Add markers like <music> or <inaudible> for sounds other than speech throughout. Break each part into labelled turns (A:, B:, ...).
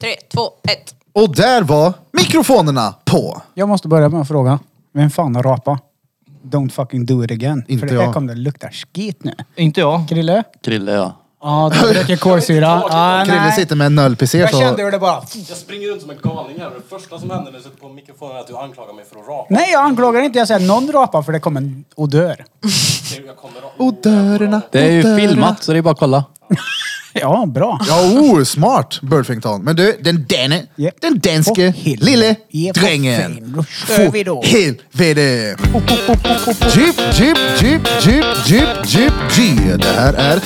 A: Tre, två, ett.
B: Och där var mikrofonerna på.
C: Jag måste börja med en fråga. Vem fan har rapa? Don't fucking do it again.
B: Inte
C: För det här
B: jag.
C: kommer det lukta skit nu.
D: Inte jag.
C: Krille?
E: Krille ja.
C: Ja, du röker kolsyra. <laughs> Ah,
B: Krille
C: nej.
B: sitter med en nollpc
C: Jag kände
B: så
C: hur det bara...
F: Jag springer runt som en galning här och det första som händer när jag sätter på mikrofonen är att du anklagar mig för att <laughs> rapa.
C: Nej, jag anklagar inte. Jag säger någon rapar för det kommer en och dör.
F: Jag kommer rapa.
B: Odörerna.
E: Det är ju
B: eh,
E: filmat så det är bara att kolla.
C: Ja, bra.
B: Ja, oh, smart Burfington. Men du, den denne,
C: Japp.
B: den danske
C: På helvete.
B: lille
C: Ge på
B: drängen.
C: fan, Då kör vi då.
B: Helvete! Jeep, jeep, jeep, jeep, jeep, jeep, jeep. Det här är...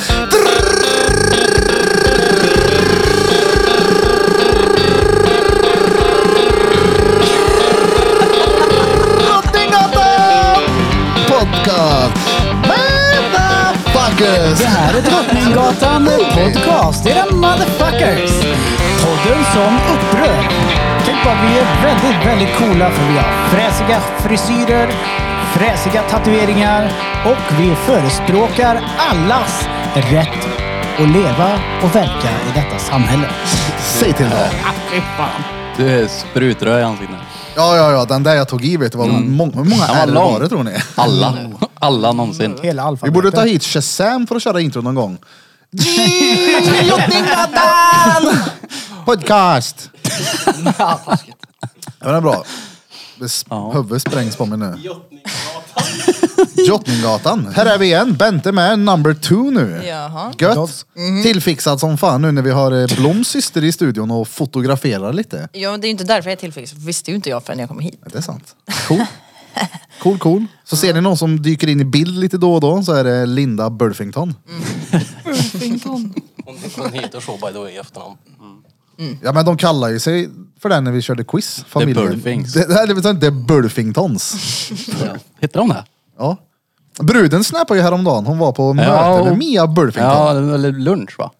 B: Drottninggatan Podcast! Motherfuckers!
C: Det här är Drottninggatan podcast. Det är den motherfuckers. Podden som upprör. Tänk på att vi är väldigt, väldigt coola för vi har fräsiga frisyrer, fräsiga tatueringar och vi förespråkar allas rätt att leva och verka i detta samhälle.
B: Säg till det.
E: Du är sprutröd i ansiktet.
B: Ja, ja, ja. Den där jag tog i vet du vad må- Hur många
E: Den var
B: är det
E: lång.
B: var det tror ni?
E: Alla. Alla någonsin.
C: Hela
B: Vi
C: alfabetet.
B: borde ta hit Shazam för att köra intro någon gång. <laughs> Podcast! Ja, men det är bra. Det sp- Huvudet sprängs på mig nu. Drottninggatan. Här är vi igen. Bente med number two nu.
A: Jaha.
B: Gött. Tillfixad som fan nu när vi har eh, Bloms syster i studion och fotograferar lite.
A: Ja, men det är ju inte därför jag är tillfixad. för visste ju inte jag förrän jag kom hit.
B: Ja, Det är sant. Cool. Cool, cool. Så ser ni någon som dyker in i bild lite då och då så är det Linda Burfington.
F: Hon hon heter så by the way i efternamn.
B: Ja men de kallar ju sig för det när vi körde quiz.
E: Burfings.
B: Det, det, här- det, vet jag inte, det är liksom Burfingtons.
E: Hittar de det?
B: Ja. Bruden snappade ju häromdagen. Hon var på möte med
E: och-
B: Mia Burfington.
E: Ja, eller lunch va?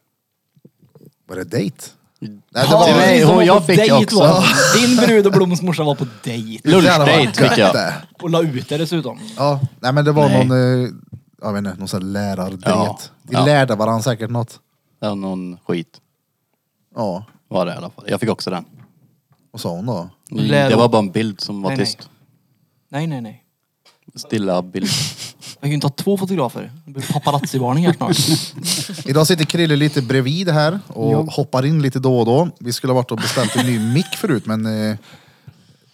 B: Var det dejt? Nej, det
D: Ja,
B: var liksom-
D: det
E: Nej,
D: är som
E: hon-
D: var
E: jag
D: på
E: fick det
D: dejt,
E: också.
D: va? Din brud och Bloms morsa var på dejt.
E: Lunchdate
B: Jävlar, vad
E: fick jag.
B: gött det.
D: Och la ut det dessutom.
B: Ja, nej men det var
E: Nej.
B: någon, eh, jag vet inte, någon sån här lärardejt.
E: Ja.
B: De
E: Ja.
B: lärde varandra säkert något.
E: Det var någon skit.
B: Ja,
E: Var det i alla fall. Jag fick också den.
B: vad sa hon då?
E: Det var bara en bild som var
D: Nej, nej.
E: tyst.
D: Nej, nej, nej.
E: Stilla bild.
D: Jag kan ju inte ha två fotografer. Det blir paparazzi-varning här snart.
B: Idag sitter Krille lite bredvid här och hoppar in lite då och då. Vi skulle ha varit och beställt en ny mick förut men eh,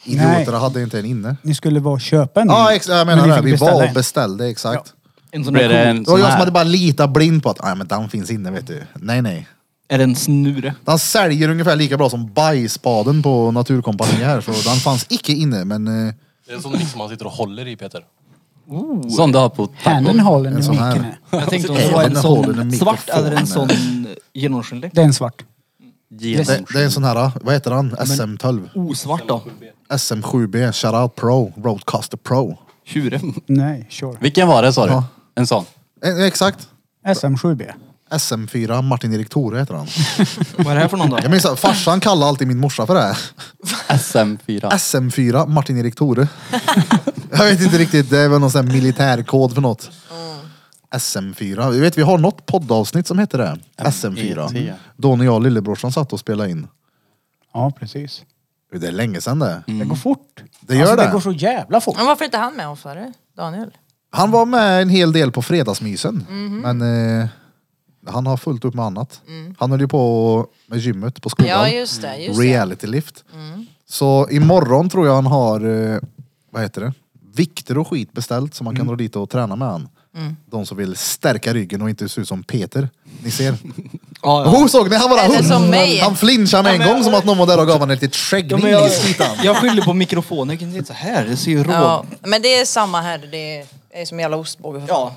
B: idioterna hade inte en inne.
C: Ni skulle vara och köpa en.
B: Ja, ex- jag menar
C: Mm.
B: det.
C: ni fick
B: Vi
C: beställa
B: var
C: en.
B: och beställde, exakt.
D: En sån
E: Blev
D: där
E: det
D: cool.
E: en
B: Det var
E: sån
B: jag som hade
E: här?
B: bara litat blind på att "Nej, men den finns inne vet du. Nej, nej.
D: Är det en snure?
B: Den säljer ungefär lika bra som bajspaden på Naturkompaniet här så den fanns icke inne men eh,
F: Det är en sån mick som man sitter och håller i Peter.
E: Sån du har på
C: Handen
E: tacon.
C: håller
B: En
C: i
B: sån här.
C: micken. nu.
D: Jag tänkte om
B: Hey,
D: det var en
B: den håller en
D: sån
B: mikrofon.
D: svart eller en sån genomskinlig.
C: Det är en svart.
B: det, det är en sån här, vad heter han? SM12?
D: Osvart då.
B: SM7B, Shoutout Pro, Roadcaster Pro.
D: Tjure.
C: Nej, sure.
E: Vilken var det sa du?
B: Ja.
E: En sån?
B: Eh, Exakt.
C: SM7B.
B: SM4, Martin Erik Tore heter han.
D: Vad är det här för någon då?
B: Jag minns att farsan kallade alltid min morsa för det här.
E: SM4.
B: SM4, Martin Erik Tore. <laughs> Jag vet inte riktigt, det är väl någon sån här militärkod för något. SM4, vi vet vi har något poddavsnitt som heter
A: E
B: det. SM4. Då när jag och lillebrorsan satt och spelade in.
C: Ja, precis.
B: Det är länge sedan det.
A: Mm.
C: Det går fort.
B: Det gör
C: alltså,
B: det.
C: Mm. det går så jävla fort.
A: Men varför är inte han med oss före? Daniel?
B: Han var med en hel del på fredagsmysen.
A: Mhm.
B: Men eh, han har fullt upp med annat. Han höll ju på med gymmet på skolan.
A: Mm. Ja, just det. Just det. Mm.
B: reality lift. Så imorgon tror jag han har, eh, vad heter det, vikter och skit beställt så man kan
A: Mm.
B: dra dit och träna med han. De som vill stärka ryggen och inte se ut som Peter. Ni
D: <laughs>
B: ser.
D: Ja, ja.
B: Oh, såg ni? Han var där.
A: Eller
B: Oh,
A: som mig.
B: Han flinchade med en gång som att någon var där och gav honom ett litet skäggning
D: men
B: i
D: jag,
B: skitan.
D: jag skyller på mikrofonen. Jag kan inte sitta så här. Det ser ju rå...
A: Ja,
D: Ja.
A: men det är samma här. Det är som en jävla ostbåge. för fan.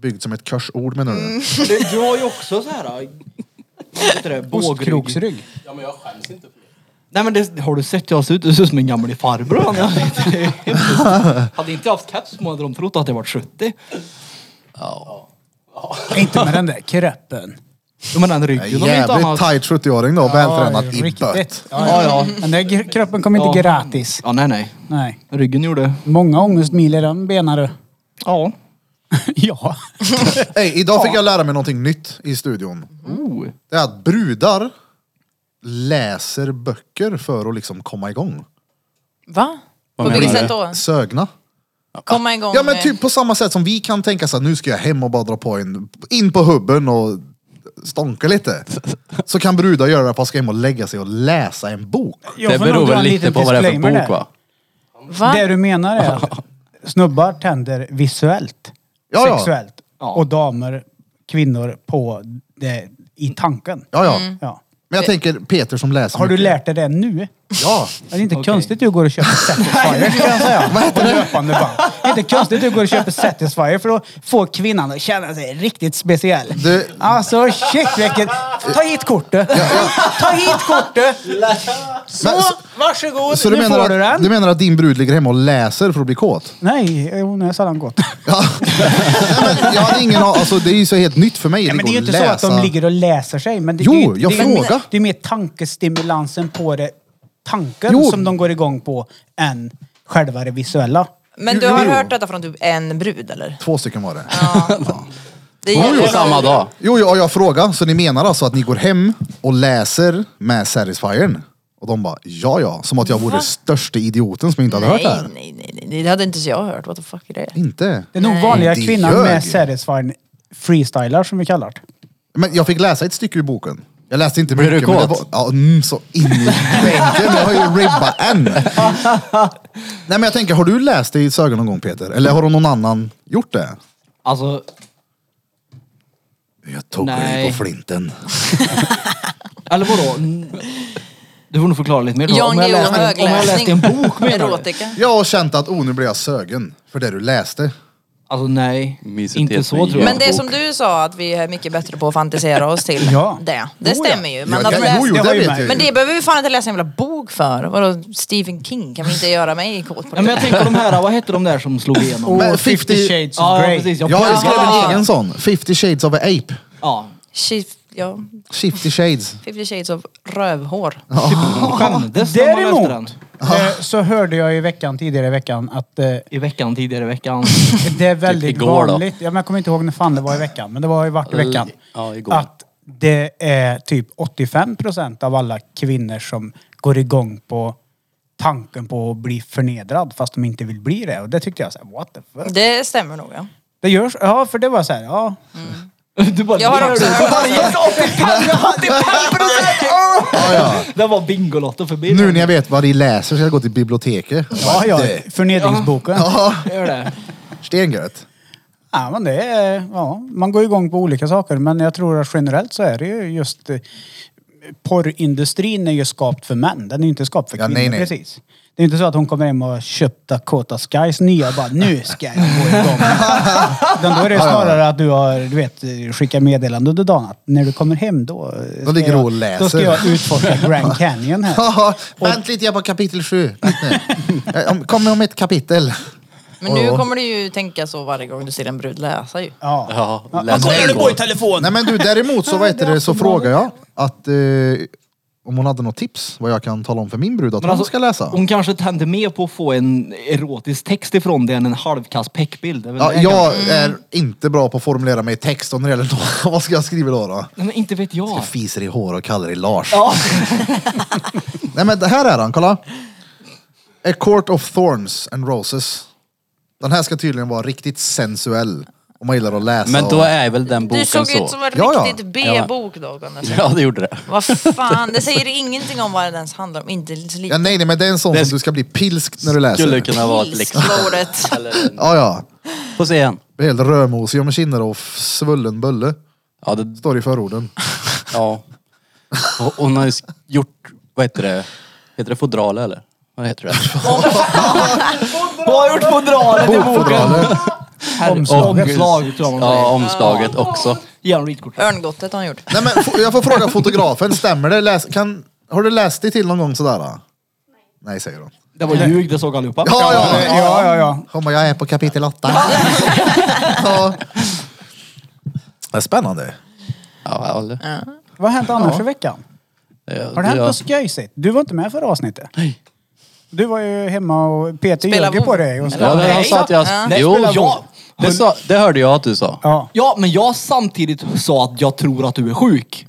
B: Byggt som ett körsord menar
A: Mm.
B: du?
D: Du, du har ju också så här... äh, vad heter det? Bågrygg.
C: Ostkroksrygg.
F: Ja men jag skäms inte för det.
D: Nej men det, har du sett hur jag ser ut? Du ser ut som en gammal farbror.
F: <laughs>
D: han. Jag vet inte. Hade inte jag haft keps på mig hade de trott att jag var 70.
C: <laughs> Inte med den där kreppen.
D: Jo men den ryggen om inte
B: Jävligt
D: annat.
B: tight 70-åring då, vältränad i
C: riktigt.
B: bött.
C: Ja, ja. Den där gr- kroppen kom inte
D: Ja.
C: gratis.
D: Ja nej nej.
C: Nej.
D: Ryggen gjorde... Oh.
C: Många ångestmil i den benar du. <laughs>
D: Ja.
C: ja.
B: Hey, idag fick jag lära mig någonting nytt i studion.
D: Oh.
B: Det är att brudar läser böcker för att liksom komma igång.
A: Va?
E: Vad
A: På
E: menar
A: vilket
E: du?
A: sätt då? eh,
B: Sögna.
A: Komma igång
B: Ja men
A: med-
B: typ på samma sätt som vi kan tänka så här, nu ska jag hem och bara dra på en, in på hubben och stånka lite. Så kan brudar göra det på att ska hem och lägga sig och läsa en bok.
C: Jag
E: det
C: får nog
E: beror
C: dra en
E: väl lite
C: liten
E: på vad det är för
C: disclaimer
E: bok
C: där.
E: va?
A: Va?
C: Det du menar är att snubbar tänder visuellt,
B: Ja, ja.
C: sexuellt
D: Ja.
C: och damer, kvinnor på det i tanken.
B: Ja ja.
C: Ja.
B: Men jag tänker Peter som läser.
C: Har du
B: mycket.
C: lärt dig det nu?
B: Ja.
C: Det är inte
D: Okej.
C: konstigt du går och köper
B: <laughs>
C: Satisfyer kan jag säga. Vad heter det? Löpande band. Det är inte konstigt du går och köper Satisfyer för att få kvinnan att känna sig riktigt speciell.
B: Du-
C: Alltså shit vilket... Ta hit kortet! Ta hit kortet!
B: Men, så,
C: Varsågod,
B: så
C: nu
B: du, menar
C: får du
B: att,
C: den.
B: du menar att din brud ligger hemma och läser för att bli kåt?
C: Nej, hon är sällan gott.
B: Ja. Nej, men jag hade ingen an- alltså, Det är ju så helt nytt för mig.
C: Ja, men det
B: går
C: är ju inte
B: att
C: så att
B: läsa.
C: de ligger och läser sig. Men det,
B: Jo,
C: det, är ju-
B: jag
C: det, är ju-
B: frågar.
C: Det är mer tankestimulansen på det, tanken
B: Jo.
C: som de går igång på, än själva det visuella.
A: Men du har hört detta från typ en brud eller?
B: Två stycken var det.
A: Det
E: Hon
A: ju-
E: på samma dag.
B: Jo, ja, jag frågar. Så ni menar alltså att ni går hem och läser med Satisfyern? Och de bara, ja ja. Som att jag vore
A: Va?
B: största idioten som inte hade hört det
A: Nej,
B: här.
A: nej, nej, nej, det hade inte jag hört. What the fuck är det?
B: Inte.
C: Det är nog
A: Nej.
C: vanliga
B: Det
C: kvinnan
B: ljög.
C: med satisfying freestylar som vi kallar det.
B: Men jag fick läsa ett stycke ur boken. Jag läste inte
E: Blev
B: mycket.
E: du
B: men det
E: kåt?
B: var, ja, mm, så in i bänken. Jag har ju ribbat än. Nej men jag tänker, har du läst det i Sagan någon gång Peter? Eller har någon annan gjort det?
D: Alltså,
B: Jag tog
D: Nej.
B: dig på flinten.
D: eller vadå? Mm. Du får nog förklara lite mer. då.
A: Jan
D: Om jag
A: Guillou
D: läste en- om jag läste
A: högläsning.
D: en bok menar du?
A: Erotika.
B: Jag har känt att, oh nu blir jag sögen. För det du läste.
D: Alltså nej,
E: Myset
D: inte
E: heter
D: så tror jag.
E: Jan.
A: Men det
E: bok.
A: som du sa att vi är mycket bättre på att fantisera oss till.
C: Ja.
A: Det, det
C: Jo, ja.
A: stämmer ju. Men,
B: Ja,
A: att
B: det,
A: läsa-
B: jo, jo,
C: jag
B: det
C: har ju
B: vet
C: med.
B: jag ju.
A: men det behöver vi fan inte läsa en jävla bok för. Vadå Stephen King kan vi inte göra mig kåt på
D: Ja, men jag
A: det?
D: tänker på de här, vad hette de där som slog igenom?
B: Men
C: Och 50
B: 50
C: shades
D: ja,
C: of Grey.
D: precis.
B: Jag har
D: ja,
B: skrev en egen sån. 50 shades of a ape.
D: ja.
A: Chief, ja,
B: Shifty shades.
A: 50 shades of rövhår.
D: Skämdes när man läste den.
C: Däremot eh, så hörde jag i veckan, tidigare i veckan att eh,
D: I veckan, tidigare i veckan. <laughs>
C: det är väldigt
E: igår då.
C: vanligt, ja, men jag kommer inte ihåg när fan det var i veckan, men det var ju vart i veckan.
E: Ja, igår.
C: Att det är typ 85 procent av alla kvinnor som går igång på tanken på att bli förnedrad fast de inte vill bli det. Och det tyckte jag såhär, what the fuck?
A: Det stämmer nog ja.
C: Det görs, ja för det var såhär, ja.
D: Du bara,
A: Jag har också hört talas om-
B: <laughs> Ja, ja.
D: Det var Bingolotto förbi.
B: Nu när jag vet vad de läser så jag går till biblioteket.
C: Ja, ja,
B: Det-
C: förnedringsboken.
B: Ja,
D: Gör det.
B: stengött.
C: Ja, men det är, ja, man går igång på olika saker men jag tror att generellt så är det ju just eh, porrindustrin är ju skapt för män. Den är ju inte skapt för
B: Ja,
C: kvinnor
B: nej, nej.
C: precis. Det är inte så att hon kommer hem och har köpt Dakota Skys nya och bara nu ska jag gå
B: <laughs>
C: igång. Utan då är det snarare att du har, du vet, skickat meddelande under dagen att när du kommer hem då... eh, ska
B: ligger
C: jag-
B: du och läser.
C: Då ska jag utforska Grand
B: <laughs>
C: Canyon här.
B: Haha, Vänta lite, jag är på kapitel sju. Vänta nu. Eh, om- Kom om ett kapitel.
A: Men nu
B: Ja.
A: kommer du ju tänka så varje gång du ser en brud läsa ju.
C: Ja.
E: Ja, läs den igår.
C: telefon?
B: Nej men du, däremot så, vad heter det, så frågar jag att eh, om hon hade något tips vad jag kan tala om för min brud att
D: Men
B: hon
D: alltså,
B: ska läsa.
D: Hon kanske tände mer på att få en erotisk text ifrån det än en halvkass peckbild. Det är väl
B: Ja,
D: det kanske.
B: jag är inte bra på att formulera mig i text och när det gäller då, <laughs> vad ska jag skriva då? då?
D: Nej, men inte vet jag.
B: Jag fiser i hår och kallar dig Lars. <laughs> Nej men det här är han, kolla. A court of thorns and roses. Den här ska tydligen vara riktigt sensuell. Om man gillar att läsa.
E: Men då
B: och-
E: är väl den
A: Du
E: boken
A: såg ut som
E: så.
A: en
B: Ja, ja.
A: riktigt B-bok då kan jag säga.
E: Ja, det gjorde det.
A: Vad fan, det säger ingenting om vad den ens handlar om. Inte så
B: Ja,
A: lite.
B: nej, nej, men det är en sån
E: Det
B: som du ska bli pilsk när du
E: Skulle
B: läser.
E: kunna vara ett liksom.
A: Pilsblodet.
B: Ja, ja.
E: Få se igen.
B: Det är Helt rödmosig om kinderna och f- svullen bulle.
E: Ja, det,
B: Står i förorden.
E: ja. Och Hon har ju sk- gjort, vad heter det? Heter det fodral eller? Vad heter det?
D: Hon har gjort fodralet i boken.
B: Bokfodralet.
D: Omslaget. Omslag tror jag man
E: Ja,
D: säger.
E: omslaget också.
D: Ge honom ridkort.
A: Örngottet har han gjort.
B: Nej, men f- jag får fråga fotografen, stämmer det? Läs, kan, har du läst det till någon gång sådär? då? Nej, säger hon.
D: Det var ljug, det såg allihopa.
B: Ja, ja, ja.
C: Ja, ja, ja.
B: Homma, jag är på kapitel 8. ja. Det är spännande.
E: Ja, ja, eller?
C: Vad har hänt annars i veckan? Har det hänt något skojsigt? Du var inte med förra avsnittet.
E: Nej.
C: Du var ju hemma och Peter
A: Spela
C: ljög ju på
A: vov.
C: dig. Och så.
E: Ja, men
A: Nej.
E: han sa att jag...
A: Ja.
E: Jo,
C: spela
E: ja. Det, sa, det hörde jag att du sa.
C: Ja.
D: Ja, men jag samtidigt sa att jag tror att du är sjuk.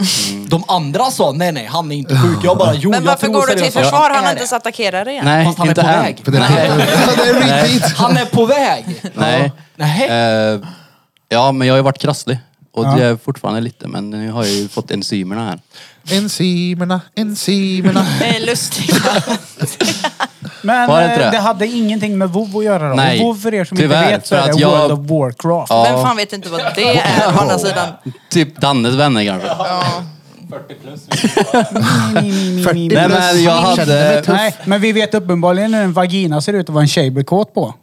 D: De andra sa nej, nej, han är inte sjuk. Jag bara, jo,
A: Men
D: jag
A: varför
D: tror
A: går du till
D: seriöst
A: försvar? Han
D: att jag
A: har
D: är
A: inte ens
D: det.
A: attackerat dig än.
E: Nej,
D: Fast han är
E: inte
D: på
E: än.
D: väg.
B: För det är inte- det är repeat.
D: Han är på väg!
E: <laughs> Nej.
D: <laughs> Nej.
E: Eh, ja, men jag har ju varit krasslig. Och det är fortfarande lite, men nu har jag ju fått enzymerna här.
B: Enzymerna, enzymerna.
A: Det är lustigt.
C: Men
E: Var det inte
C: eh,
E: det?
C: det hade ingenting med WoW att göra då.
E: Nej,
C: WoW för er som
E: tyvärr,
C: inte vet så
E: för
C: är
E: att
C: det
E: jag-
C: World of Warcraft.
E: Ja.
A: Vem fan vet inte vad det är å andra sidan?
E: Typ Dannes vänner kanske.
F: 40 plus.
C: Ni, ni, ni, ni,
B: 40
C: ni.
E: Nej, men jag hade-
B: Kände mig
C: Nej,
B: tuff.
C: men vi vet uppenbarligen hur en vagina ser ut och vad en tjej blir kåt på.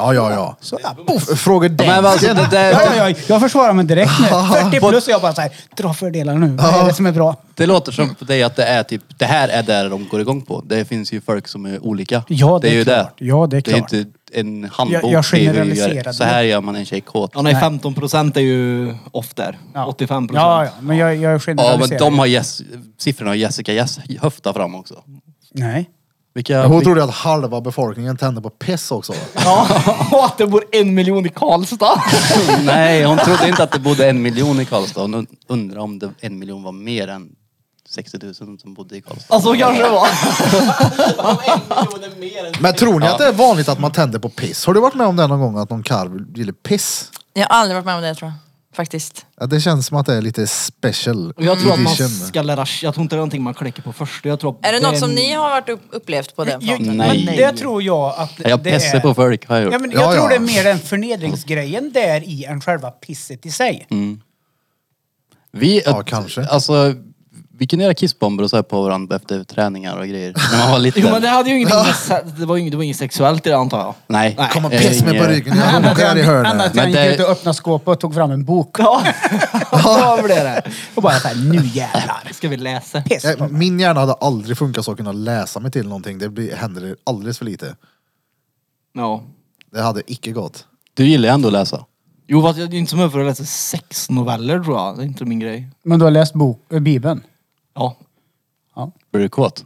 B: Ja, ja, ja.
C: Så, ja,
B: Fråga
E: Ja, Men
B: dansken.
E: alltså, det,
C: Ja,
E: det,
C: ja, ja, jag försvarar mig direkt
E: <laughs>
C: nu. 40 plus och jag bara såhär, dra fördelar nu. Vad är det som är bra?
E: det låter som på dig att det är typ, det här är där de går igång på. Det finns ju folk som är olika.
C: Ja, det är
E: ju
C: klart. Ja, det är klart.
E: Det är ju inte en handbok.
C: Jag- jag
E: i hur gör det.
C: generaliserade.
E: Så här gör man en tjej kåt.
D: Ja, nej, 15 procent är ju off där. 85 procent.
C: Ja, ja, men jag, jag
E: Ja,
C: generaliserar.
E: men de har Jess, siffrorna har Jessica Jess höfta fram också.
C: Nej.
E: Vilka,
B: Hon trodde att halva befolkningen tände på piss också.
D: <laughs> Och att det bor en miljon i Karlstad.
E: <laughs> Nej, hon trodde inte att det bodde en miljon i Karlstad. Hon und- undrar om det, en miljon var mer än 60 000 som bodde i Karlstad.
D: Alltså kanske det var.
B: Men tror ni att det är vanligt att man tänder på piss? Har du varit med om det någon gång att någon kalv gillar piss?
A: Jag har aldrig varit med om det tror jag. Faktiskt.
B: Ja, det känns som att det är lite special
D: Och <laughs> jag tror att man
B: edition.
D: ska lära sig. Jag tror inte det är någonting man kläcker på först. Jag tror
A: Är det något som
D: en-
A: ni har varit upp- upplevt på den fronten?
E: Nej.
C: Men det tror jag att
E: Jag
C: det
E: pessar
C: är...
E: på folk har jag
C: Ja,
E: gjort.
C: men jag
B: Ja,
C: tror
B: ja.
C: det är mer den förnedringsgrejen där i än själva pisset i sig.
E: Vi,
B: Ja, kanske.
E: Alltså, vi kunde göra kissbomber och så här på varandra efter träningar och grejer. När man var liten.
D: Jo men det hade ju ingenting <laughs> med se- det var ju inget, det var inget sexuellt i det antar jag.
E: Nej.
D: Nej.
B: Kom och
E: Eh,
B: piss mig på
E: inget-
B: ryggen, jag runkar i
C: annat
B: hörnet.
C: än jag
E: Men
C: gick
E: det-
C: ut och öppnade skåpet och tog fram en bok. <laughs>
D: Ja, då blev det.
C: Och bara såhär, nu jävlar.
D: Ska vi läsa?
C: Piss.
B: Jag- Min hjärna hade aldrig funkat så att kunna läsa mig till någonting. Det blir, händer alldeles för lite.
D: Ja.
B: Det hade icke gått.
E: Du gillar ju ändå att läsa.
D: Jo fast jag är inte så mycket för att läsa sexnoveller tror jag. Det är inte min grej.
C: Men du har läst bok, äh, Bibeln?
D: Ja. <laughs>
E: Blir du kåt?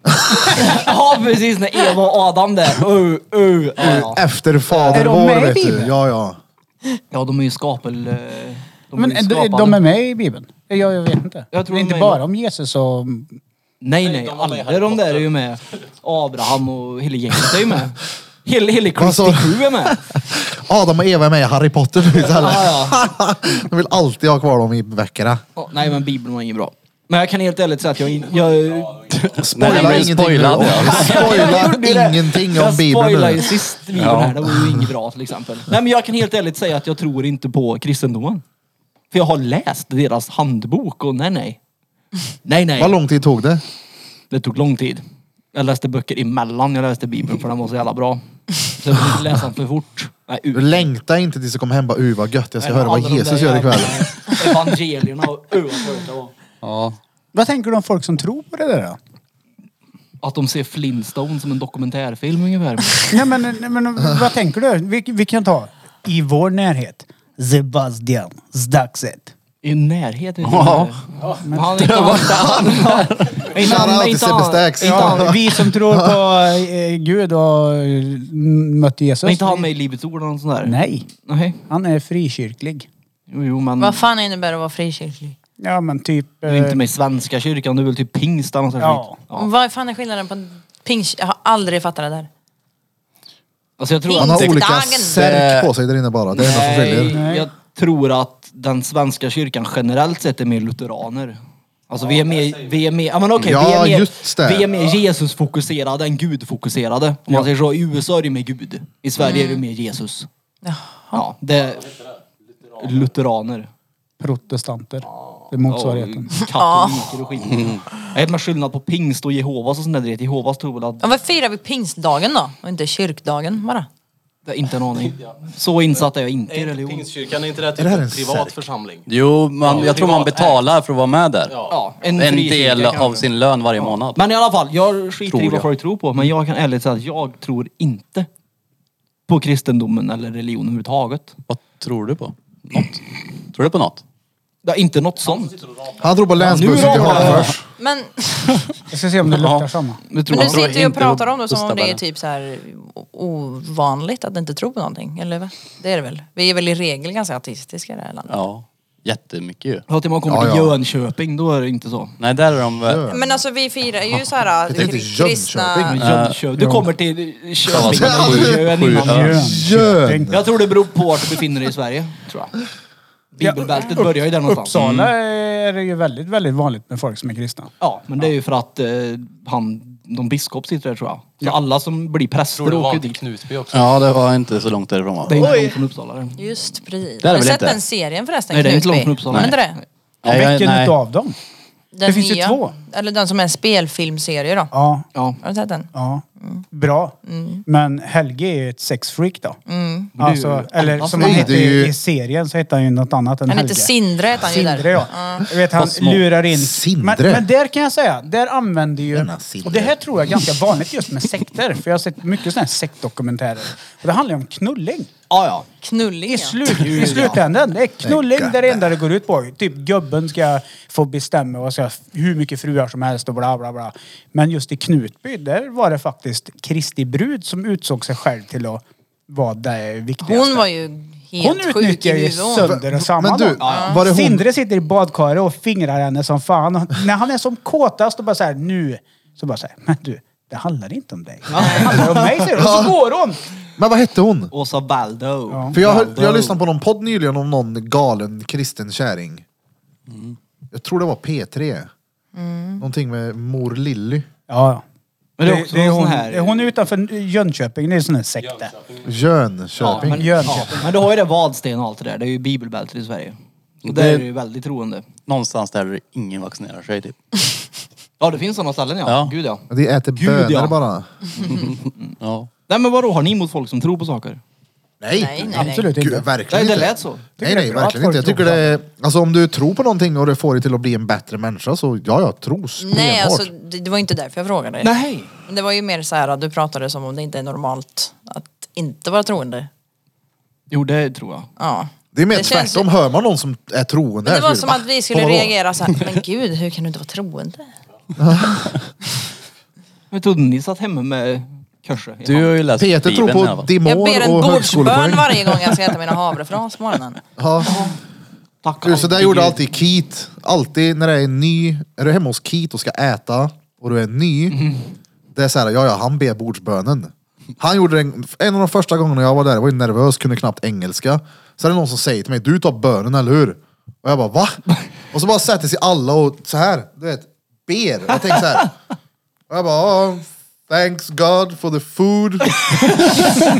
D: Ja precis när Eva och Adam där. Uh, uh, uh. Ja.
B: Efter
C: Är
B: Fader
C: de med i
B: vår vet du.
C: Bibeln?
B: Ja, ja.
D: ja de är ju skapel... eh, De
C: Men
D: är ju
C: de,
D: skapade.
C: de är med i Bibeln? Jag, jag vet inte.
D: Jag tror
C: det är
D: de
C: inte
D: är
C: bara
D: med.
C: om Jesus och...
D: Nej
F: Nej,
D: nej,
F: de var med i
D: alla
F: Harry
D: de där
F: Potter.
D: är ju med. Abraham och hela gänget är ju med. Hela, hela
B: Vad sa
D: Kristi
B: du?
D: Q är med.
B: Adam och Eva är med i Harry Potter nu istället.
D: Ja, ja.
B: <laughs> De vill alltid ha kvar dem i böckerna.
D: Ja, nej men bibeln var ingen bra. Men jag kan helt ärligt säga att jag... in- jag
E: Nej,
B: Spoila
E: men
B: ingenting nu.
E: spoilad, ja.
B: Spoila ingenting om Bibeln
D: Jag spoilade ju
B: nu.
D: sist videon här, det var ju inget bra till exempel. Nej men jag kan helt ärligt säga att jag tror inte på kristendomen. För jag har läst deras handbok och nej nej. Nej
B: Vad
D: nej,
B: lång tid tog det?
D: det tog lång tid. Jag läste böcker emellan jag läste bibeln för den var så jävla bra. Så jag kunde inte läsa den för fort. Nej, ut.
B: Du längtar inte tills du kommer hem och bara uh vad gött, jag ska
D: Nej,
B: höra vad
D: alla de
B: Jesus
D: där
B: gör ikväll.
D: jävla Evangelierna och uh, vad skönt det var.
E: Ja.
C: Vad tänker du om folk som tror på det där då?
D: Att de ser Flintstone som en dokumentärfilm ungefär.
C: Nej men, eh, nej, men vad tänker du? Vi, vi kan ta i vår närhet. Sebastian Staxet.
D: I närhet vet
E: Ja.
D: jag inte. Han är <laughs> inte han. Inte han-
B: Shoutout till
D: inte han-
B: Sebbe Stax.
D: inte han-
C: Ja, vi som tror på eh, Gud och eh, mötte Jesus.
D: Men inte han med i Livets Ord eller något sånt där?
C: Nej,
D: Nej.
C: han är frikyrklig.
D: Jo, jo men...
A: Vad fan innebär det att vara frikyrklig?
C: Ja men typ...
D: Du är inte
C: eh,
D: med i Svenska kyrkan, du är väl typ pingst eller något sånt
C: Ja.
D: skit. ja.
A: Vad fan är skillnaden på pingst? Jag har aldrig fattat det där.
D: Alltså jag tror
B: Han
D: att...
B: har
A: Dagen.
B: olika särk på sig där inne bara. Det är det enda som skiljer.
D: Nej, jag tror att den svenska kyrkan generellt sett är mer lutheraner. Alltså vi är mer, vi är mer, ja men okej,
B: Ja,
D: vi är
B: just det.
D: mer, vi är mer Jesus-fokuserade än Gud-fokuserade. Om man säger så, i USA är det mer Gud. I Sverige
E: Mm.
D: är det mer Jesus. Ja, det... Lutheraner.
C: protestanter. Det är motsvarigheten.
D: Och Katoliker och skit. Jag vet man skillnad på pingst och Jehovas och sånt där du vet. Jehovas tror väl att
A: Ja, vad firar vi pingstdagen då? Och inte kyrkdagen bara?
D: Jag har inte en aning. Så insatt är jag inte i
F: Är inte
D: religion.
F: Pingstkyrkan, är inte det här typ
B: det här en
F: en privat
B: särk?
F: församling?
E: Jo, man,
F: Ja,
E: jag tror man
F: privat
E: betalar för att vara med där.
F: Ja.
D: Ja,
E: En,
D: fri
E: del
D: kyrka kanske.
E: av sin lön varje månad.
D: Men i alla fall, jag skiter
E: Tror
D: i
E: jag.
D: vad folk tror på. Men jag kan ärligt säga att jag tror inte på kristendomen eller religion överhuvudtaget.
E: Vad tror du på? Något? Tror du på något?
D: Ja, inte något sånt.
B: Han tror på länsbussen
D: Ja, nu
B: till
D: då.
B: Hagfors.
A: Men,
C: Jag ska se om det luktar samma.
E: Nu
A: men
E: tror
A: nu
E: jag- tror
A: sitter vi och
E: inte på
A: pratar om det som om det är
E: Gustav
A: typ så här o- ovanligt att inte tro på någonting. Eller vad? Det är det väl? Vi är väl i regel ganska ateistiska i det här landet.
E: Ja, jättemycket ju.
D: Ja, till man kommer
B: Ja,
D: till
B: ja.
D: Jönköping, då är det inte så.
E: Nej, där är de... väl-
A: Men alltså vi firar ju så här
B: Det är inte
A: kri- kristna...
B: Jönköping.
D: Äh, Jönköping. Du
C: ja.
D: kommer till Köping.
E: Ja,
D: eller Jön
E: sju- sju-
D: innan.
E: ja.
B: Jön!
D: Jag tror det beror på vart du befinner dig i Sverige, tror jag. Bibelbältet börjar ju där någonstans. Mm.
C: Uppsala är det ju väldigt, väldigt vanligt med folk som är kristna.
D: Ja, men det är ju för att eh, han, någon biskop sitter där tror jag. Så alla som blir
F: Tror
D: präster
F: du
D: åker
F: var
D: ju
F: till
D: dit.
F: Knutby också?
E: Ja, det var inte så långt därifrån va?
D: Det är inte långt från Uppsala. det.
A: Just precis.
E: Det är
A: Har
E: det
A: du
E: väl
A: sett
E: inte?
A: den serien förresten?
D: Nej, det är inte
A: Knutby?
D: långt från Uppsala.
A: Men inte det?
E: Nej, jag-
C: Vilken
E: nej.
C: utav dem?
A: Den
C: Det finns ju
A: nya.
C: två.
A: Eller den som är en spelfilmserie då.
C: Ja,
D: Ja.
A: Har du sett den?
C: ja.
B: Mm.
C: Bra. Men Helge är ju ett sexfreak då.
D: är ju
C: Alltså, eller
D: annars
C: som han
B: Nej,
C: heter
B: Mm. det är ju-
C: i serien så heter han ju något annat än
A: Han
C: Helge.
A: heter Sindre heter han ju där.
C: Sindre ja. Jag vet han
E: Fast små.
C: lurar in...
B: Sindre.
C: Men, men där kan jag säga, där använder ju...
B: Denna Sindre.
C: Och det här tror jag är ganska vanligt just med sekter. För jag har sett mycket sådana här sektdokumentärer. Och det handlar ju om knulling.
D: Ja, ja.
A: Knulling
C: I,
A: ja.
C: slut, I slutändan. Det är knulling, det är det enda det går ut på. Typ gubben ska få bestämma och ska, hur mycket fruar som helst och bla bla bla. Men just i Knutby, där var det faktiskt Kristi brud som utsåg sig själv till att vara det viktigaste.
A: Hon var ju
C: Hon
A: helt sjuk i
C: utnyttjar ju
A: huvudet. hon.
C: sönder och samman.
B: Men du,
C: hon.
B: var det hon-
C: Sindre sitter i badkaret och fingrar henne som fan. Och När han är som kåtast och bara såhär nu, så bara såhär, men du, det handlar inte om dig. Det handlar om mig säger hon. Och så går hon!
B: Men vad hette hon?
D: Åsa Baldo.
C: Ja.
B: För jag, hör- jag lyssnade på någon podd nyligen om någon galen kristen kärring. Jag tror det var P3.
A: Mm.
B: Någonting med mor Lilly.
C: Ja,
D: Men det är också någon
C: hon,
D: sån här...
C: hon är utanför Jönköping, det är en sån här sekta.
B: Jönköping.
D: men, ja,
C: Jönköping.
D: men du har ju det Vadsten och allt det där. Det är ju bibelbältet i Sverige. Och där
E: Det-
D: är det ju väldigt troende.
E: Någonstans där ingen vaccinerar sig typ.
D: Ja, det finns sådana ställen ja.
E: Ja.
D: Gud ja.
B: De äter
D: Gud,
B: bönor
D: ja.
B: bara.
E: Ja.
D: Nej men vadå, har ni emot folk som tror på saker?
B: Nej,
A: Nej, nej, nej.
C: Absolut
B: Gud,
C: inte.
B: verkligen
D: Nej, det
B: inte.
D: lät så.
B: Nej,
C: det är
B: nej,
C: bra att
B: verkligen
C: folk
B: inte. Jag tycker
C: tror på
B: det är, alltså om du tror på någonting och det får dig till att bli en bättre människa så ja, jag tror
A: Nej,
B: stenhårt.
A: alltså det, det var inte därför jag frågade.
D: Nej!
A: Det var ju mer så här att du pratade som om det inte är normalt att inte vara troende.
D: Jo, det tror jag.
A: Ja.
B: det är mer
A: det känns-
B: tvärtom. Hör man någon som är troende
A: Men det
B: här
A: var
B: så
A: som
B: blir
A: att
C: Ah,
A: vi skulle
B: "Va? Vadå?"
A: reagera så
C: <laughs>
A: här, men gud, hur kan du inte vara troende?
D: Men trodde ni satt hemma med kurser? i
E: Du
D: hand?
E: har ju läst
B: Peter tror
E: Bibeln här,
B: på
E: va?
A: Jag
B: demon
A: ber en
B: och högskolepoäng.
A: bordsbön varje gång jag ska äta
C: <laughs>
A: mina havrefras på morgonen.
B: Ja.
D: Tack
B: Du, så där
D: alltid
B: gjorde
D: Gud.
B: alltid Keat. Alltid när det är en ny, är du hemma hos Keat och ska äta och du är ny.
D: Mhm.
B: Det är så här, ja ja, han ber bordsbönen. Han gjorde den, en av de första gångerna jag var där, jag var ju nervös, kunde knappt engelska. Så är det någon som säger till mig, du tar bönen eller hur? Och jag bara,
D: <laughs>
B: va? Och så bara sätter sig alla och så här, du vet, ber. Jag tänker så här. Och jag bara, "Ah, thanks God for the
D: <laughs>
B: food.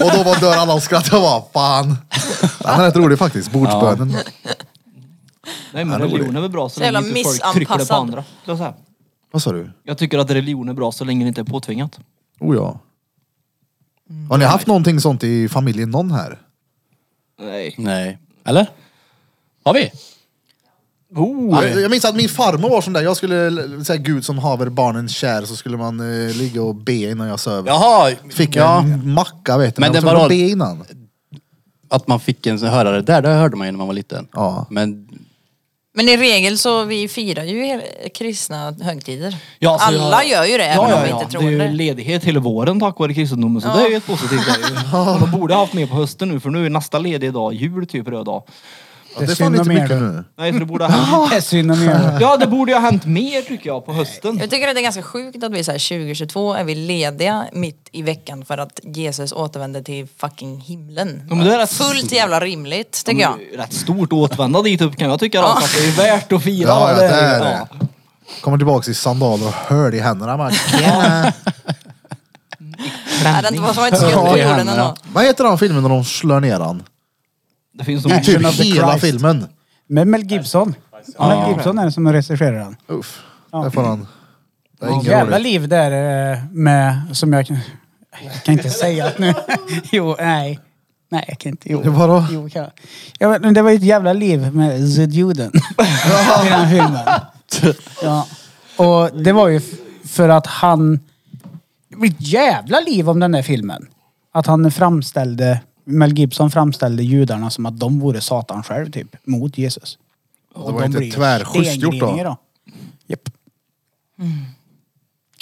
B: och då var dörren alla och skrattade, jag bara, fan. Den är rätt rolig faktiskt, bordsbönen.
D: Nej men religion är väl bra så
A: Så
D: länge
A: jävla
D: inte folk trycker det på
A: missanpassad.
D: andra. Jag säger.
B: Vad sa du?
D: Jag tycker att religion är bra så länge det inte är påtvingat.
B: Oh ja. Har ni haft någonting sånt i familjen någon här?
D: Nej.
E: Nej. Eller? Har vi?
B: Ja, Alltså, Jag minns att min farmor var sån där, jag skulle l- säga Gud som haver barnen kär så skulle man eh, ligga och be innan jag söv.
E: Jaha!
B: Fick jag
E: ja.
B: en macka vet du,
E: Men
B: men
E: det
B: jag var
E: var-
B: be innan.
E: Att man fick en sån hörare där, det hörde man ju när man var liten.
B: Ja.
E: Men
A: Men i regel så vi firar ju he- kristna högtider.
D: Ja,
C: alltså,
D: så
A: Alla
D: jag-
A: gör ju det, även om vi inte tror
D: Det
A: det.
D: är ju ledighet hela våren tack vare kristendomen så det är ju ett positivt läge.
A: <laughs>
D: Och De borde ha haft med på hösten nu för nu är nästa lediga dag jul typ röd dag.
B: Ja,
C: Det
B: det
C: är
B: är fan
C: synd
B: inte
C: om er
B: mycket
C: då.
B: nu.
D: Nej så det borde ha
A: <laughs>
D: hänt.
C: Det är synd om er.
D: Ja det borde ju ha hänt mer tycker jag på hösten.
A: Jag tycker att det är ganska sjukt att vi så här 2022 är vi lediga mitt i veckan för att Jesus återvänder till fucking himlen.
D: Ja, men det är rätt-
A: Fullt jävla rimligt tycker jag.
D: Det är Rätt stort att återvända dit upp kan jag tycka. alltså, Att det är värt att fira.
B: Ja, ja, det är
D: ju,
B: det. Kommer tillbaks i sandaler och höl i händerna. Man.
A: Nej, det var som ett skumt på
E: Ja, i
A: jorden
E: händerna.
A: ändå.
B: Vad heter den filmen när de slår ner han?
D: Det finns
B: Det är
D: nog
B: typ
C: of the
B: hela
C: Christ.
B: filmen.
C: Med Mel Gibson. Mel Gibson är den som regisserar den.
B: Uff,
C: Ja.
B: där får han. Det är inget
C: Jävla
B: roligt.
C: liv där eh, med, som jag kan... Jag kan inte säga att nu. <laughs> Jo, nej. Nej, jag kan inte. Jo.
B: Vadå?
C: Jo, kan jag. Ja, men det var ju ett jävla liv med The Juden. I den filmen. Ja. Och det var ju f- för att han... Det blev ett jävla liv om den där filmen. Att han framställde... Mel Gibson framställde judarna som att de vore Satan själv, typ. Mot Jesus.
B: var
G: Och de
B: inte
G: blir
B: tvärschysst gjort då. Mm.
G: stengrinningar Japp.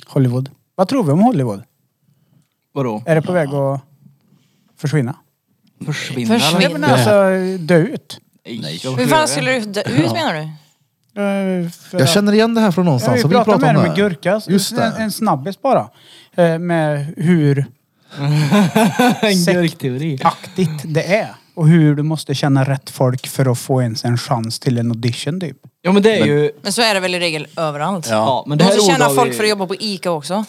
G: Hollywood. Vad tror vi om Hollywood?
D: Vadå?
G: Är det på väg att försvinna?
D: Försvinna?
A: Försvin-
G: Nej
A: Vinna.
G: men alltså dö ut.
D: Nej.
A: Hur fan skulle du dö ut menar du?
G: Eh, för
B: Jag
G: att-
B: känner igen det här från
G: Ja,
B: någonstans.
G: vi
B: som
G: pratade med
B: om
G: det med Gurka. alltså.
B: Just det.
G: En, en snabbis bara. Eh, Med
B: <laughs>
G: hur
D: En gurkteori.
G: aktigt det är. Och hur du måste känna rätt folk för att få ens en chans till en audition typ.
D: Ja men det är ju...
A: Men så är det väl i regel överallt.
E: Ja.
D: Ja, men
A: Du
D: det här
A: måste
D: ordet
A: känna
D: har
A: folk
D: vi-
A: för att jobba på Ica också.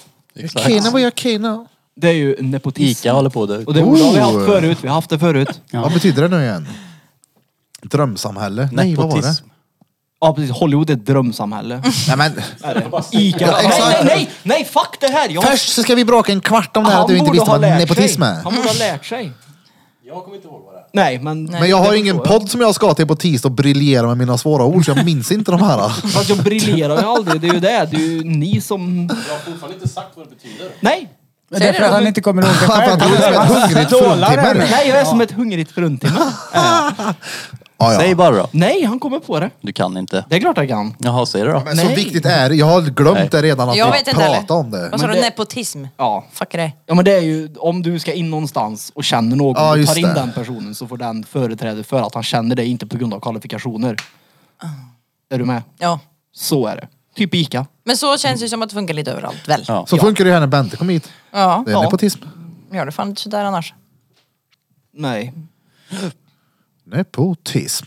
B: Kina var jag Kina.
D: Det är ju nepotism.
E: Ica håller på att dö ut.
D: Och det ordet har vi
B: Oh.
D: haft förut. Vi har haft det förut.
B: Vad betyder det nu igen? Drömsamhälle? Nej, vad var det?
E: Nepotism.
D: Ja precis, Hollywood är
B: <laughs>
D: ett drömsamhälle.
B: Nej, men,
D: Är det? Ica.
B: Ja,
D: Nej, nej,
B: exakt.
D: nej, nej, fuck det här! Jag...
B: först så ska vi bråka en kvart om det här att du inte
D: borde
B: visste
D: ha
B: vad
D: lärt
B: nepotism
D: sig.
B: är.
D: Han borde ha lärt sig.
F: Jag kommer inte ihåg vad det är.
D: Nej men...
B: Men jag har
D: det
B: ju ingen
D: förstår
B: podd som jag ska till på tisdag och briljera med mina svåra ord så jag minns inte
G: <laughs>
B: de här.
D: jag. Fast jag briljerar ju aldrig. Det är ju det. Det är ju ni som...
F: Jag har fortfarande inte sagt vad det betyder.
D: Nej!
G: Men det är för att han
B: <laughs>
G: inte kommer ihåg det
B: För
G: själv.
B: att han är som ett hungrigt
D: <laughs>
B: fruntimmer.
D: Nej, jag är som ett hungrigt fruntimmer.
B: Ja, ja.
E: Säg bara då.
D: Nej, han kommer på det.
E: Du kan inte.
D: Det är klart jag kan.
E: Jaha, säg det då.
B: Men så
D: Nej.
B: viktigt är det. Jag har glömt
E: Nej.
B: det redan att
A: Jag
B: jag
A: vet
B: vi
A: inte heller.
B: pratade om det.
A: Vad sa
D: Men
A: du?
D: det-
A: Nepotism?
D: Ja.
A: Fuck det.
D: Ja men det är ju om du ska in någonstans och känner någon
B: Ja,
D: och
B: just
D: tar in
B: det.
D: den personen så får den företräde för att han känner dig inte på grund av kvalifikationer.
B: Ah.
D: Är du med?
A: Ja.
D: Så är det. Typ Ica.
A: Men så känns det ju som att det funkar lite överallt väl?
E: Ja.
B: Så funkar det ju här när Bente kom hit.
A: Ja.
B: Det är nepotism.
A: Gör det fan inte sådär annars.
D: Nej.
B: Nepotism.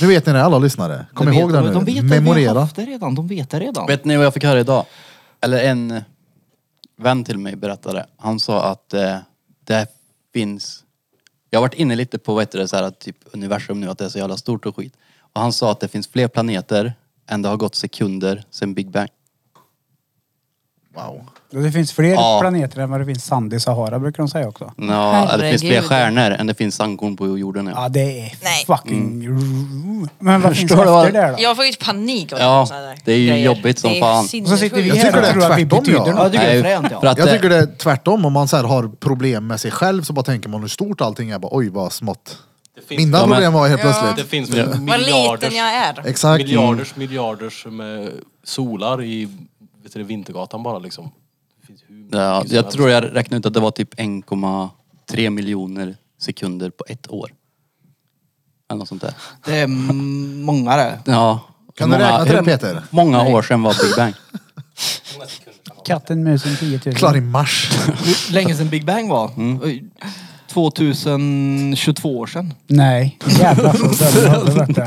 B: Nu vet ni det alla lyssnare. Kom
D: De
B: ihåg
D: vet-
B: det nu.
D: De vet Memorera. att vi har
B: Memorera.
D: haft det redan. De vet det redan.
E: Vet ni vad jag fick höra idag? Eller en vän till mig berättade. Han sa att eh, det finns... Jag har varit inne lite på vad heter det, så här, att typ universum nu, att det är så jävla stort och skit. Och han sa att det finns fler planeter än det har gått sekunder sedan Big Bang.
B: Wow.
G: Och Det finns fler
E: Ja.
G: planeter än vad det finns sand i Sahara brukar de säga också.
E: Ja, eller det finns fler
A: Herregud.
E: stjärnor än det finns sandkorn på jorden. Ja.
G: Ja det är
A: Nej.
G: fucking...
B: Mm.
G: Men vad finns
E: Förstår du vad-
G: efter det då?
A: Jag får ju panik av
E: Ja,
A: såna där
E: det är ju
A: grejer.
E: jobbigt som
A: Det är
E: fan.
A: sinnessjukt.
G: Och så sitter vi
B: Jag
G: här
B: tycker
G: och
B: det är
G: tror att vi
B: tvärtom,
G: betyder
B: ja.
D: Ja,
G: något.
D: jag tycker det är fränt ja.
E: för att
B: Jag
E: det,
B: tycker det är tvärtom. Om man så här har problem med sig själv så bara tänker man hur stort allting är. Bara, Oj vad smått.
F: Det finns,
B: Mina
E: Ja, men-
B: problem var helt
F: det
B: plötsligt.
F: finns väl
A: Vad liten
F: miljarders,
A: jag är.
B: Exakt. Mm.
F: miljarders, miljarders med solar i vet du, det, Vintergatan bara liksom. Det finns hur mycket
E: ja,
F: som
E: jag
F: helst.
E: tror jag räknade ut att det var typ 1,3 miljoner sekunder på ett år. Eller något sånt där.
D: Det är m- eh, många det.
E: Ja.
B: Kan du räkna till det, Peter?
E: Många år sedan var
D: <laughs>
E: Big Bang.
G: Katten, musen, 10 000.
B: Mm. Klar i mars.
D: Hur länge sedan Big Bang var? Oj, 2022 år sedan.
G: Nej, <laughs> jävla så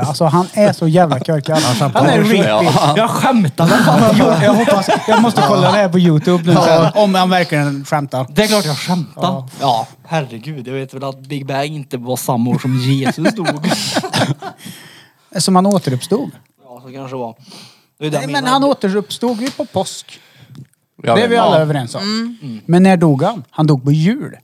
G: Alltså han är så jävla korkad.
B: alltså,
G: Han är riktigt...
D: Jag skämtar men fan.
G: Jo, Jag hoppas, jag måste kolla det här på Youtube nu sen. Om han verkligen skämtar.
D: Det är klart jag skämtar.
G: Ja.
D: Ja. herregud. Jag vet väl att Big Bang inte var samma år som Jesus <laughs> dog.
G: Som han återuppstod.
D: ja, så kanske det var. Det är det jag
G: Nej, men
D: menar.
G: han återuppstod ju på påsk. Mm.
E: Jag
G: det är
E: vet
G: vi
E: inte.
G: alla överens om.
A: Mm.
G: Men när dog han? Han dog på jul.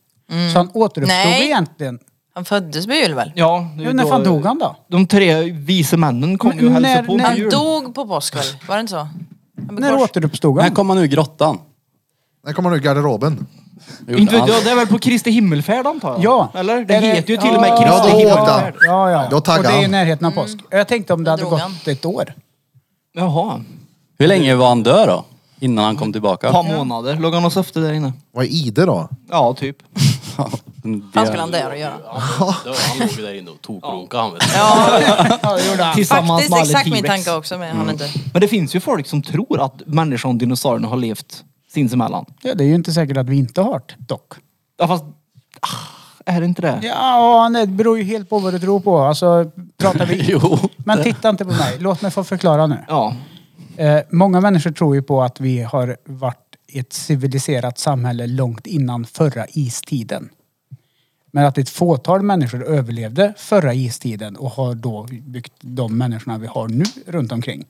G: Så han återuppstod
A: Nej.
G: egentligen.
A: Han föddes på jul väl?
D: Ja, det är
G: Jo, när
D: då-
G: fan dog han då?
D: De tre vise männen kom ju och
G: Men
D: hälsade
G: när-
D: på
G: när-
D: på
A: Han
D: jul.
A: dog på påsk väl? Var det inte så? Han
G: När
A: bekors-
G: återuppstod
E: Här
G: han?
E: kommer nu grottan.
B: Där kommer nu garderoben.
E: Gjorde
D: Inte vet
E: han.
D: jag, det är väl på Kristi himmelfärd antar jag?
G: Ja.
D: Eller? Det
G: Är
D: heter ju till och med
G: Ja,
B: Ja,
D: Kristi
B: då åkte
D: himmelfärd.
B: han.
G: Ja, ja, ja.
B: Då
G: Och
B: taggade
G: det är i
B: han.
G: närheten av påsk. Jag tänkte om det hade
A: Mm. drog
G: gått
A: han.
G: ett <laughs> år.
D: Jaha.
E: Hur länge var han död då? Innan han kom
D: Ett par
E: tillbaka?
D: månader. Låg han och söfte där inne?
B: Vad är Ide då?
D: Ja, typ.
A: Fan skulle han där och göra?
F: Dö, Han låg ju där inne och tokrunkade han vet du.
G: Ja, det gjorde han.
D: Tillsammans
A: Faktiskt
D: med alla
A: exakt min
D: T-Rex.
A: tanke också men han
G: Mm.
A: inte.
D: Men det finns ju folk som tror att människan och dinosaurierna har levt sinsemellan.
G: Ja, det är ju inte säkert att vi inte har det, dock.
D: Ja, fast... Ah, är det inte det?
G: Ja, nej, det beror ju helt på vad du tror på. Alltså, pratar vi... <laughs>
E: Jo.
G: Men titta inte på mig. Låt mig få förklara nu.
D: Ja.
G: Eh, många människor tror ju på att vi har varit i ett civiliserat samhälle långt innan förra istiden. Men att ett fåtal människor överlevde förra istiden och har då byggt de människorna vi har nu runt omkring.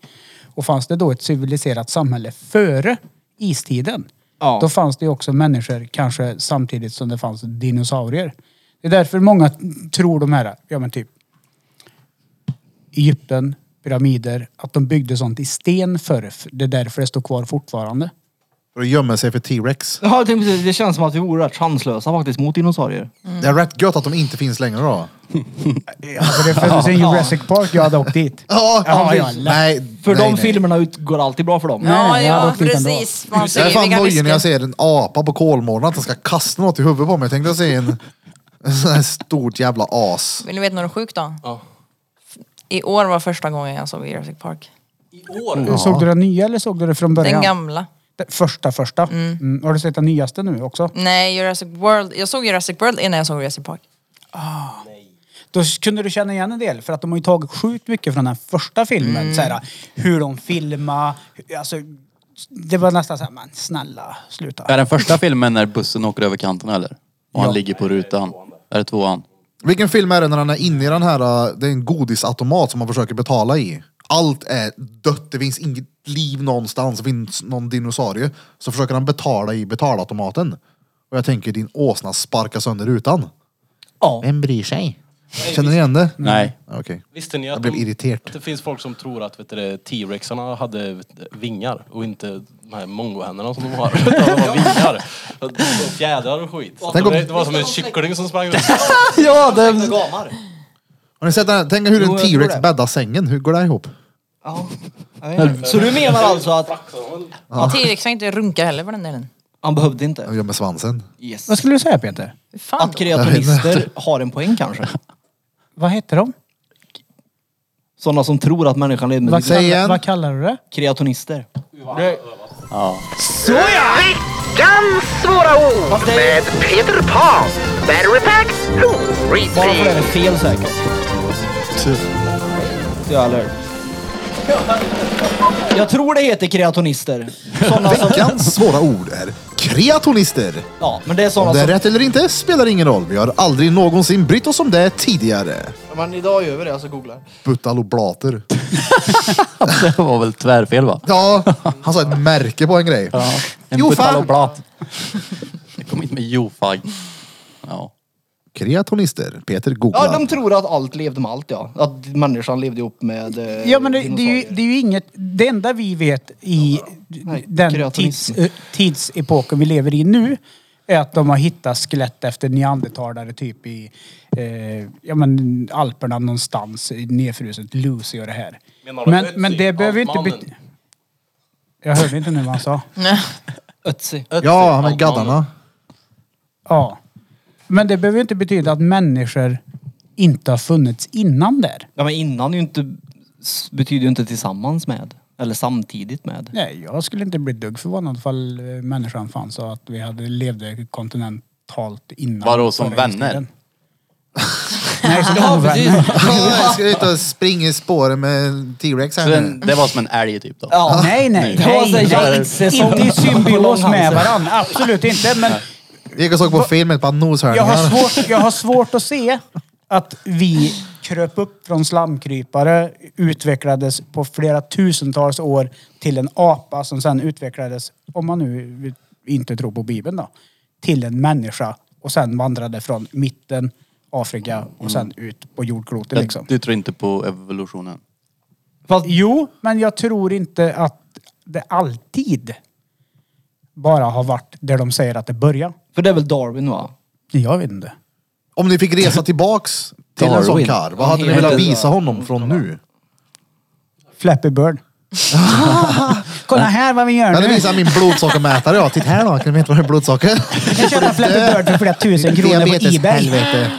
G: Och fanns det då ett civiliserat samhälle före istiden,
D: Ja.
G: då fanns det ju också människor kanske samtidigt som det fanns dinosaurier. Det är därför många tror de här, ja men typ Egypten, pyramider, att de byggde sånt i sten förr. Det är därför det står kvar fortfarande.
B: För att gömma sig för T-Rex.
D: Ja, jag tänkte precis, det känns som att vi vore rätt chanslösa faktiskt mot dinosaurier.
G: Mm.
B: Det är rätt gött att de inte finns längre då.
G: Alltså det
B: <laughs>
G: föddes en Jurassic Park, jag hade åkt dit.
B: Ja,
G: Ja, ja, lätt.
B: nej.
D: För
B: nej,
D: de
B: nej.
D: filmerna ut, går alltid bra för dem.
G: Nej,
A: Ja,
G: nej, jag hade
A: ja
G: åkt dit ändå.
A: precis. Man
B: Jag är
A: ser
B: fan
A: vilka
B: nojig när jag
A: risker.
B: ser en apa på Kolmården att den ska kasta något i huvudet på mig. Jag tänkte se en, <laughs> en sån här stort jävla as.
A: Vill ni veta något sjukt då?
F: Ja.
A: I år var första gången jag såg Jurassic Park.
F: I år?
G: Eh, Såg du den nya eller såg du det från
A: Den
G: början?
A: gamla.
G: Den första första. Mm. Har du sett den nyaste nu också?
A: Nej, Jurassic World. Jag såg Jurassic World innan jag såg Jurassic Park.
G: Då kunde du känna igen en del för att de har ju tagit sjukt mycket från den första filmen.
A: Mm.
G: Så här, hur de filmar, hur- alltså det var nästan såhär, men snälla sluta.
E: <laughs> Är den första filmen när bussen åker över kanten eller? Och han ligger på rutan. Är det tvåan?
B: Vilken film är det när han är inne i den här, uh, det är en godisautomat som man försöker betala i. Allt är dött, det finns inget liv någonstans, det finns någon dinosaurie. Så försöker han betala i betalautomaten. Och jag tänker din åsna sparkar sönder rutan.
G: Ja.
B: Vem bryr sig? Känner ni igen det?
D: Mm.
E: Nej. <laughs>
B: Okej.
F: Visste ni att,
B: Jag blev
F: de-
B: irriterad.
F: att det finns folk som tror att vet du, det, T-rexarna hade vet du, vingar och inte de här mongohänderna som de har. <laughs> Utan de har vingar. Och Fjädrar och skit. Så att
B: Tänk om-
F: Det det var som en kyckling som sprang runt.
D: Ja, det...
B: Har ni sett den? här? Tänk hur
D: Jo,
B: en
D: jag tror
B: T-Rex
D: det.
B: bäddar sängen, hur går det ihop?
D: Så du menar alltså att
A: T-Rex har inte runka heller för den delen.
D: han behövde inte?
B: Jag gör med svansen.
D: Yes.
G: Vad skulle du säga Peter?
A: Hur Fan
D: Att
A: då?
D: kreatonister har en poäng kanske?
G: Vad heter de?
D: Sådana som tror att människan lever med
G: Vad,
B: Säg
G: kallar,
B: igen.
G: vad kallar du det?
D: kreatonister.
H: Veckans svåra ord med Peter Pan. Battery Pack
D: Bara för det är det
H: Repeat.
D: fel säkert. Ja, eller? Jag tror det heter kreatonister. Sådana som...
B: Veckans svåra ord är kreatonister.
D: Ja, men det är
B: Om
D: sådana
B: det är
I: Alltså-
D: som...
B: rätt eller inte spelar ingen roll. Vi har aldrig någonsin brytt oss om det tidigare.
I: Men idag gör vi det, alltså googlar.
B: Butaloblater.
E: Det var väl tvärfel va?
B: Ja, han sa ett märke på en grej.
E: En
B: Jo,
E: butal
B: fan.
E: och blat. Jag kom inte med jofag. Ja.
B: Kreatonister. Peter googlar.
D: Ja, de tror att allt levde med allt ja. Att människan levde ihop med eh,
G: Ja men det, det, är ju,
D: dinosaurier.
G: det är ju inget, det enda vi vet i den tids,
D: kreativism.
G: eh, tidsepoken vi lever i nu är att de har hittat skelett efter neandertalare typ i eh, ja, men Alperna någonstans, i nedfruset, Lucy och det här.
F: Menar du
G: Men,
F: Ötzi?
G: men det behöver ju inte
F: Altmannen?
G: bety- Jag hörde inte nu vad han sa.
D: Ötzi.
B: ja, han med gaddarna.
G: Ja. Men det behöver ju inte betyda att människor inte har funnits innan där.
D: Ja, men innan är ju inte... s- Betyder ju inte tillsammans med. Eller samtidigt med.
G: Nej, jag skulle inte bli ett dugg förvånad ifall eh, människan fanns och att vi hade levde kontinentalt innan.
E: Vadå, som
G: förra istiden.
E: vänner?
G: Nej, som ovänner.
B: Ja, <laughs> jag ska ut och springa i spåren med en T-Rex här
E: Så den,
B: nu.
E: det var som en älg typ då?
D: Ja.
G: Nej, nej.
D: Det var så
G: nej,
D: här
G: nej.
D: jaktsäsong
G: Inte i
D: på
G: symbios
D: Långhalsen.
G: med varandra. Absolut inte. Men
B: Jag gick och såg på film med ett par
G: jag har,
B: noshörningar.
G: svårt, jag har svårt att se att vi kröp upp från slamkrypare, utvecklades på flera tusentals år till en apa som sen utvecklades, om man nu inte tror på Bibeln då, till en människa och sen vandrade från mitten, Afrika och sen ut på jordklotet
E: Jag-
G: liksom.
E: Du tror inte på evolutionen?
G: Fast, jo, men jag tror inte att det alltid bara har varit där de säger att det börjar.
D: För det är väl Darwin va?
G: Jag vet inte.
B: Om ni fick resa tillbaks till en sån
E: Darwin.
B: karl, vad hade ni
D: Han
B: velat
D: heter-
B: visa honom från nu?
G: Flappy Bird. <laughs> Kolla här vad vi gör
B: Jag hade
G: nu.
B: visat min blodsockermätare. Ja, titta här då. Kan ni veta vad det är blodsockermätare?
G: Jag köpte Flappy Bird för flera tusen kronor på
B: Diabetes,
G: Ebay.
B: helvete.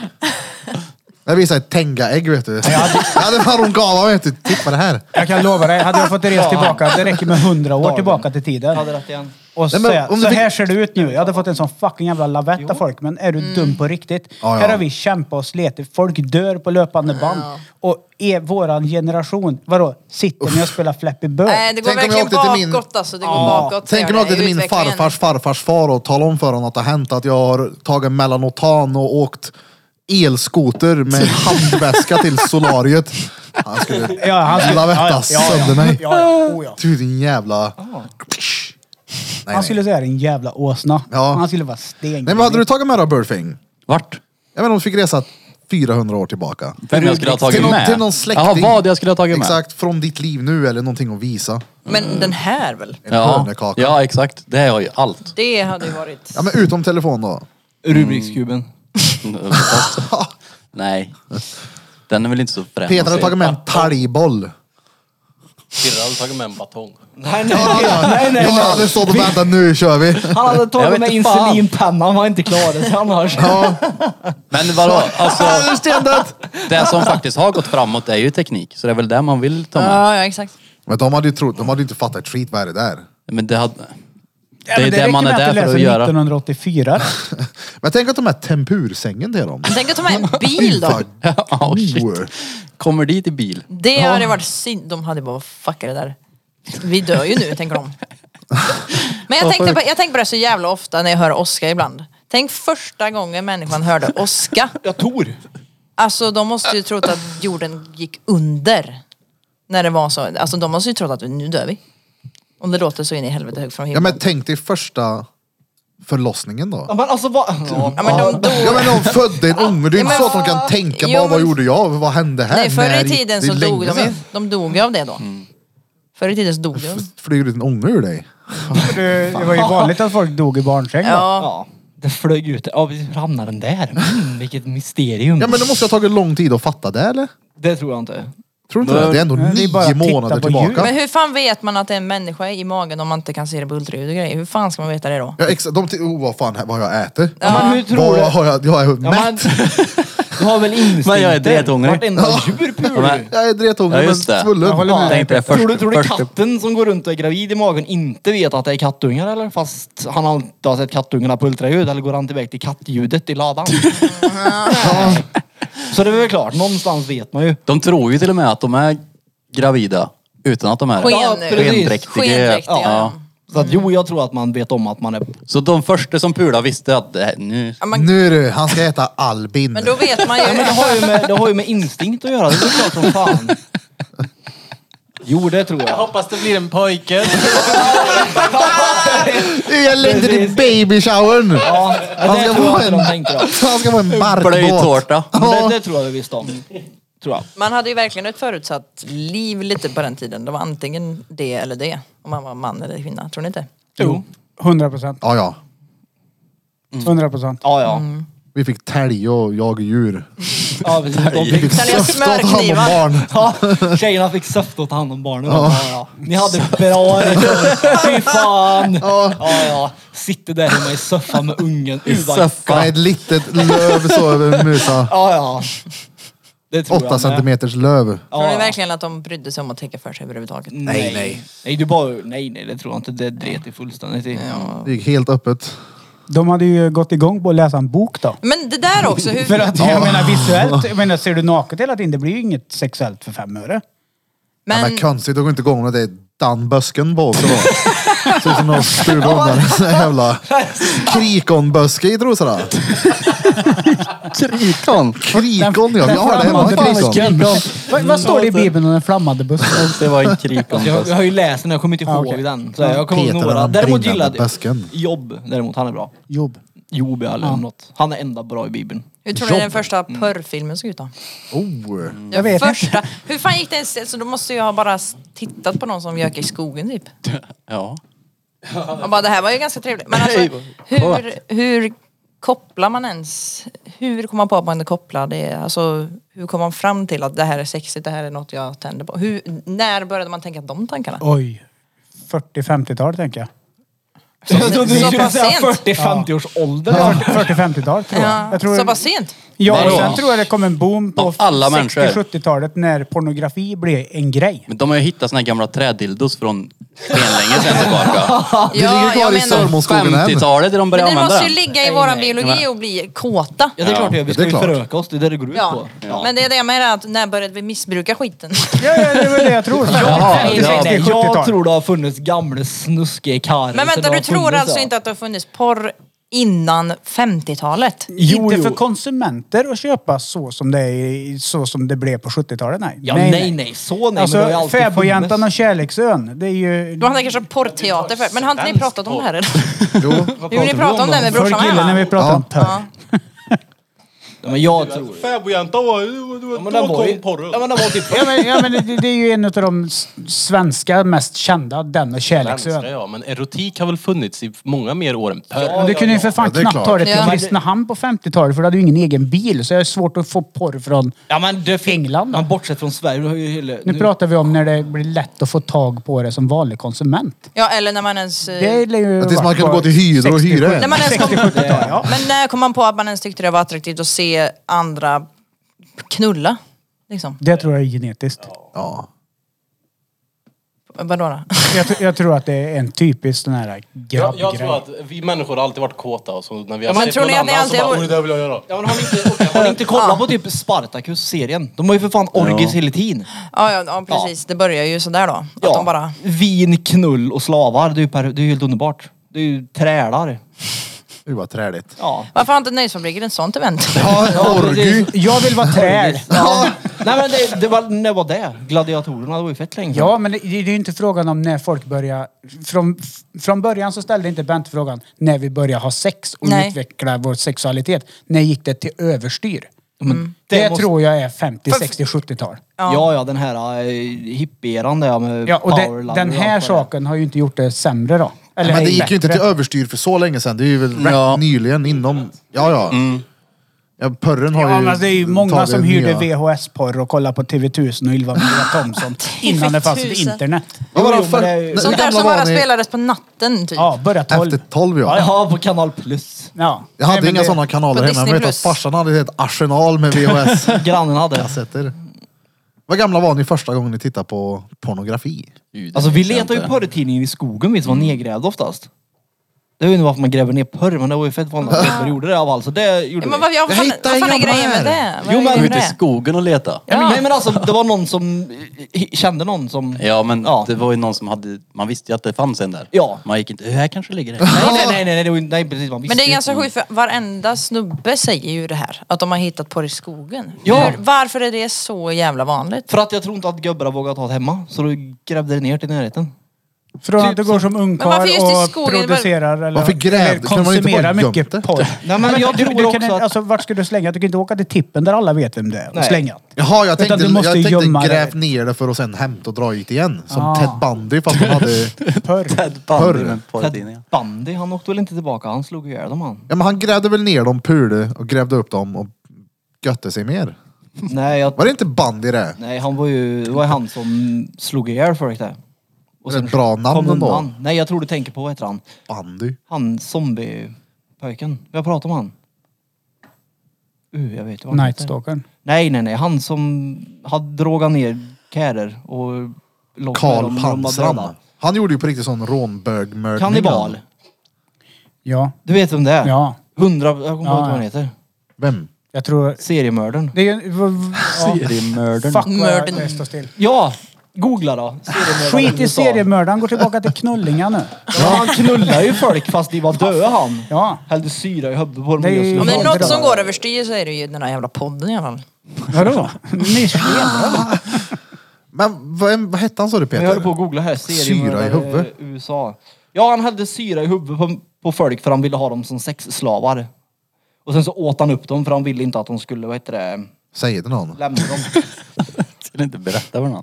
B: Jag visade ett Tenga-ägg vet du. Jag hade bara hon gav mig, vet du. Titta på det här.
G: Jag kan lova dig, hade jag fått resa tillbaka, det räcker med hundra år tillbaka till
D: Jag hade
G: tiden.
D: rätt igen.
G: Och
B: Nej, men
G: säga,
B: om
G: så
B: du
G: här ser det ut nu. Jag hade fått en sån fucking jävla lavett av folk. Men är du dum på riktigt?
B: Ja, ja.
G: Här har vi kämpat och slitit. Folk dör på löpande band. Och är våran generation, vadå, sitter ni och spelar Flappy Bird?
A: Nej, det går
B: Tänk om jag
A: verkligen
B: åkte till min-
A: bakåt alltså. Det går bakåt.
B: Tänk om jag åkte till min farfars farfars far och talade om för honom att det har hänt att jag har tagit Melanotan och åkt elskoter med
G: <laughs>
B: en handväska till solariet. Han skulle
G: Ja, han skulle-
B: lavetta
G: ja, ja, ja, ja.
B: sönder mig.
G: Ja, ja. Oh, ja.
B: Du din jävla... Nej,
G: Han skulle
B: nej.
G: säga en jävla åsna.
B: Ja.
G: Han skulle vara sten.
B: nej men hade du tagit med dig Burfing?
E: Vart?
B: Jag vet inte om du fick resa 400 år tillbaka.
E: Vem jag skulle ha tagit
B: Till någon,
E: med?
B: till någon släkting.
E: Jaha, vad jag skulle ha tagit med?
B: Exakt, från ditt liv nu eller någonting att visa.
A: Men den här väl?
B: En
E: Ja,
B: hörnekaka. Ja.
E: ja, exakt. Det har ju
B: <laughs>
E: allt.
A: Det hade ju varit...
B: men utom telefon då.
D: Rubikskuben.
E: Nej. Den är väl inte så frän.
B: Peter hade tagit med en talgboll.
F: Kirre hade tagit med en batong.
D: Nej, nej, nej, nej,
B: Jag hade stått och väntat, nu kör
E: <laughs>
B: vi.
D: Han hade
E: Jag vet
D: tagit med
E: inte fan.
D: insulinpennan, han var inte klar det annars.
B: Ja,
E: Men vadå? Alltså,
B: stendött!
E: det
B: <laughs>
E: som faktiskt har gått framåt är ju teknik. Så det är väl det man vill ta med.
A: Ja, ja exakt.
B: Men de hade ju trott, de hade ju inte fattat ett skit, vad är det där? <laughs>
E: Men det, hade, det
G: Ja,
E: är
G: men
E: ju det, man
G: räcker
E: är
G: med
E: där
G: du
E: för att
G: läser
E: göra.
G: 1984.
B: Men tänk att de här tempursängen till dem.
A: Men Tänk att ta med en bil
B: <laughs>
A: då.
B: Fan,
E: <laughs> Ja, shit.
B: oh.
E: Kommer dit i bil.
A: Det hade varit synd. De hade bara, vad fuck är det där? Vi dör ju nu, tänker de.
B: <laughs>
A: Men jag tänkte, på, jag tänker på det så jävla ofta när jag hör åska ibland. Tänk första gången människan hörde åska.
D: Jag tror.
A: Alltså de måste ju trott att jorden gick under. När det var så. Alltså de måste ju trott att nu dör vi. Om det låter så in i helvete högt från
B: Ja
A: himlen.
B: men tänk dig första förlossningen
D: Ja,
B: då.
D: men alltså vad... Ja.
A: Ja, men de dog.
B: Ja men de födde en unge, det
A: Ja,
B: är inte
A: men-
B: så att de kan tänka
A: Jo,
B: bara vad
A: men-
B: gjorde jag, vad hände här?
A: Nej, förr
B: När
A: i
B: gick-
A: tiden
B: det är
A: så dog
B: länge
A: de ju.
B: sedan.
A: De dog ju av det då. Förr i tiden så dog de.
B: Flyger ut en unge ur dig?
G: Det det var ju vanligt att folk dog i barnsäng. då.
A: Ja.
D: ja. Det flög ut. Ja, vi ramlade den där. Mm, vilket mysterium.
B: Ja men det måste ha tagit lång tid att fatta det eller?
D: Det tror jag inte.
B: Tror du inte det? Det är ändå
G: Nej, det är bara
B: nio
G: att titta
B: månader
G: på djur.
B: tillbaka.
A: Men hur fan vet man att det är en människa i magen om man inte kan se det på ultraljud och grejer? Hur fan ska man veta det då?
B: Ja, exakt. De tycker, oh, vad fan, här- vad jag äter.
D: Ja, men hur tror
B: Vad
D: du?
B: har jag, jag är
D: Ja, men,
B: mätt. <laughs>
D: du har väl instinkter?
E: Men jag är drethungrig.
D: Vartenda djur pular du.
B: Jag är drethungrig
E: Ja,
B: men
E: just det.
B: svullen.
G: Jag håller med.
E: Tänkte jag först,
D: tror du, tror du
E: först,
D: katten som går runt och är gravid i magen inte vet att det är kattungar eller? Fast han har inte har sett kattungarna på ultraljud eller går han tillväg till kattljudet i
E: <laughs>
D: ladan? Så det är väl klart, någonstans vet man ju.
E: De tror ju till och med att de är gravida utan att de är
A: Sken-
E: det. skendräktiga.
A: Skendräktiga.
E: Ja.
D: Så att jo, jag tror att man vet om att man är...
E: Så de första som pula visste att det här, nu...
A: Ja, man,
B: Nu du, han ska äta Albin.
A: men då vet man ju.
D: Men det har ju med, det har ju med instinkt att göra, det är väl klart som fan. Jo, det tror
F: Jag
D: jag.
F: hoppas det blir en pojke.
B: Jag längtar till babyshowern!
D: Ja,
B: Han
D: det
B: ska
D: tror jag
B: vara
D: inte
B: en,
D: de tänkte då.
B: han ska vara en barkbåt.
E: Blöjtårta. <laughs>
D: Men Det, det tror jag vi visste om. Tror jag.
A: Man hade ju verkligen ett förutsatt liv lite på den tiden. Det var antingen det eller det. Om man var man eller kvinna. Tror ni inte?
D: Jo.
G: 100 procent.
B: Ja, ja.
G: 100 procent.
D: Ja, ja.
B: Vi fick tälg och jag och djur.
D: ja precis. De
B: Vi
D: fick,
B: fick
A: Sälja
B: söfta och ta hand om
A: smörknivar.
B: barn.
D: ja, tjejerna fick söft och ta hand om barnen. Ja. Ja, Ni hade bra Fy fan. Ja, ja. Sitter där hemma i soffan med ungen. I
B: Med ett litet löv så över en musa.
D: Ja, ja. Det tror jag
B: Åtta
D: med.
B: centimeters löv.
A: Tror
D: Ja,
A: ni
D: ja.
A: verkligen att de brydde sig om att tänka för sig överhuvudtaget?
D: Nej, nej. Nej, du bara, nej, nej, det tror jag inte. Det dret i fullständigt i.
B: Det gick helt öppet.
G: De hade ju gått igång på att läsa en bok då.
A: Men det där också. Hur,
G: För att jag menar visuellt, jag menar ser du naket hela tiden, det blir ju inget sexuellt för fem öre.
B: Men,
A: men,
B: ja, men konstigt, det går inte igång när det är Dan Bösken på också då. Ser ut som någon stuv undan
A: <laughs>
B: en sån här jävla krikonböske i trosorna.
E: Krikon.
B: Krikon ja, vi har det hemma.
G: flammande
B: Krikon.
G: busken. Vad, vad står det i bibeln om den flammande busken?
E: Det var en krikon.
D: Alltså, jag, jag har ju läst den, jag kommer inte ihåg
G: okej.
D: den. Så jag kommer ihåg
B: Peter,
D: några.
B: den
D: Däremot
B: brinnande
D: gillade
B: busken.
D: Jobb, däremot, han är bra.
G: Jobb.
D: Jobb eller något. Han är enda bra i Bibeln.
A: hur tror ni den första porrfilmen såg ut då?
B: Oh.
A: Den
G: vet inte.
A: första, Hur fan gick det ens? Alltså, då måste jag ha bara tittat på någon som gökar i skogen typ.
E: Ja.
A: Och bara, det här var ju ganska trevligt. Men alltså,
E: Hej, vad
A: hur,
E: vackert.
A: hur kopplar man ens? Hur kommer man på att man kopplar det? Alltså, hur kommer man fram till att det här är sexigt, det här är något jag tänder på? Hur, när började man tänka de tankarna?
G: Oj. 40-50-tal tänker jag.
D: Jag trodde
A: Så
D: du skulle
A: pass
D: säga <laughs>
A: sent.
D: 40-50 års ålder.
G: 40-50-tal tror jag.
A: Ja,
G: jag tror,
A: Så pass sent?
G: ja, och
E: Vadå?
G: sen tror jag det kom en boom på
E: Av alla människor.
G: 60-70-talet när pornografi blev en grej.
E: Men de har ju hittat såna här gamla trädildos från länge sedan tillbaka.
A: Ja,
B: ligger kvar i Sörmål. Skogen än.
E: 50-talet där de
A: Men
E: började
A: det
E: använda
A: måste ju
E: den.
A: ligga i
D: Nej,
A: våran
D: nej.
A: biologi och bli kåta.
D: Ja, det är klart det gör. Vi
B: det är
D: ska ju
B: klart.
D: föröka oss. Det är det det går ut
A: Ja.
D: på.
A: men det är det jag menar, att när började vi missbruka skiten?
G: Ja, ja det var det jag tror.
E: Jaha,
D: Nej,
E: ja.
D: nej, jag
G: 70-tal.
D: tror det har funnits gamla snuskiga karlar.
A: Men
D: Det
A: vänta,
D: har
A: du tror
D: funnits,
A: alltså
D: ja.
A: inte att det har funnits porr innan 50-talet?
D: Jo,
G: inte
D: jo.
G: för konsumenter att köpa så som det, är, så som det blev på 70-talet, nej.
D: Ja, nej, nej. Så nej. men det har ju
G: Alltså,
D: alltid
G: Fäbodjäntan och
D: funnits.
G: Kärleksön, det är ju...
A: Då hade jag kanske porrteater förut, men har inte ni
F: Svensk
A: pratat om det här redan?
B: Jo.
A: Jo, ni pratade om det med
G: Förr
A: brorsan
G: killen när vi
A: här va?
G: pratar om
A: Ja.
D: Ja,
G: törr.
D: men jag tror...
F: Fäbodjänta var
D: Ja, men den
F: då
D: var ju...
F: kom
D: Ja, men den
F: porren.
D: var typ...
G: Ja, men, ja, men det, det är ju en av de s- svenska mest kända, denna
F: Svenska
G: Kärleksön.
F: ja, men erotik har väl funnits i många mer år än porr.
G: Men du kunde ju för fan
B: Ja, det är
G: knappt
B: klart.
G: ta det till
A: Ja, men-
G: Kristinehamn på 50-talet för du hade ju ingen egen bil. Så det är svårt att få porr från...
D: Typ- Ja, men det
G: England då?
D: Men bortsett från Sverige, du har ju hela...
G: Nu pratar vi om när det blir lätt att få tag på det som vanlig konsument.
A: Ja, eller när man ens... eh,
G: Det lär ju
B: Att det är som
G: varit
B: man kunde
G: på
B: gå till hyror och
G: 60-,
B: hyra
G: 70-talet.
A: När
B: en.
A: man ens kom, Men när kom man på att man ens tyckte det var attraktivt att se andra knulla? Liksom.
G: Det tror jag är genetiskt.
B: Ja.
A: Vadå då? <laughs>
G: Jag, tr- jag tror att det är en typisk sån här grabbgrej.
F: Jag, jag tror att vi människor har alltid varit kåta och så när vi
A: Ja,
F: har
A: men
F: sett
A: tror
F: någon
A: ni att ni
F: annan så
A: alltid
F: bara
A: har-
F: "Oj, det där vill jag göra.
D: Ja, men har ni inte, har ni inte kollat på typ Spartacus-serien? De har ju för fan orgies hela tiden.
A: Ja, ja, ja precis. Det börjar ju sådär då. Att de bara...
D: Vin, knull och slavar. Det är ju, per, det är ju helt underbart. Det är ju trälar.
B: Gud vad träligt.
D: Ja.
A: Varför har inte Nöjesfabriken ett sånt event?
B: Ja, orgy.
G: Jag vill vara
D: <laughs>
G: träl.
D: Ja. Nej men det, det var, när var det? Gladiatorerna, det var ju fett länge sedan.
G: Ja, men det, det är ju inte frågan om när folk börjar... Från, från början så ställde inte Bent frågan när vi börjar ha sex och
A: Nej.
G: utveckla vår sexualitet. När gick det till överstyr?
F: Mm.
D: Men
G: Det,
D: måste-
G: tror jag är 50, 60, 70-tal.
A: Ja.
D: Ja, ja, den här äh, hippieran där med
G: Ja, och
D: power
G: det,
D: lover
G: den
D: och allt
G: här
D: vad det är.
G: saken har ju inte gjort det sämre då. Eller
B: Men det gick
G: bättre.
B: ju inte till överstyr för så länge sedan. Det är ju väl
E: Ja.
B: rätt nyligen inom... Ja, ja. ja porren har
G: Ja,
B: ju...
G: men alltså, det är ju många
B: tagit
G: som hyrde
B: nya-
G: VHS-porr och kollade på TV1000 och Ylva Maria Thomsson innan det fanns ett
A: TV1000.
G: internet.
B: Vad var
D: Jo,
B: det
D: jo,
B: för...
D: men det är ju-
B: när-
A: Sånt
B: hur
A: där
B: gamla
A: som bara
B: var ni?
A: spelades på natten typ.
G: Ja, börja 12.
B: Efter tolv ja.
D: Ja, på kanal plus.
G: Ja.
B: Jag hade
G: Nej, men
B: inga
G: det-
B: sådana kanaler
A: På
B: hemma. men Jag vet
A: Disney+.
B: att farsan hade ett arsenal med
G: <laughs>
B: VHS-kassetter.
D: Grannen hade.
B: Vad gamla var ni första gången ni tittade på pornografi?
D: Alltså vi
E: vet jag
D: letar ju
E: inte.
D: porrtidningen i skogen vi som var nedgrävd oftast. Jag vet inte varför man gräver ner porr men det var ju fett vanligt att man gjorde det av allt. Så det gjorde
A: Ja, men
D: vi.
A: vad, jag, vad, fan,
B: hittar
A: vad fan är
B: inga
A: grejen med
B: här.
A: det? Vad
D: Jo,
A: är
D: men-
E: Gå
A: grejen
E: ut
A: med
E: i
A: det?
E: skogen och leta.
D: Ja, men, nej men alltså det var någon som eh, kände någon som...
E: Ja men
D: Ja.
E: det var ju någon som hade, man visste ju att det fanns en där.
D: Ja.
E: Man gick inte, här kanske ligger det.
D: Nej nej nej, nej, nej, det var ju- nej precis man visste
A: Men det är
D: ju
A: ganska
D: inte.
A: sjukt för varenda snubbe säger ju det här. Att de har hittat porr i skogen.
D: Ja.
A: Hur, varför är det så jävla vanligt?
D: För att jag tror inte att gubbarna vågar ta det hemma. Så då grävde det ner till närheten.
G: Från att du går som
A: Men
G: ungkarl
A: varför just i
G: och
A: skogen?
G: producerar eller,
B: Typ Varför grävde?
G: eller
B: Kunde man inte bara
G: konsumerar
B: gömt
G: mycket
B: det?
G: porr.
D: Nej men jag
G: du,
D: tror
G: du
D: också
G: kan,
D: att...
G: alltså, vart ska du slänga? Du kan inte åka till tippen där alla vet vem det är och
D: Nej.
G: slänga.
B: Jaha, jag tänkte,
G: du måste
B: jag
G: gömma
B: tänkte
G: det.
B: grävt ner det för att sen hämta och dra ut igen. Som
G: Ah.
B: Ted Bundy fast de hade...
G: Porr.
E: Ted Bundy
B: Porr.
E: med porrtidningar.
D: Ted Bundy, han åkte väl inte tillbaka? Han slog ihjäl dem han.
B: Ja men han grävde väl ner dem, pulade och grävde upp dem och götte sig mer.
D: Nej, jag,
B: Var det inte Bundy det?
D: nej han var ju... Det var ju han som slog ihjäl folk där.
B: Det är ett bra namn
D: kom
B: ändå.
D: undan. Nej jag tror du tänker på, vad heter han?
B: Bundy.
D: Han zombiepojken. Vi har pratat om han. Uh, jag vet inte vad han heter.
G: Nightstalkern.
D: Nej, nej, nej. Han som hade drogat ner kärer och... låg med dem
B: Karl
D: när de var
B: Pansram.
D: döda.
B: Han gjorde ju på riktigt sån rånbögmördning.
D: Kannibal.
G: Ja.
D: Du vet vem det är?
G: Ja.
D: Hundra... Jag kommer inte ihåg
G: Ja,
D: vad han
G: ja.
D: heter.
B: Vem?
G: Jag tror...
D: Seriemördaren.
G: Det är ju... v- v- Ja. Fuck vad jag- jag står still.
D: Ja! Googla då. Seriemördaren
G: Skit i
D: USA.
G: seriemördaren, går tillbaka till knullingar nu.
D: Ja, han knullar ju folk fast de var döda han.
G: Ja.
D: Hällde syra i huvudet på dem.
G: Det är ju-
D: och
A: Om det är
D: slog
G: Ja,
A: något
D: dem.
A: som går överstyr så är det ju den här jävla podden i alla fall.
G: Vadå? Ni skenar.
B: Men vem, vad hette han sa du
D: Men jag höll på
B: Peter?
D: att googla här.
B: Syra i
D: Seriemördare
B: huvudet.
D: USA. Ja, han hällde syra i huvudet på, på folk för han ville ha dem som sexslavar. Och sen så åt han upp dem för han ville inte att de skulle, vad heter det,
B: Säg det någon.
D: lämna
G: <laughs>
D: dem.
E: Skulle inte berätta för någon.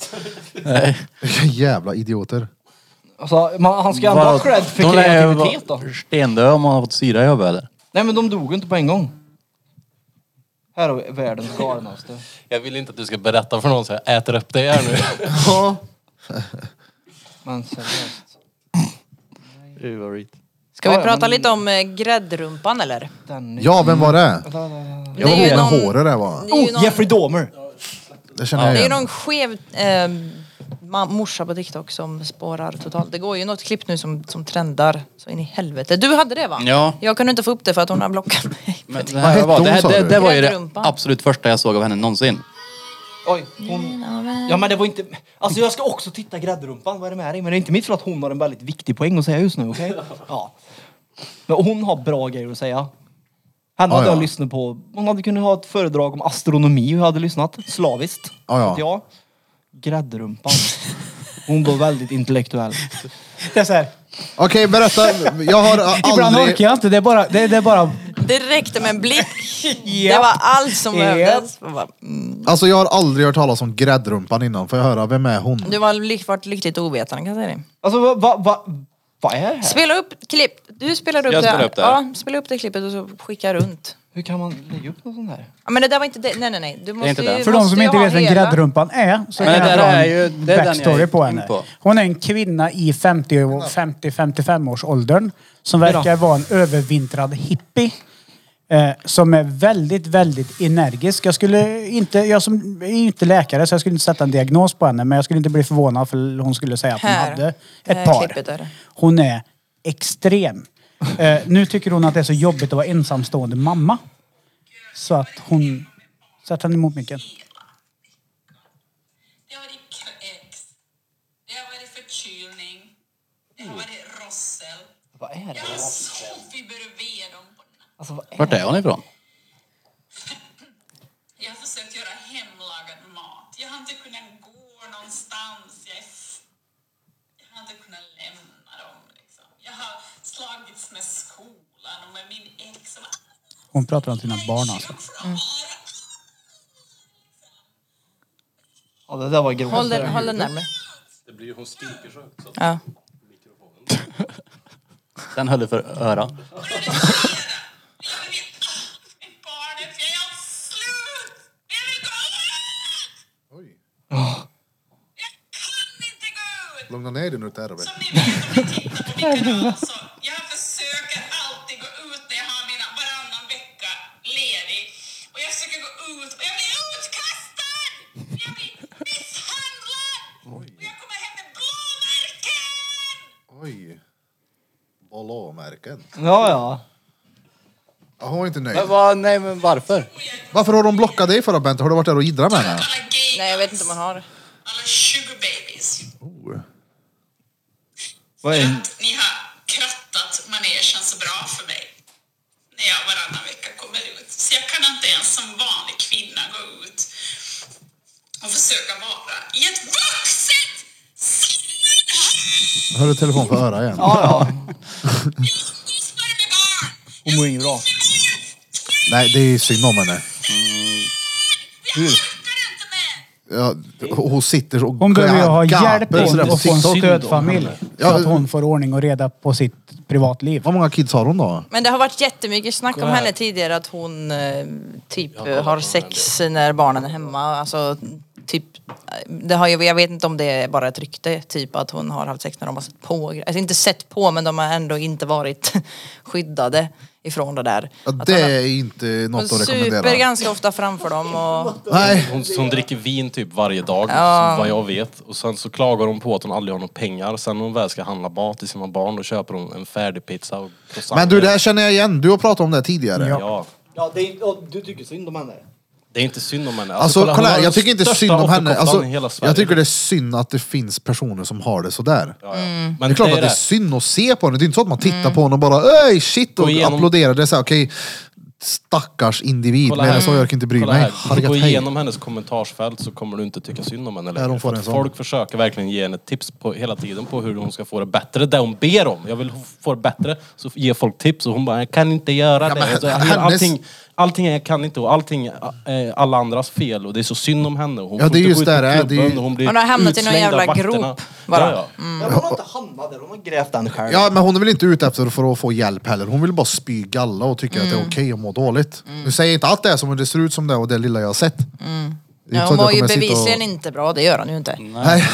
B: Vilka jävla idioter.
D: Alltså, man, han ska ändå ha cred för kreativitet då.
E: Stendöd om man har fått syra i huvudet eller?
D: Nej men de dog inte på en gång. Här har vi världens galnaste.
F: Jag vill inte att du ska berätta för någon så jag äter upp det här nu.
D: Men seriöst.
A: Ska
D: Ja,
A: vi
D: ja,
A: prata
D: men-
A: lite om eh, gräddrumpan eller?
D: Dennis.
B: Ja, vem var det?
A: Det är ju
B: Med
A: någon,
B: håret det var.
A: det är ju någon,
D: Oh, Jeffrey Dahmer!
B: Det känner jag
A: det är ju
B: igen.
A: någon skev eh, ma- morsa på TikTok som spårar totalt. Det går ju något klipp nu som, som trendar så in i helvete. Du hade det va?
E: Ja.
A: Jag kunde inte få upp det för att hon har blockat mig.
E: Men det,
B: Vad
E: här
B: hette
E: var,
B: hon,
E: det, här,
B: sa
E: det,
B: du?
E: det var ju det
A: Grädrumpa.
E: absolut första jag såg av henne någonsin.
D: Oj, hon... Ja men det var inte... Alltså jag ska också titta gräddrumpan, vad är det med dig? Men det är inte mitt fel att hon har en väldigt viktig poäng att säga just nu, okej? Ja. Men hon har bra grejer att säga. Henne
B: Ja,
D: hade jag
B: ja.
D: lyssnat på. Hon hade kunnat ha ett föredrag om astronomi och jag hade lyssnat slaviskt.
B: Ja, ja.
D: Inte jag. Gräddrumpan. Hon var väldigt intellektuell.
G: Det är så här.
B: Okej, berätta. Jag har aldrig...
G: <laughs> Typ Ibland orkar jag inte. Det är bara, det är, det är bara
A: Det räckte med en blick.
G: Japp.
A: Det var allt som
G: Japp.
A: behövdes. Jag bara, mm.
B: Alltså jag har aldrig hört talas om gräddrumpan innan. Får jag höra, vem är hon?
A: Du har ly- varit lyckligt ovetande kan jag säga dig.
D: Alltså vad va, va, vad är det här?
A: Spela upp klipp. Du spelar upp
E: Jag
A: det.
E: spelar upp det här.
A: Ja, spela upp det klippet och så skicka runt.
D: Hur kan man lägga upp något sånt här?
A: Ja, men det där var inte det. Nej, nej, nej. Du måste
E: inte
A: ju,
E: det.
A: måste
G: För de som
A: ju
G: inte
A: ha
G: vet vem
A: hela.
G: gräddrumpan är så
E: Men
G: kan
E: det
G: jag
E: där
G: dra
E: är ju-
G: en
E: det är den jag
G: backstory
E: gick
G: på
E: in
G: henne.
E: på.
G: Hon är en kvinna i 50 och 50-55 års åldern som verkar
D: Bra.
G: vara en övervintrad hippie. Eh, som är väldigt, väldigt energisk. Jag skulle inte, jag som är ju inte läkare så jag skulle inte sätta en diagnos på henne men jag skulle inte bli förvånad för hon skulle säga att hon
A: Här.
G: hade
A: Det här
G: ett par.
A: klippet är det.
G: Hon är extrem. Eh, nu tycker hon att det är så jobbigt att vara ensamstående mamma. Så att hon... Sätt henne emot micken.
J: Det har varit kräks. Det har varit förkylning. Det har varit rossel.
D: Vad är det?
J: Jag har sovit bredvid dem. på natten.
D: Alltså, vad är
E: Vart är hon ifrån?
J: Jag har försökt göra hemlagad mat. Jag har inte kunnat gå någonstans. Jag, är f- jag har inte kunnat lämna dem. Liksom. Jag har slagits med skolan och med min ex. Och
G: Hon pratar om sina barn alltså.
D: Ja, det där var grovt.
A: Håll den, håll den närmare.
F: Det blir ju, hon skriker så också.
A: Ja.
E: Den höll för öran.
J: Jag vill allt med barnet. Jag är slut! Jag vill gå ut! Jag kan inte gå ut!
B: Lugna ner dig nu Terve.
J: Som ni vet om ni tittar på min kanal så jag försöker alltid gå ut när jag har mina varannan vecka ledig. Och jag försöker gå ut och jag blir utkastad! Jag blir misshandlad! Och jag kommer hem med blåmärken!
B: Oj. Ballåmärken.
D: Ja, ja.
B: Ja, Hon var inte nöjd.
E: Men vad- nej men varför?
B: Varför har de blockat dig för då Bente? Har du varit där och idrat med henne?
J: Alla gay,
A: Nej, jag vet inte om man har.
J: alla sugar babies.
D: Oh. Vad är det?
J: Ni har krattat manegen så bra för mig när jag varannan vecka kommer ut. Så jag kan inte ens som vanlig kvinna gå ut och försöka vara i ett vuxet sammanhang!
B: Hör du telefon för öra igen?
D: Ja,
J: Umgås bara med barn!
D: ja. Hon mår inget bra.
B: Nej, det är synd om henne.
D: Mm.
J: Jag orkar inte mer!
B: Ja, och hon sitter och
G: Hon behöver ju ha
B: gaper
G: hjälp
B: sådär
G: hon
B: på
G: och få en
B: TikTok.
G: stödfamilj. Så
B: Ja.
G: att hon får ordning och reda på sitt privatliv.
B: Vad många kids har hon då?
A: Men det har varit jättemycket snack om henne tidigare att hon eh, typ har sex när barnen är hemma. Alltså, typ, det har, ju- jag vet inte om det är bara ett rykte, typ att hon har haft sex när de har sett på. Alltså inte sett på men de har ändå inte varit <laughs> skyddade ifrån det där.
B: Ja,
A: Att
B: det
A: hon har-
B: är inte
A: hon
B: något att
A: super
B: rekommendera.
A: ganska ofta framför dem och
B: Nej,
F: Hon, hon dricker vin typ varje dag,
A: Ja.
F: så vad jag vet. Och sen så klagar hon på att hon aldrig har några pengar. Sen när hon väl ska handla mat till sina barn, då köper hon en färdig pizza och croissanter.
B: men du det här känner jag igen. Du har pratat om det här tidigare.
F: Ja.
D: Ja, det är, och du tycker synd om henne.
F: Det är inte synd om henne.
B: Alltså, kolla,
F: hon har
B: här, jag
F: den
B: tycker inte
F: största
B: synd om henne.
F: offerkoftan
B: Alltså,
F: i hela Sverige.
B: jag tycker det är synd att det finns personer som har det sådär.
F: Ja, ja. Men
B: Det är klart att det är synd att se på henne. Det är inte så att man tittar
A: Mm.
B: på henne och bara öj shit och
F: Gå igenom-
B: applåderar. Det är såhär okej, stackars individ.
F: Kolla
B: men
F: här.
B: så jag orkar inte bry
F: Kolla
B: mig.
F: här.
B: Hargat
F: Gå
B: hej.
F: igenom hennes kommentarsfält så kommer du inte tycka synd om henne längre.
B: hon får
F: För
B: en
F: att
B: sån.
F: folk försöker verkligen ge henne tips på, hela tiden på hur hon ska få det bättre. Det hon ber om. Jag vill få det bättre. Så ger folk tips och hon bara, jag kan inte göra
B: Ja, men
F: det. Så,
B: hennes-
F: allting, allting är jag kan inte och allting är alla andras fel och det är så synd om henne. Hon
B: Ja,
F: får
B: det är
F: inte
B: just
F: gå ut på
B: där det är. Det är ju-
F: klubben och Hon, blir
A: Hon har hamnat i någon
F: utslängd av
A: jävla grop
F: vakterna.
A: bara. Mm.
F: Ja, ja.
D: Men hon har inte hamnat där, hon har grävt den själv.
B: Ja men hon är väl inte ute efter för att få hjälp heller. Hon vill bara spy galla och tycka
A: Mm.
B: att det är okej att må dåligt. Nu säger jag inte allt det är som men det ser ut som det och det lilla jag har sett. Det är inte
A: Mm. ja,
B: så
A: hon
B: att jag
A: var ju
B: kommer sitta
A: bevisligen
B: och...
A: inte bra, det gör hon ju inte.
B: Nej,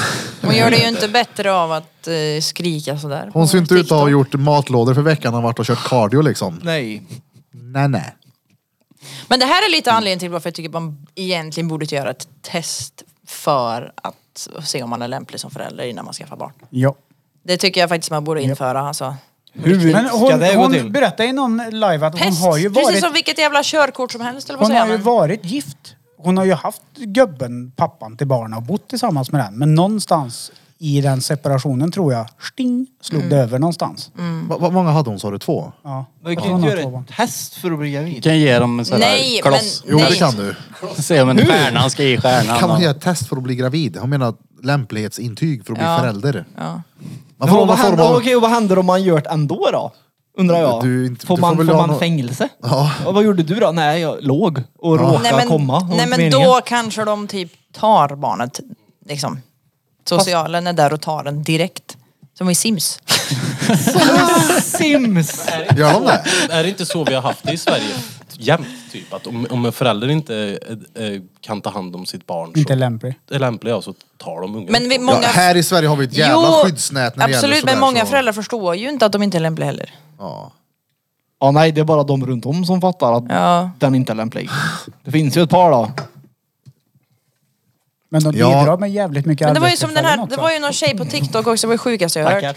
A: Hon gör det ju inte bättre av att eh, skrika sådär. på
B: hon ser inte ut att
A: TikTok.
B: ha gjort matlådor för veckan och varit och kört cardio liksom.
D: Nej.
B: Nej nej.
A: Men det här är lite anledningen till varför jag tycker man egentligen borde göra ett test för att se om man är lämplig som förälder innan man skaffar barn.
G: Ja.
A: Det tycker jag faktiskt man borde införa. Alltså.
D: Hur
G: Men
D: ska
G: hon,
D: det gå till?
G: hon berättade i någon live att hon
A: Test!
G: har ju
A: Precis
G: varit,
A: som vilket jävla körkort som helst eller vad
G: hon
A: säger
G: har ju
A: man?
G: varit gift. Hon har ju haft gubben, pappan till barnen och bott tillsammans med den. Men någonstans i den separationen tror jag, sting, slog
A: Mm.
G: det över någonstans.
B: Va- Vad många hade hon sa du? Två?
G: Ja.
D: Men du
G: Jag
D: kan ju inte
G: tror hon har
D: göra
G: två barn.
D: ett test för att bli gravid.
E: Kan ge dem en sån här
A: Nej,
E: kloss. <laughs>
A: men-
B: Jo
A: Nej.
B: det kan du.
E: Se om en stjärna ska i stjärnan.
B: Kan man
E: och-
B: göra ett test för att bli gravid? Han menar lämplighetsintyg för att bli
A: Ja.
B: förälder.
A: Ja.
B: Man får
D: vad
B: någon form
D: händer,
B: av...
D: okej, och vad händer om man gör det ändå då? Undrar jag.
B: Du inte-
D: får
B: du
D: man,
B: får väl
D: får
B: ha
D: man
B: nå-
D: fängelse?
B: Ja.
D: Ja, vad gjorde du då? Nej, jag låg och råkade
A: Nej men,
D: komma. Det var
A: nej,
D: inte
A: men
D: meningen.
A: då kanske de typ tar barnet. Liksom. Socialen är där och tar den direkt. Som i Sims.
D: Sims!
B: Gör
A: <laughs>
B: de det?
F: Är det inte så vi har haft det i Sverige jämt? Typ att om, om en förälder inte eh, eh, kan ta hand om sitt barn
G: Inte
F: så
G: lämplig.
F: är lämplig ja, så tar de ungen.
A: Men vi,
B: Ja,
A: många...
B: här i Sverige har vi ett jävla skyddsnät när det gäller
A: absolut,
B: sådär,
A: men många
B: så-
A: föräldrar förstår ju inte att de inte är lämpliga heller.
B: Ja.
D: Ja, nej, det är bara de runt om som fattar att
A: Ja.
D: den inte är lämplig. Det finns ju ett par då.
G: Men de
B: Ja.
G: bidrar med jävligt mycket
A: Men det var ju som den här,
G: arbetstillfällen
A: det var ju någon tjej på TikTok också, det var det sjukaste jag hört. <laughs>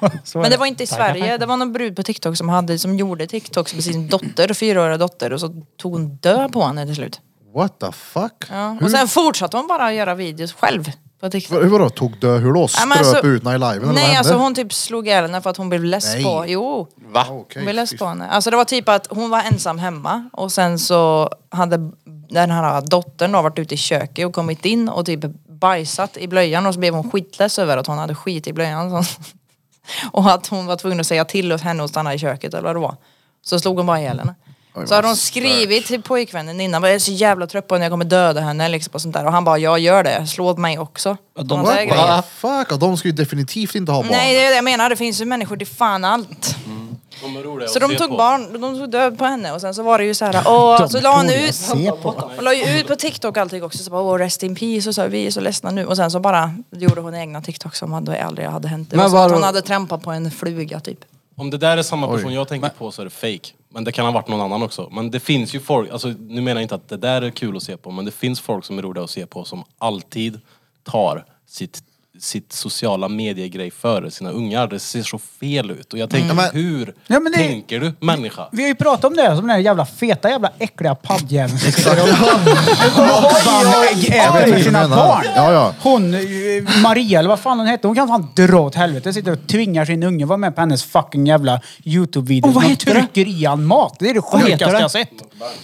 G: också. Så är
A: Men det var inte i Sverige, det var någon brud på TikTok som, hade, som gjorde TikTok med sin dotter, fyraåriga dotter och så tog hon död på henne till slut.
B: What the fuck?
A: Ja.
B: Hur,
A: Och sen fortsatte hon bara att göra videos själv på TikTok.
B: hur vadå, tog dö, hur då?
A: Ja,
B: Ströp
A: men alltså-
B: ut henne i liven eller vad
A: Nej
B: hände?
A: alltså hon typ slog ihjäl henne för att hon blev less
B: Nej.
A: på, jo.
E: Va?
B: Ah, okej.
A: Hon blev less på henne. Alltså det var typ att hon var ensam hemma och sen så hade den här dottern då varit ute i köket och kommit in och typ bajsat i blöjan och så blev hon skitless över att hon hade skit i blöjan. <laughs> Så- Och att hon var tvungen att säga till oss henne att stanna i köket eller vad det var. Så slog hon bara ihjäl henne. Så hade hon skrivit till pojkvännen innan, jag är så jävla trött på henne, jag kommer döda henne liksom och sånt där. Och han bara, jag gör det, slå åt mig också.
D: Ja, de-
A: Såna där
B: What
A: grejer.
B: the fuck? Ja, de ska ju definitivt inte ha barn.
A: Nej det är det jag menar, det finns ju människor till fan allt.
F: De är roliga
A: Så
F: att
A: de
F: se
A: tog
F: på.
A: barn, de tog död på henne och sen så var det ju så här,
E: <laughs>
A: åh, så la hon
G: tror jag
A: ut,
G: ser på.
A: hon la ju ut på TikTok allting också, så bara, åh, rest in peace och så, vi är så ledsna nu. Och sen så bara gjorde hon egna TikTok som hade- aldrig hade hänt. Det var
E: Men
A: som att
E: var-
A: hon hade trampat på en fluga typ.
F: Om det där är samma person jag tänker på så är det fake. Men det kan ha varit någon annan också. Men det finns ju folk, alltså nu menar jag inte att det där är kul att se på, men det finns folk som är roliga att se på som alltid tar sitt, sitt sociala mediegrej före sina ungar. Det ser så fel ut. Och jag tänker,
B: Mm.
F: hur
G: Ja, men det-
F: tänker du människa?
G: Vi har ju pratat om det här som den här jävla feta jävla äckliga paddjäveln som sitter och
B: Jag vet
G: äter för
B: inte
G: sina
B: vad du
G: barn.
B: menar. Ja, ja.
G: Hon, eh, Maria eller vad fan hon hette, hon kan fan dra åt helvete. Sitter och tvingar sin unge vara med på hennes fucking jävla YouTube-video.
D: Och vad
G: Hon
D: heter det?
G: trycker i han mat. Det är det
D: heter
G: sjukaste
D: det?
G: jag sett.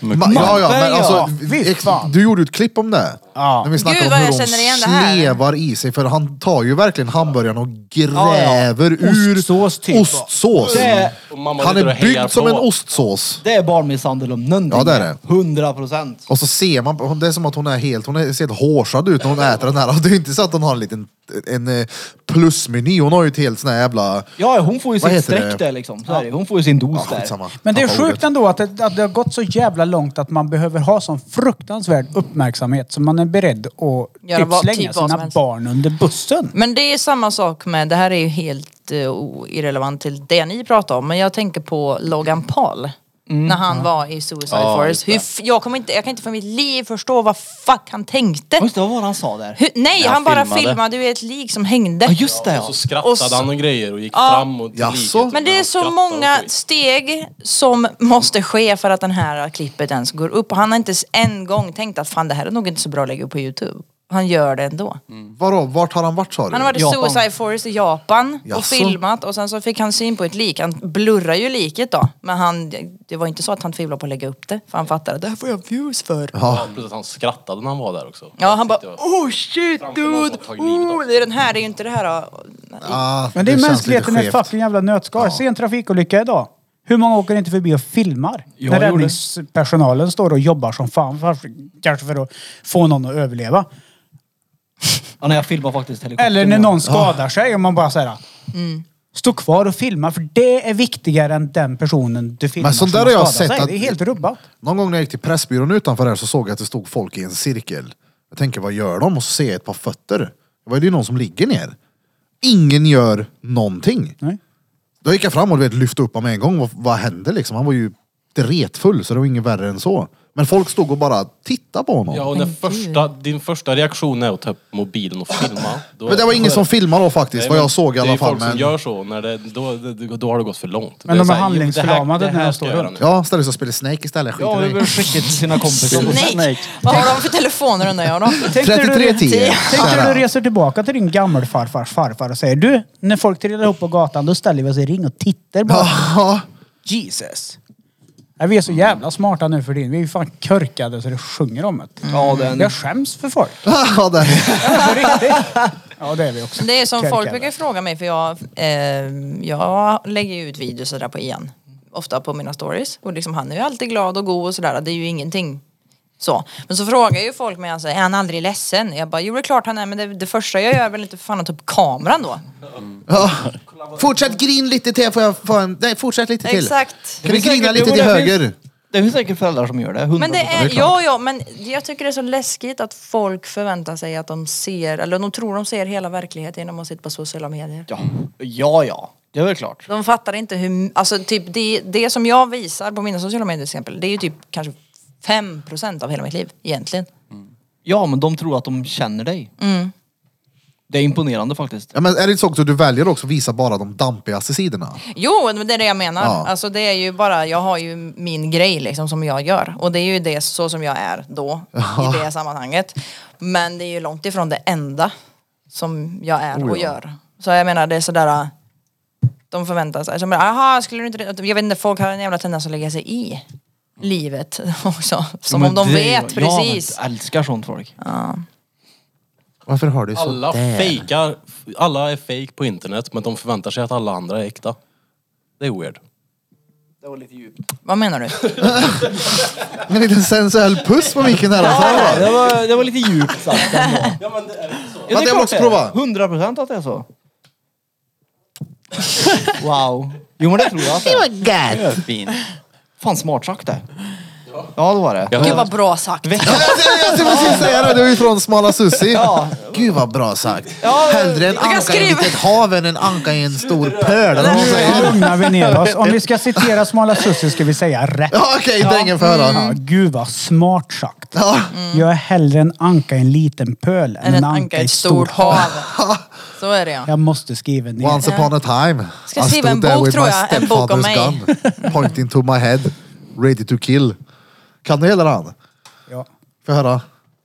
B: Ma- ja, ja, men
G: Ja,
B: alltså,
G: visst
B: ex-
G: fan.
B: du gjorde ju ett klipp om det.
G: Ja.
B: När vi snackade
A: Gud,
B: om
A: vad
B: hur
A: jag
B: de
A: känner igen det här.
B: slevar i sig. För han tar ju verkligen hamburgaren och gräver
G: Ja, ja.
B: ur
G: Ostsås typ.
B: ostsås.
D: Det är-
F: Och mamma
B: Han
F: sitter och
B: är
F: hejar
B: byggd som
F: på.
B: en ostsås.
D: Det är barnmisshandel om någonting.
B: Ja, det är det.
D: 100 procent.
B: Och så ser man, på- det är som att hon är helt, hon är, ser helt hårsad ut när hon äter den här. Och det är inte så att hon har en liten en eh, plusmeny. Hon har ju ett helt sån här jävla...
D: Ja, hon får ju
B: Vad
D: sitt
B: heter det?
D: streck där liksom. Så är det. Hon får ju sin dos
B: Ja,
D: där.
B: skitsamma.
G: Men det är
B: Tappade
G: sjukt
B: ordet.
G: ändå att det, att det har gått så jävla långt att man behöver ha sån fruktansvärd uppmärksamhet så man är beredd att
A: Göra
G: typ
A: vad-
G: slänga
A: typ vad som
G: sina
A: helst.
G: barn under bussen.
A: Men det är samma sak med, det här är ju helt eh, o- irrelevant till det ni pratar om, men jag tänker på Logan Paul. när han var i Suicide
E: Mm. Ja, just
A: Forest.
E: det.
A: Hur, f- jag, kommer inte, jag kan inte för mitt liv förstå vad fuck han tänkte.
D: Just det, vad var det han sa där?
A: Hur, nej,
E: han
A: han, bara
E: filmade.
A: filmade. ju ett lik som hängde.
D: Ja, just det
F: Och
D: ja.
F: så skrattade
A: Och så-
F: han och grejer och gick
A: Ja.
F: fram och till
B: Jaså?
F: liket.
A: Men det är
F: Han
A: så
F: skrattade
A: många
F: och skit.
A: steg som måste ske för att den här klippet ens går upp. Och han har inte ens en gång tänkt att fan det här är nog inte så bra att lägga upp på Youtube. Han gör det ändå.
B: Vadå, vart har han varit sa du?
A: Han har varit i
D: Japan.
A: Suicide Forest i Japan och
B: Jaså?
A: filmat och sen så fick han syn på ett lik. Han blurrar ju liket då. Men han, det var inte så att han tvivlade på att lägga upp det. För han fattade att det här får jag views för.
F: Ja, plus att han skrattade när han var där också.
A: Ja, han bara
F: Sitter och-
A: oh shit
F: Framför någon som
A: dude!
F: har tagit livet av
A: Oh, det är den här, det är ju inte det här. då."
B: Ah,
G: Men det är
B: känns
G: mänskligheten i
B: lite
G: ett
B: skevt.
G: fucking jävla nötskal. Se en trafikolycka idag. Hur många åker inte förbi och filmar?
D: Jag
G: när
D: gjorde-
G: räddningspersonalen står och jobbar som fan. För, kanske för att få någon att överleva.
D: ja när jag filmar faktiskt helikoptern.
G: Eller när
D: ja.
B: Ah.
G: någon skadar sig och man bara säger Stå kvar och filma för det är viktigare än den personen du filmar
B: Men sånt där har
G: som
B: jag
G: skadat
B: sett
G: sig.
B: att-
G: Det är helt rubbat.
B: Någon gång när jag gick till Pressbyrån utanför här så såg jag att det stod folk i en cirkel. Jag tänker, vad gör de? Och så ser jag ett par fötter. Det var ju någon som ligger ner. Ingen gör någonting.
G: Nej.
B: Då gick jag fram och du vet, lyfte upp honom en gång. Vad, vad hände liksom? Han var ju retfull så det var inget värre än så. Men folk stod och bara tittade på honom.
F: Ja, och när första, din första reaktion är att ta upp mobilen
B: <laughs>
F: och filma. Då
B: Men det var ingen som filmade då faktiskt,
F: Nej,
B: vad
F: men
B: jag såg i alla fall.
F: Det är ju folk
B: Men...
F: som gör så. När det, då, det, då har det gått för långt.
G: Men
F: Det
G: de är
F: så här,
G: handlingsförlamade
F: det här- det
G: när
F: här
G: de
F: ska
G: står
F: jag göra
G: runt.
F: nu.
B: Ja, ställer sig och spelar Snake istället. Skit
D: Ja,
B: i
D: det
B: dig.
D: blir skickat till sina kompisar.
A: Snake! Vad har de för telefoner undrar jag då?
B: 3310.
G: Tänk när du
B: Kära.
G: reser tillbaka till din gammelfarfars farfar och säger du, när folk trillar ihop på gatan då ställer vi oss i ring och tittar bara.
B: Ja, <laughs>
G: Jesus. Nej, vi är så jävla smarta nu för din. Vi är fan körkade så det sjunger om det.
D: Ja, den-
G: Jag skäms för folk.
B: Ja, det-
G: På riktigt. Ja, det är vi också.
A: Det är som
G: Kan jag
A: folk
G: kalla.
A: brukar fråga mig för jag, eh, jag lägger ju ut videos sådär på Ian. Ofta på mina stories. Och liksom, han är ju alltid glad och god och sådär. Det är ju ingenting så. Men så frågar ju folk mig alltså, är han aldrig ledsen? Jag bara, jo det är klart han är men det, det första jag gör är väl inte för fan att ta upp kameran då.
B: Ja. Fortsätt grin lite till. Får jag få en... Nej, fortsätt lite till.
A: Exakt.
B: Kan vi grina lite till höger?
D: Det finns säkert föräldrar som gör det. 100%.
A: Men det
B: är
A: är,
B: klart.
A: ja, ja, men jag tycker det är så läskigt att folk förväntar sig att de ser, eller de tror de ser hela verkligheten genom att sitta på sociala medier.
D: Ja, ja. ja. Det är väl klart.
A: De fattar inte hur, alltså typ det, det som jag visar på mina sociala medier till exempel, det är ju typ kanske 5% av hela mitt liv egentligen.
D: Ja, men de tror att de känner dig. Det är imponerande faktiskt.
B: Ja, men är det så också att du väljer också att visa bara de dampigaste sidorna?
A: Jo, men det är det jag menar.
B: Ja.
A: Alltså det är ju bara, jag har ju min grej liksom som jag gör. Och det är ju det så som jag är då, i det sammanhanget. Men det är ju långt ifrån det enda som jag är
D: Oh,
A: och gör. Så jag menar, det är sådär, äh, de förväntar sig, som bara, aha, skulle du inte, jag vet inte, folk har en jävla tendens att lägga sig i livet <laughs> också. Som om de
D: Men det-
A: vet precis.
D: Ja, men jag älskar sånt folk.
B: Varför har du så
F: Alla fejkar, alla är fake på internet men de förväntar sig att alla andra är äkta. Det är weird.
D: Det var lite djupt.
A: Vad menar du?
B: En liten sensuell puss på micken här alltså.
D: Det var, det var lite djupt sagt ändå.
F: Ja men det är så.
D: Ja,
B: Vänta, jag måste prova.
D: 100 procent att det är så. <laughs> wow. Jo men det tror jag att det är.
E: Fint.
D: Fan smart sagt det. Ja det var det.
E: Jag
A: <laughs> Gud
E: har,
A: vad bra sagt.
B: Jag skulle precis säga det, du är ju från Smala Sussi. Gud vad bra sagt. Hellre en
A: kan
B: anka i ett
A: skriva-
B: litet hav än en anka i en stor pöl. Eller vad man säger.
G: Nu lugnar vi ner oss. Om vi ska citera Smala Sussie ska vi säga rätt.
B: Ja, Okej, drängen får höra.
G: Ja, gud vad smart sagt. Mm.
B: Ja.
G: Jag är hellre en anka i en liten pöl än
A: Än en anka i ett stort hav. Så är det ja.
G: Jag måste skriva ner.
B: Once upon a time.
A: Ska
B: I
A: skriva
B: stood
A: en
B: there
A: bok,
B: with
A: tror
B: my
A: jag. En bok om
B: stepfather's gun Pointing to my head. Ready to kill. Kan du hela den?
G: Ja.
B: Får jag höra?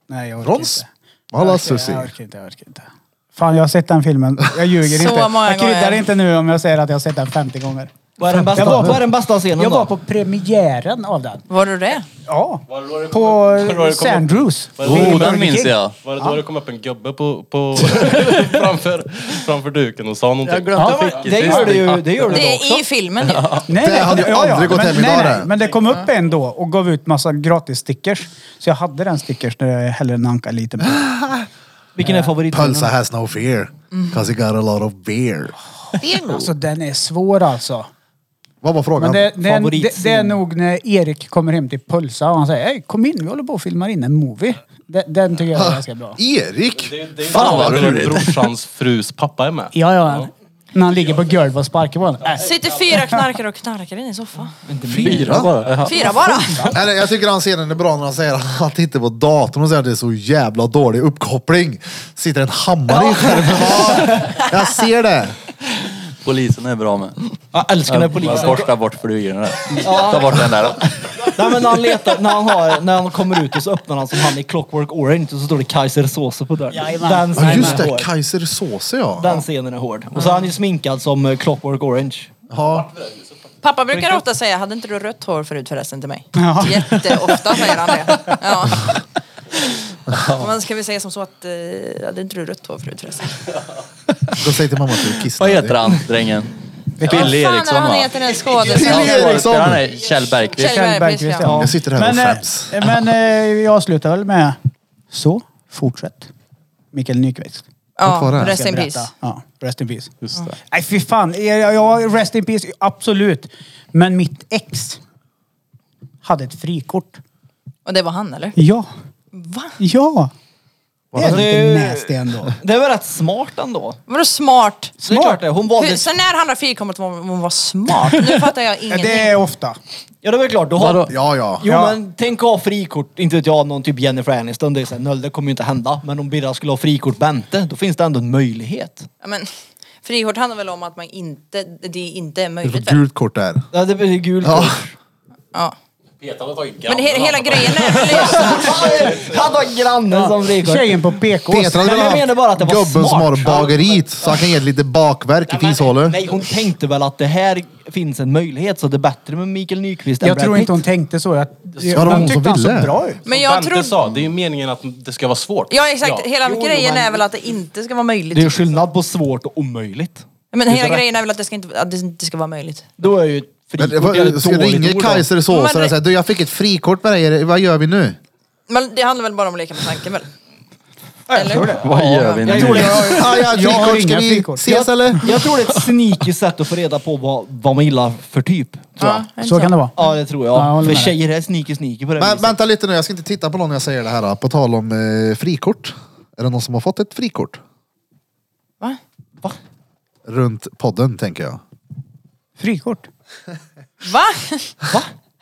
G: Nej, jag orkar
B: Rons?
G: inte.
B: Smala
G: Jag orkar-
B: Sussi.
G: Jag orkar inte, jag orkar inte. Fan, jag har sett den filmen. Jag ljuger
A: Så
G: inte.
A: många
G: Jag kryddar
A: gånger.
G: inte nu om jag säger att jag har sett den 50 gånger.
D: Vad är den bästa,
G: Jag var på-
D: vad är den bästa scenen
G: Jag
D: då?
G: var på premiären av den.
A: Var du det?
G: Ja.
F: då det kom- var det då det kom
G: På eh,
F: upp?
G: Sandrews.
E: oh, den minns jag.
F: Var det då det kom upp en gubbe på, <laughs> på, framför, framför duken och sa någonting?
E: Jag glömde
G: Ja,
E: fick
D: Det gör du ju, det gör du
A: Det
D: då också.
A: är i filmen ju.
G: Nej,
B: Det hade jag aldrig gått
G: men,
B: hem idag,
G: nej, nej,
B: det.
G: men det kom upp en då och gav ut massa gratis stickers. Så jag hade den stickers när jag hellre en anka lite på.
B: Oh.
D: Vilken är favoriten?
B: Pölsa has no fear. Cause he got a lot of beer.
G: Alltså den är svår alltså.
B: Vad var
G: Men
B: frågan?
G: det, det, det,
D: favoritscen.
G: det är nog när Erik kommer hem till Pulsa och han säger Hej, kom in, vi håller på och filmar in en movie. Den, den tycker jag är ganska bra.
B: Erik!
F: Det är
B: Fan vad roligt!
F: Brorsans frus pappa är med.
G: Ja, ja. När han ligger på golvet och sparkar på honom. Äh,
A: Sitter fyra knarkare och knarkar in i soffan.
E: Fyra bara.
A: Fyra bara.
B: Eller, jag tycker han scenen är bra när han säger att han tittar på datorn och säger att det är så jävla dålig uppkoppling. Sitter en hammare i skärmen. Ja, Jag ser det.
E: Polisen är bra med.
D: Jag älskar när polisen...
E: Borsta bort flugorna där. Ta bort den där.
D: Nej men när han letar, när han, har, när han kommer ut och så öppnar han som han i Clockwork Orange och så står det Kaisersåse på dörren.
G: Jajamän.
D: Den
B: Ja,
D: scenen
B: just
D: är
B: det,
D: hård.
B: Kaiser Såse ja.
D: Den scenen är hård. Och så är han ju sminkad som eh, Clockwork Orange.
B: ja.
A: Pappa brukar ofta säga, hade inte du rött hår förut förresten till mig? Jätteofta säger han det. Ja. Men ska vi säga som så att, eh, hade inte du rött hår förut förresten?
B: Då säger till mamma att du är kissnödig.
E: Vad heter han, drängen? Billy
A: Vad fan är
E: Eriksson
A: han
E: va?
A: heter den
B: Billy
A: skådespelaren?
B: Eriksson!
E: Han är Kjell Bergqvist.
A: Kjell Bergqvist,
G: Bergqvist,
A: ja.
B: Jag sitter här
G: Men,
B: och
G: eh,
B: skäms.
G: men eh, jag avslutar väl med Så, fortsätt. Mikael Nyqvist.
B: Vad var
A: Ja,
B: det?
A: rest in
G: Berätta.
A: peace.
G: Ja, rest in peace. Nej fy fan. Ja, ja, rest in peace, absolut. Men mitt ex hade ett frikort.
A: Och det var han eller?
G: Ja.
A: Va?
G: Ja. Det är
D: det-
G: lite nasty <laughs> ändå.
D: Det var rätt smart ändå.
A: Vadå smart?
D: Det är klart det. Hon valde...
A: Hur, sen när han har frikommet var hon var smart? Nu fattar jag ingenting.
G: Det är ofta.
D: Ja det var klart. Då har...
B: Ja, ja.
D: Jo
G: Ja.
D: men tänk att ha frikort, inte vet jag, någon typ Jennifer Aniston. Det, är så här, noll, det kommer ju inte hända. Men om Birra skulle ha frikort Bente, då finns det ändå en möjlighet.
A: Ja, men, frikort handlar väl om att man inte, det inte är
B: Du får
A: möjligt? väl?
B: gult kort där.
D: Ja, det blir gult
B: Ja.
D: kort.
A: Ja.
F: Petan har tagit
A: Men he,
F: grannen.
A: hela grejen är väl just att-
D: Han har grannen som frikort.
G: Tjejen på PK.
B: Petra hade
D: men jag menar
B: väl
D: bara att
B: haft
D: det var
B: gubben som
D: smart.
B: har bageriet så han kan ge lite bakverk i
D: Nej, men-
B: fishålet.
D: Nej, hon tänkte väl att det här finns en möjlighet. Så det är bättre med Mikael Nyqvist än
G: Jag
D: Brad
G: tror inte
D: Pitt.
G: hon tänkte så. Jag,
B: det var hon
G: hon tyckte
B: som
G: han såg
B: ville.
G: bra ut.
A: Men
F: Som
A: jag
F: Bente
A: trodde...
F: sa, det är ju meningen att det ska vara svårt.
A: Ja exakt, hela
D: Jo, jo,
A: grejen
D: men-
A: är väl att det inte ska vara möjligt.
D: Det är ju skillnad på svårt och omöjligt.
A: men
D: det är
A: hela
D: så
A: grejen är väl att det ska inte, att det inte ska vara möjligt.
D: Då är ju ett
B: Men,
D: frikort
B: vad-
D: ett
B: ska jag
D: dåligt
B: ringa
D: ord då.
B: Kaiser så och
A: Men-
B: säga du jag fick ett frikort med dig, vad gör vi nu?
A: Men det handlar väl bara om att leka med tanken väl?
D: Jag tror det.
E: Vad gör vi
D: Jag
E: nu?
D: tror det.
B: Ah, <laughs> ja,
G: Jag har
B: frikort, ska
G: inga
B: vi
G: frikort.
B: ses eller?
D: Jag tror det är ett sneaky sätt att få reda på vad, vad man gillar för typ. Tror jag.
A: är
G: Så kan det vara.
D: Ja, det tror
G: Ja, jag
D: jag.
G: håller
D: För
G: med.
D: tjejer är sneaky sneaky på det
B: Men,
D: viset.
B: vänta lite nu, jag ska inte titta på någon när jag säger det här. då. På tal om eh, frikort. Är det någon som har fått ett frikort?
A: Va?
B: Runt podden tänker jag.
G: Frikort.
A: Va?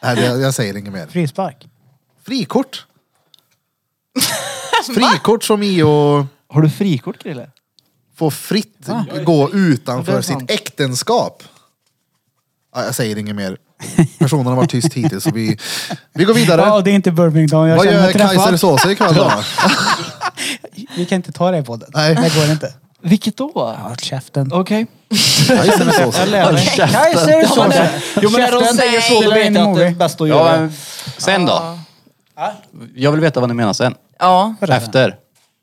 B: Nej, det, jag säger inget mer.
G: Frispark.
B: Frikort. Frikort som i att
D: Har du frikort Krille?
B: få fritt
G: Ah.
B: gå utanför
D: är
B: sitt
D: sant.
B: äktenskap. Ja, jag säger inget mer. Personen har varit tyst hittills. Så vi, vi går vidare.
G: Ja, det är inte Birmingham. Jag
B: Vad
G: känner
B: gör
G: mig
B: Kaiser
G: träffad.
B: Såse ikväll då?
G: Vi kan inte ta det i podden.
B: Nej.
G: Det går <laughs> inte.
D: Vilket då?
G: Ja, käften.
D: Okej.
B: Kaiser Såse.
D: Jag lär mig.
G: Kaiser Såsen.
D: Jo men när de
G: Käften.
D: säger så då
G: Spela in
D: vet
G: en
D: jag att det är
G: movie.
D: bäst att
E: Ja,
D: göra.
E: men sen då? Jag vill veta vad ni menar sen.
A: Ja.
E: Efter.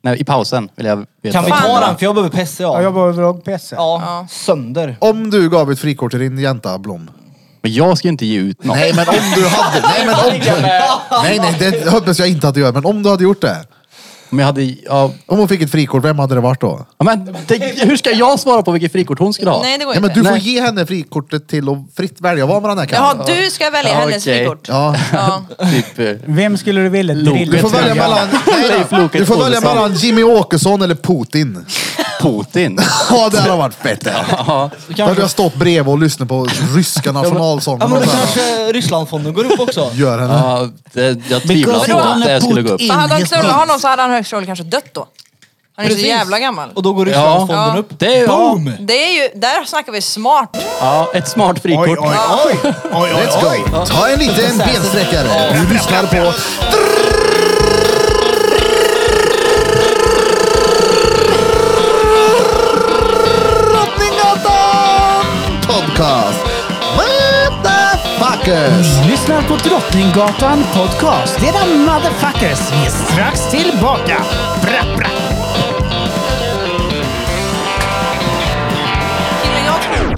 E: Nej, i pausen vill jag veta.
D: Kan vi ta
A: Fan.
D: den? För jag behöver pessa
G: Ja, jag
D: av.
G: behöver vlogg PC.
D: Ja, sönder.
B: Om du gav ett frikort till din jänta Blom.
E: Men jag ska ju inte ge ut något.
B: Nej men om du hade. Nej men om du. Nej nej det hoppas jag inte att du gör. Men om du hade gjort det.
E: Om jag hade... Ja,
B: Om hon fick ett frikort, vem hade det varit då?
E: Ja, men det, hur ska jag svara på vilket frikort hon skulle ha?
A: Nej det går
B: Ja, men
A: inte.
B: du får
E: Nej.
B: ge henne frikortet till att fritt välja vad man än kan.
A: Jaha, du ska välja
E: Ja,
A: hennes
E: okej.
A: frikort.
B: Ja.
A: Ja.
E: Typ, eh,
G: Vem skulle du vilja drilla?
B: Du får välja
E: Loket.
B: mellan, nej,
E: Leif
B: då.
E: Loket
B: du får välja
E: Olsson.
B: mellan Jimmy Åkesson eller Putin.
E: Putin.
B: Ja, det hade varit fett det. Då hade jag stått bredvid och lyssnat på ryska nationalsången.
D: Ja
B: och
D: men då
B: så här,
D: kanske Rysslandfonden går upp också.
B: Gör henne.
E: Ja, det, jag tvivlar
G: Because
E: på att det
G: Donald
E: skulle gå upp.
A: För hade han knullat honom så hade han högst troligt kanske dött då. Han är ju så
D: Precis.
A: jävla gammal.
D: Och då går
A: Ja.
D: Rysslandsfonden upp.
E: Det är, ja,
D: Boom!
A: Det är ju, där snackar vi smart.
E: ja, ett smart
G: Oj,
E: frikort.
G: oj, oj. oj, oj,
B: Let's
G: oj.
B: go. Ta en liten bensträckare. Du lyssnar på... Drottninggatan Podcast. Motherfuckers.
G: Ni lyssnar på Drottninggatan Podcast. Det är den motherfuckers. Vi är strax tillbaka. Bra, bra.
A: Killen jag tror.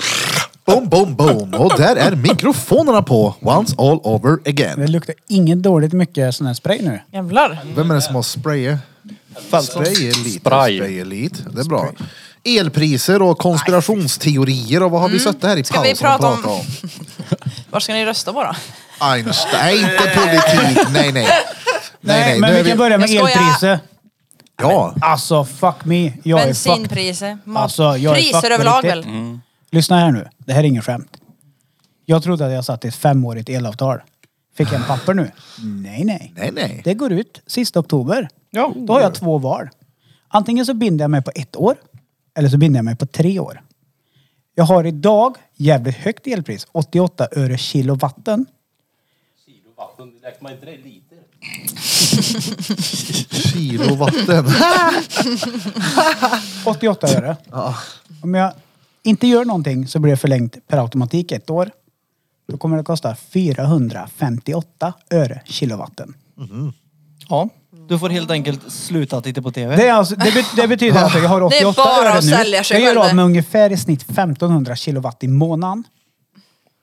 B: Boom, boom, boom. Och där är mikrofonerna på. Once all over
G: Det
B: again.
G: luktar inget dåligt mycket sån här spray nu.
A: Jävlar.
B: Vem är det som har sprayat? Spray Elite.
E: Spray.
B: Spray Elite. Det är bra. Elpriser och konspirationsteorier och vad har vi suttit här i
A: Mm. Ska vi
B: pausen och
A: prata om-
B: pratat om?
A: Var ska ni rösta bara?
B: Einstein, inte politik. Nej, nej. Nej,
G: Nej,
B: nej.
G: men
B: nu
G: vi
B: är
G: kan börja med
A: Jag skojar.
G: elpriser.
B: Ja.
G: Alltså fuck me. Jag är fucked.
A: Bensinpriser,
G: Alltså,
A: matpriser
G: jag är fucked på
A: överlag
G: riktigt. Mm.
A: väl?
G: Lyssna här nu. Det här är ingen skämt. Jag trodde att jag satt i ett femårigt elavtal. Fick en papper nu. Nej, nej.
B: Nej, nej.
G: Det går ut sista oktober. Ja. Då
D: Mm.
G: har jag två val. Antingen så binder jag mig på ett år. Eller så binder jag mig på tre år. Jag har idag jävligt högt elpris. 88 öre kilowatten.
B: Kilo vatten.
G: 88
A: <laughs>
G: öre. Om jag inte gör någonting så blir det förlängt per automatik ett år. Då kommer det kosta 458 öre kilowatten.
D: Ja. Du får helt enkelt sluta titta på TV.
G: Det, är alltså, det, bet- det betyder alltså jag har 88
A: <laughs> Det är bara
G: öre
A: att
G: nu.
A: sälja sig
G: jag
A: själv.
G: gör av med ungefär i snitt 1500 kilowatt i månaden.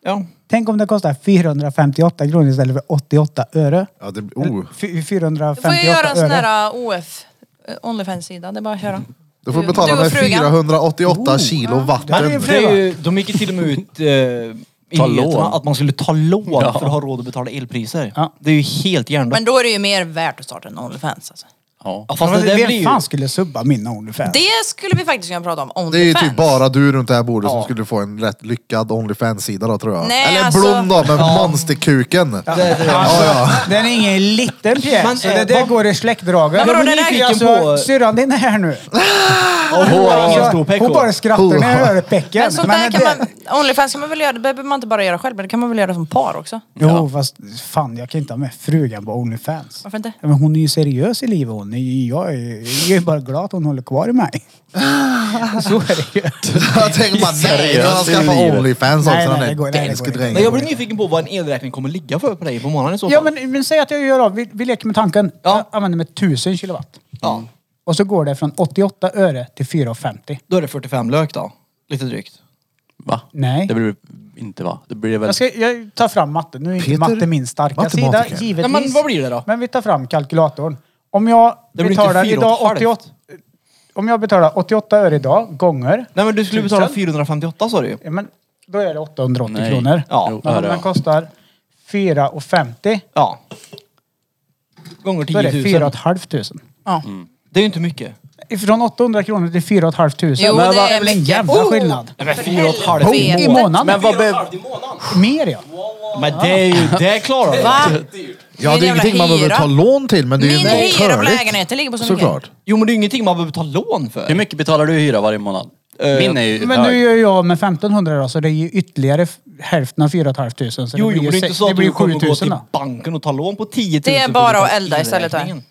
D: Ja.
G: Tänk om det kostar 458 kronor istället för 88 öre.
B: Ja, det, oh.
G: Fy-
A: Du får ju göra
G: 458
A: en sån
G: öre.
A: här uh, OF, eh, Onlyfans-sida. Det är bara att köra.
B: Du får
A: Du
B: betala
A: och
B: med
A: frugan. Oh.
B: 488 kilo vatten.
G: Men-
D: Det är ju, de gick ju till och med ut eh, i
E: Ta
D: nyheterna
E: lån.
D: att man skulle ta lån för att ha råd att betala elpriser.
G: Ja.
D: Det är ju helt hjärndött.
A: Men då är det ju mer värt att starta en Onlyfans alltså.
E: Ja.
D: Ja, fast
G: Men
D: det där
G: Vem
D: blir ju...
G: fan skulle subba min Onlyfans?
A: Det skulle vi faktiskt kunna prata om. Onlyfans.
B: Det är ju typ bara du runt det här bordet som
D: Ja.
B: skulle få en rätt lyckad Onlyfans-sida då tror jag.
A: Nej,
B: Eller
A: alltså-
B: Blom då med monsterkuken.
G: Alltså, Den är ingen liten pjäs.
D: Men,
G: så det
D: eh,
G: där
D: vad-
G: går i släktdragen.
A: Ja, vadå,
G: Jag
A: det
G: blir
A: där
G: nyfiken
D: gick ju på-
G: Syrran din är här nu.
D: Ja, hon har ingen
G: Alltså,
D: stor PK.
G: hon bara skrattar när jag hör pecken.
A: Men sånt där
G: Men
A: kan
G: det-
A: man, Onlyfans kan man väl göra, det behöver man inte bara göra själv, men det kan man väl göra som par också?
G: Jo, fast fan jag kan inte ha med frugan på Onlyfans.
A: Varför inte?
G: Ja, Men hon är ju seriös i livet hon. Nej, Jag är, jag är bara glad att hon håller kvar i mig. Så är det ju.
B: <laughs> Jag tänker bara nej, han skaffar Onlyfans också
G: Nej,
B: den
G: nej, det går-
B: där
G: nej, det
B: danske
G: går inte.
B: drängen.
D: Nej, jag blir nyfiken på vad en elräkning kommer ligga för på dig på månaden i så fall.
G: Ja, men, men säg att jag gör av. Vi, vi leker med tanken.
D: Ja.
G: Jag använder mig 1000 kilowatt.
D: Ja,
G: Och så går det från 88 öre till 4,50.
D: Då är det 45 lök då. Lite drygt.
E: Va?
G: Nej.
E: Det blir det inte va? Det blir väl...
G: Jag, ska, jag tar fram matte. Nu är inte
B: Peter,
G: matte min starka sida,
B: matematiker.
G: givetvis.
D: Nej, men vad blir det då?
G: Men vi tar fram kalkylatorn. Om jag
D: Det blir inte
G: betalar
D: fyra och
G: idag
D: ett halvt.
G: 88... Om jag betalar 88 öre idag, gånger...
D: Nej men du skulle betala
G: Tusen?
D: 458 sa du ju.
G: Ja, men då är det 880
E: Nej.
G: kronor.
D: Ja,
E: Jo,
G: Men om
E: öre,
G: den
E: va?
G: kostar 4,50
D: Ja. Gånger
G: då är det
D: 10 000.
G: 4 500.
A: Ja.
G: Mm.
D: Det är ju inte mycket.
G: Från 800 kronor till 4 500.
A: Jo,
G: men
A: det
G: vad-
A: är
G: väl en
A: mycket.
G: jävla
A: Oh!
G: skillnad.
D: Nej, men
A: För
D: 4,5
A: helvete.
D: i
G: I
D: månaden.
G: månaden.
E: Men vad behöver...
G: Mer ja.
D: Men det är ju, det klarar du.
A: Va?
B: Ja, det
A: Min
B: är ingenting man
A: jävla
B: behöver
A: hyra.
B: ta lån till, men det är ju
A: Min hyra på
B: törligt.
A: lägenheten ligger på så mycket.
B: Såklart.
D: Jo men det är ju ingenting man behöver ta lån för.
E: Hur mycket betalar du i hyra varje månad? Min är ju
G: Men nu
E: hög.
G: gör jag med 1500 då, så det är ju ytterligare f- hälften av 4 500. Så
D: Jo,
G: det
D: jo,
G: blir
D: men
G: ju,
D: det är inte
G: sex,
D: så
G: det
D: att
G: blir
D: du
G: ju
D: kommer gå
G: 7000
D: till
G: då.
D: banken och ta lån på 10 000.
A: Det är
D: för
A: bara att
D: betala
A: elda istället, va?
D: elräkningen.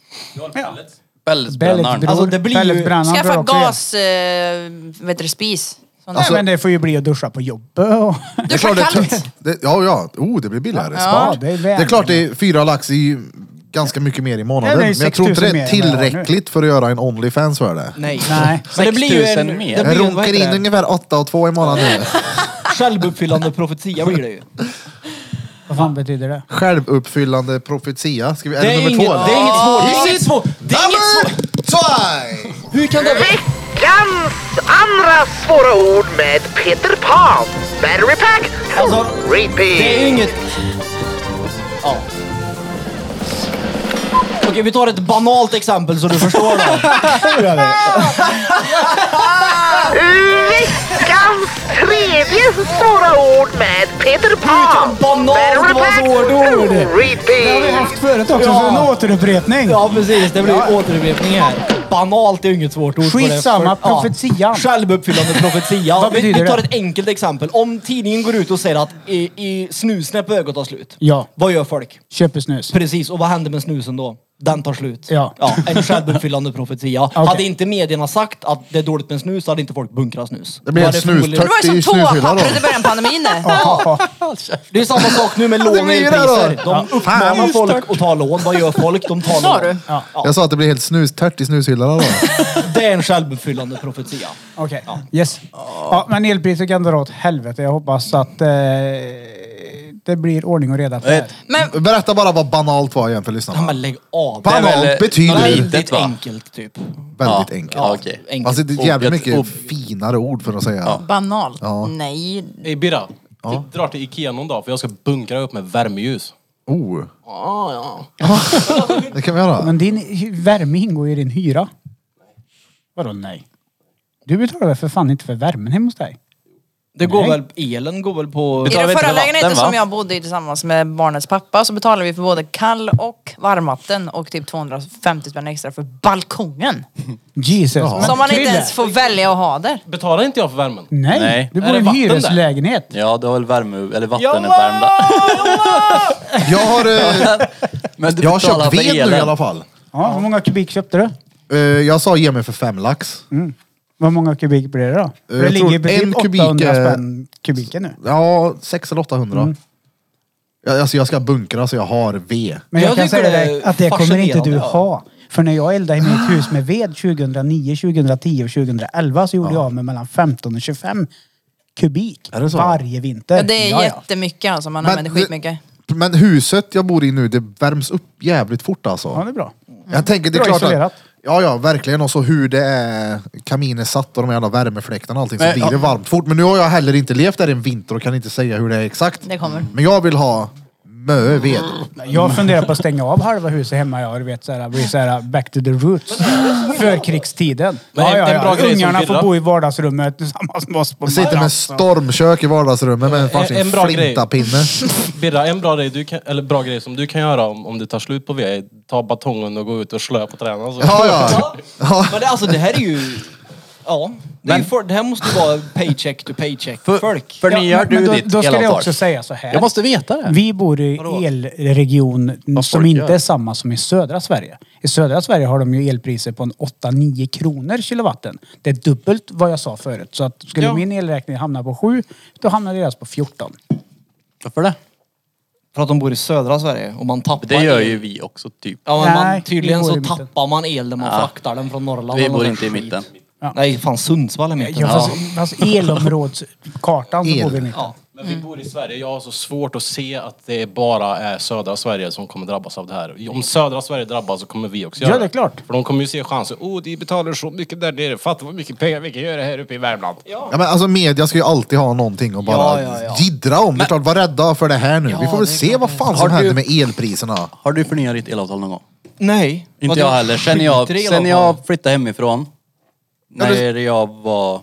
E: Pelletsbrännaren.
G: Pelletbror,
D: Alltså, det blir ju-
G: pelletbrännan
A: Skaffa
G: bör också göra.
A: gas, eh, vet du, spis. Sån
G: Nej,
A: där.
G: men det får ju bli att duscha på jobbet och...
B: Alltså,
D: <laughs>
B: Det är
A: Duscha
B: klart det är
A: kallt.
B: tö- det, Ja, ja. Oh, det blir billigare.
G: Ja,
B: Smart.
G: det är
B: det
G: väl-
B: är klart det är fyra lax i ganska mycket mer i månaden.
G: Nej, det är
B: Men jag tror inte
G: 6 000
B: det är
G: mer än vad jag har nu.
B: tillräckligt för att göra en Onlyfans för det.
D: Nej.
G: Nej.
D: Men det blir ju
E: 6
D: en...
E: 000 mer.
D: Det
B: Jag
D: blir ju, vad
B: runkar in
D: heter det?
B: ungefär 8 och 2 i månaden.
D: Självuppfyllande profetia
B: <laughs>
D: blir det ju.
G: Vad fan betyder det?
B: Självuppfyllande profetia. Ska vi, är
D: Det
B: det
D: är
B: nummer
D: inget
B: två? eller?
D: det är inget svårt. Det är inget svårt. Det är inget svårt.
B: Number five!
D: Hur kan det vara?
H: Veckans andra svåra ord med Peter Pan. Battery pack.
D: Alltså, Det är ju
H: Repeat.
D: inget... Ja. Okej, vi tar ett banalt exempel så du förstår då.
H: Veckans tredje svåra ord med Peter Pan.
D: banalt
H: Battery
D: var
H: pack.
D: svårt ord.
G: Det har vi
H: Repeat.
G: haft förut också, så en återupprepning.
D: Ja, precis. Det blir ju återupprepning här. Banalt är ju inget svårt ord. på det.
G: Skitsamma,
D: Ja.
G: profetian.
D: Självuppfyllande profetia.
G: Vad
D: vi,
G: betyder
D: vi tar
G: det?
D: ett enkelt exempel. Om tidningen går ut och säger att i, i snusen är på väg att ta slut.
G: Ja.
D: Vad gör folk?
G: Köper snus.
D: Precis, och vad händer med snusen då? Den tar slut.
G: Ja.
D: en självuppfyllande
G: <laughs>
D: profetia. Hade inte medierna sagt att det är dåligt med snus, hade inte folk bunkrat snus.
B: Det blir
D: Då
B: en
D: hade förmodligen-
A: Det var ju
B: Det är
A: som
B: snushylla då.
A: toapappret i början på pandemin. det.
D: Det är samma sak nu med lån och
B: blir <laughs> det då.
D: elpriser. De uppmanar
B: Fan.
D: folk att ta lån. Vad gör folk? De tar
A: Sa
D: lån.
A: du?
D: Ja.
B: Jag sa att det blir helt snustört i snushyllan då.
D: <laughs> Det är en självuppfyllande profetia.
G: Okej. Yes. Ja, men elpriset kan dra åt helvete. Jag hoppas att eh, det blir ordning och reda på det här.
A: Men
B: Berätta bara vad banalt var igen för lyssnarna.
D: Ja, men lägg av.
E: Det
B: Fan,
E: är väl,
B: Banalt
E: eh,
B: betyder
E: något
B: litet,
D: Väldigt
E: litet, va?
D: enkelt typ.
B: Väldigt
E: Ja.
B: enkelt.
E: Ja, okej.
D: Enkelt.
B: Alltså det är jävligt
E: Och-
B: mycket
E: och-
B: finare ord för att säga.
A: banalt.
B: Ja.
A: Nej.
F: Ey Birra, vi drar till Ikea någon dag för jag ska bunkra upp med värmeljus.
B: Oh. <laughs> det kan vi göra.
G: Men din hy- värme ingår ju i din hyra. Vadå nej? Du betalar väl för fan inte för värmen hemma hos dig?
D: Det går
G: Nej.
D: väl, elen går väl på...
A: I
E: Betalar
A: den
E: vi inte
A: förra
E: för
A: lägenheten
E: vatten, va?
A: som jag bodde i tillsammans med barnets pappa så betalade vi för både kall och varmvatten och typ 250 spänn extra för balkongen.
G: Jesus.
A: Som man inte
G: Krille,
A: ens får välja att ha där.
F: Betalar inte jag för värmen?
G: Nej,
E: Nej.
G: du
F: Är
G: bor i
F: det
G: en
F: vatten där?
G: hyreslägenhet.
E: Ja, du har väl värme... Eller
D: Ja,
E: vattenuppvärmda.
B: Jag
E: <laughs>
B: har, eh,
E: Men du
B: jag har
E: betalar
B: köpt
E: för
B: ved nu i
E: elen.
B: alla fall.
G: Ja, hur många kubik köpte du?
B: Eh, jag sa ge mig för fem lax.
E: Mm.
G: Vad många kubik blir det då? För det
B: Eh, jag
G: ligger
B: tror
G: på typ
B: en kubik eh,
G: 800
B: är-
G: spänn kubiken nu.
B: Ja, sex eller 800.
E: Mm.
B: Ja, alltså jag ska bunkra så jag har ved.
G: Men jag,
D: Jag
G: kan
D: tycker
G: säga
D: det
G: dig
D: är
G: att det kommer inte du
D: fascinerande, ja.
G: ha. För när jag eldade i mitt hus med ved 2009, 2010 och 2011 så gjorde jag av med mellan 15 och 25 kubik
B: Är det så?
G: varje vinter.
A: Ja, det är
G: Ja, ja.
A: jättemycket alltså, man använder
B: det-
A: skitmycket.
B: Men huset jag bor i nu, det värms upp jävligt fort alltså.
G: Ja, det är bra.
B: Jag tänker, det är
G: Bra
B: klart
G: isolerat.
B: att, Ja, ja, verkligen. Och så hur det är, kaminen är satt och de jävla värmefläktarna och allting, så
E: Men,
B: blir det
E: ja.
B: varmt fort. Men nu har jag heller inte levt där en vinter och kan inte säga hur det är exakt.
A: Det kommer.
B: Men jag vill ha mö
G: Mm.
B: ved.
G: Jag funderar på att stänga av halva huset hemma. Jag du vet så här, blir så här uh, back to the roots. För krigstiden.
F: Men en- en bra grej som
G: Ungarna får
F: Birra-
G: bo i vardagsrummet tillsammans med oss på
B: Jag sitter med
G: madrassen.
B: stormkök i vardagsrummet med en
F: En- en
B: farsin
F: bra grej.
B: flintapinne.
F: Birra, en bra grej, du kan, eller bra grej som du kan göra om, om det tar slut på ved, ta batongen och gå ut och slö på träna. alltså.
B: <laughs>
F: Så.
B: Ja, ja.
D: Men det, alltså det här är ju... Ja, det, är ju för, det här måste ju vara paycheck to paycheck
E: För-
D: folk.
E: förnyar
G: men- men
E: du
G: då,
E: ditt
G: Då ska jag
E: elavtal?
G: också säga så här.
E: Jag måste veta det.
G: Vi bor i elregion som
E: folk
G: inte
E: gör.
G: är samma som i södra Sverige. I södra Sverige har de ju elpriser på en 8-9 kronor kilowatten. Det är dubbelt vad jag sa förut. Så att skulle
E: Ja.
G: min elräkning hamna på 7, då hamnar deras på 14.
E: Varför det?
D: För att de bor i södra Sverige och man tappar
E: Det gör
D: el.
E: ju vi också typ.
D: Ja, men
G: Nej,
D: man,
G: vi
D: tydligen
G: bor
D: så
G: i mitten.
D: tappar man el när man fraktar den från Norrland.
E: Vi
D: eller
E: bor
D: något
E: inte i
D: skit.
E: mitten.
D: Nej, fan Sundsvall är mitten.
G: Ja, fast, fast elområdskartan så
B: El.
G: bor vi mitt.
D: Ja.
F: Men vi bor i Sverige. Jag har så svårt att se att det bara är södra Sverige som kommer drabbas av det här. Om södra Sverige drabbas så kommer vi också
G: Ja,
F: göra
G: det är klart.
F: För de kommer ju se chansen. Oh, de betalar så mycket där nere. Fatta vad mycket pengar vi kan göra här uppe i Värmland.
B: Ja, men alltså media ska ju alltid ha någonting och bara
D: Ja, ja, ja.
B: jiddra om. Det är klart, var rädda för det här nu. Vi får väl se vad fan som
E: Har du-
B: händer med elpriserna.
E: Har du förnyat ditt elavtal någon gång?
D: Nej.
E: Inte
D: Vad
E: jag
D: du-
E: heller. Sen jag,
D: skiter i
E: sen
D: alla fall.
E: jag flyttade hemifrån. När jag var...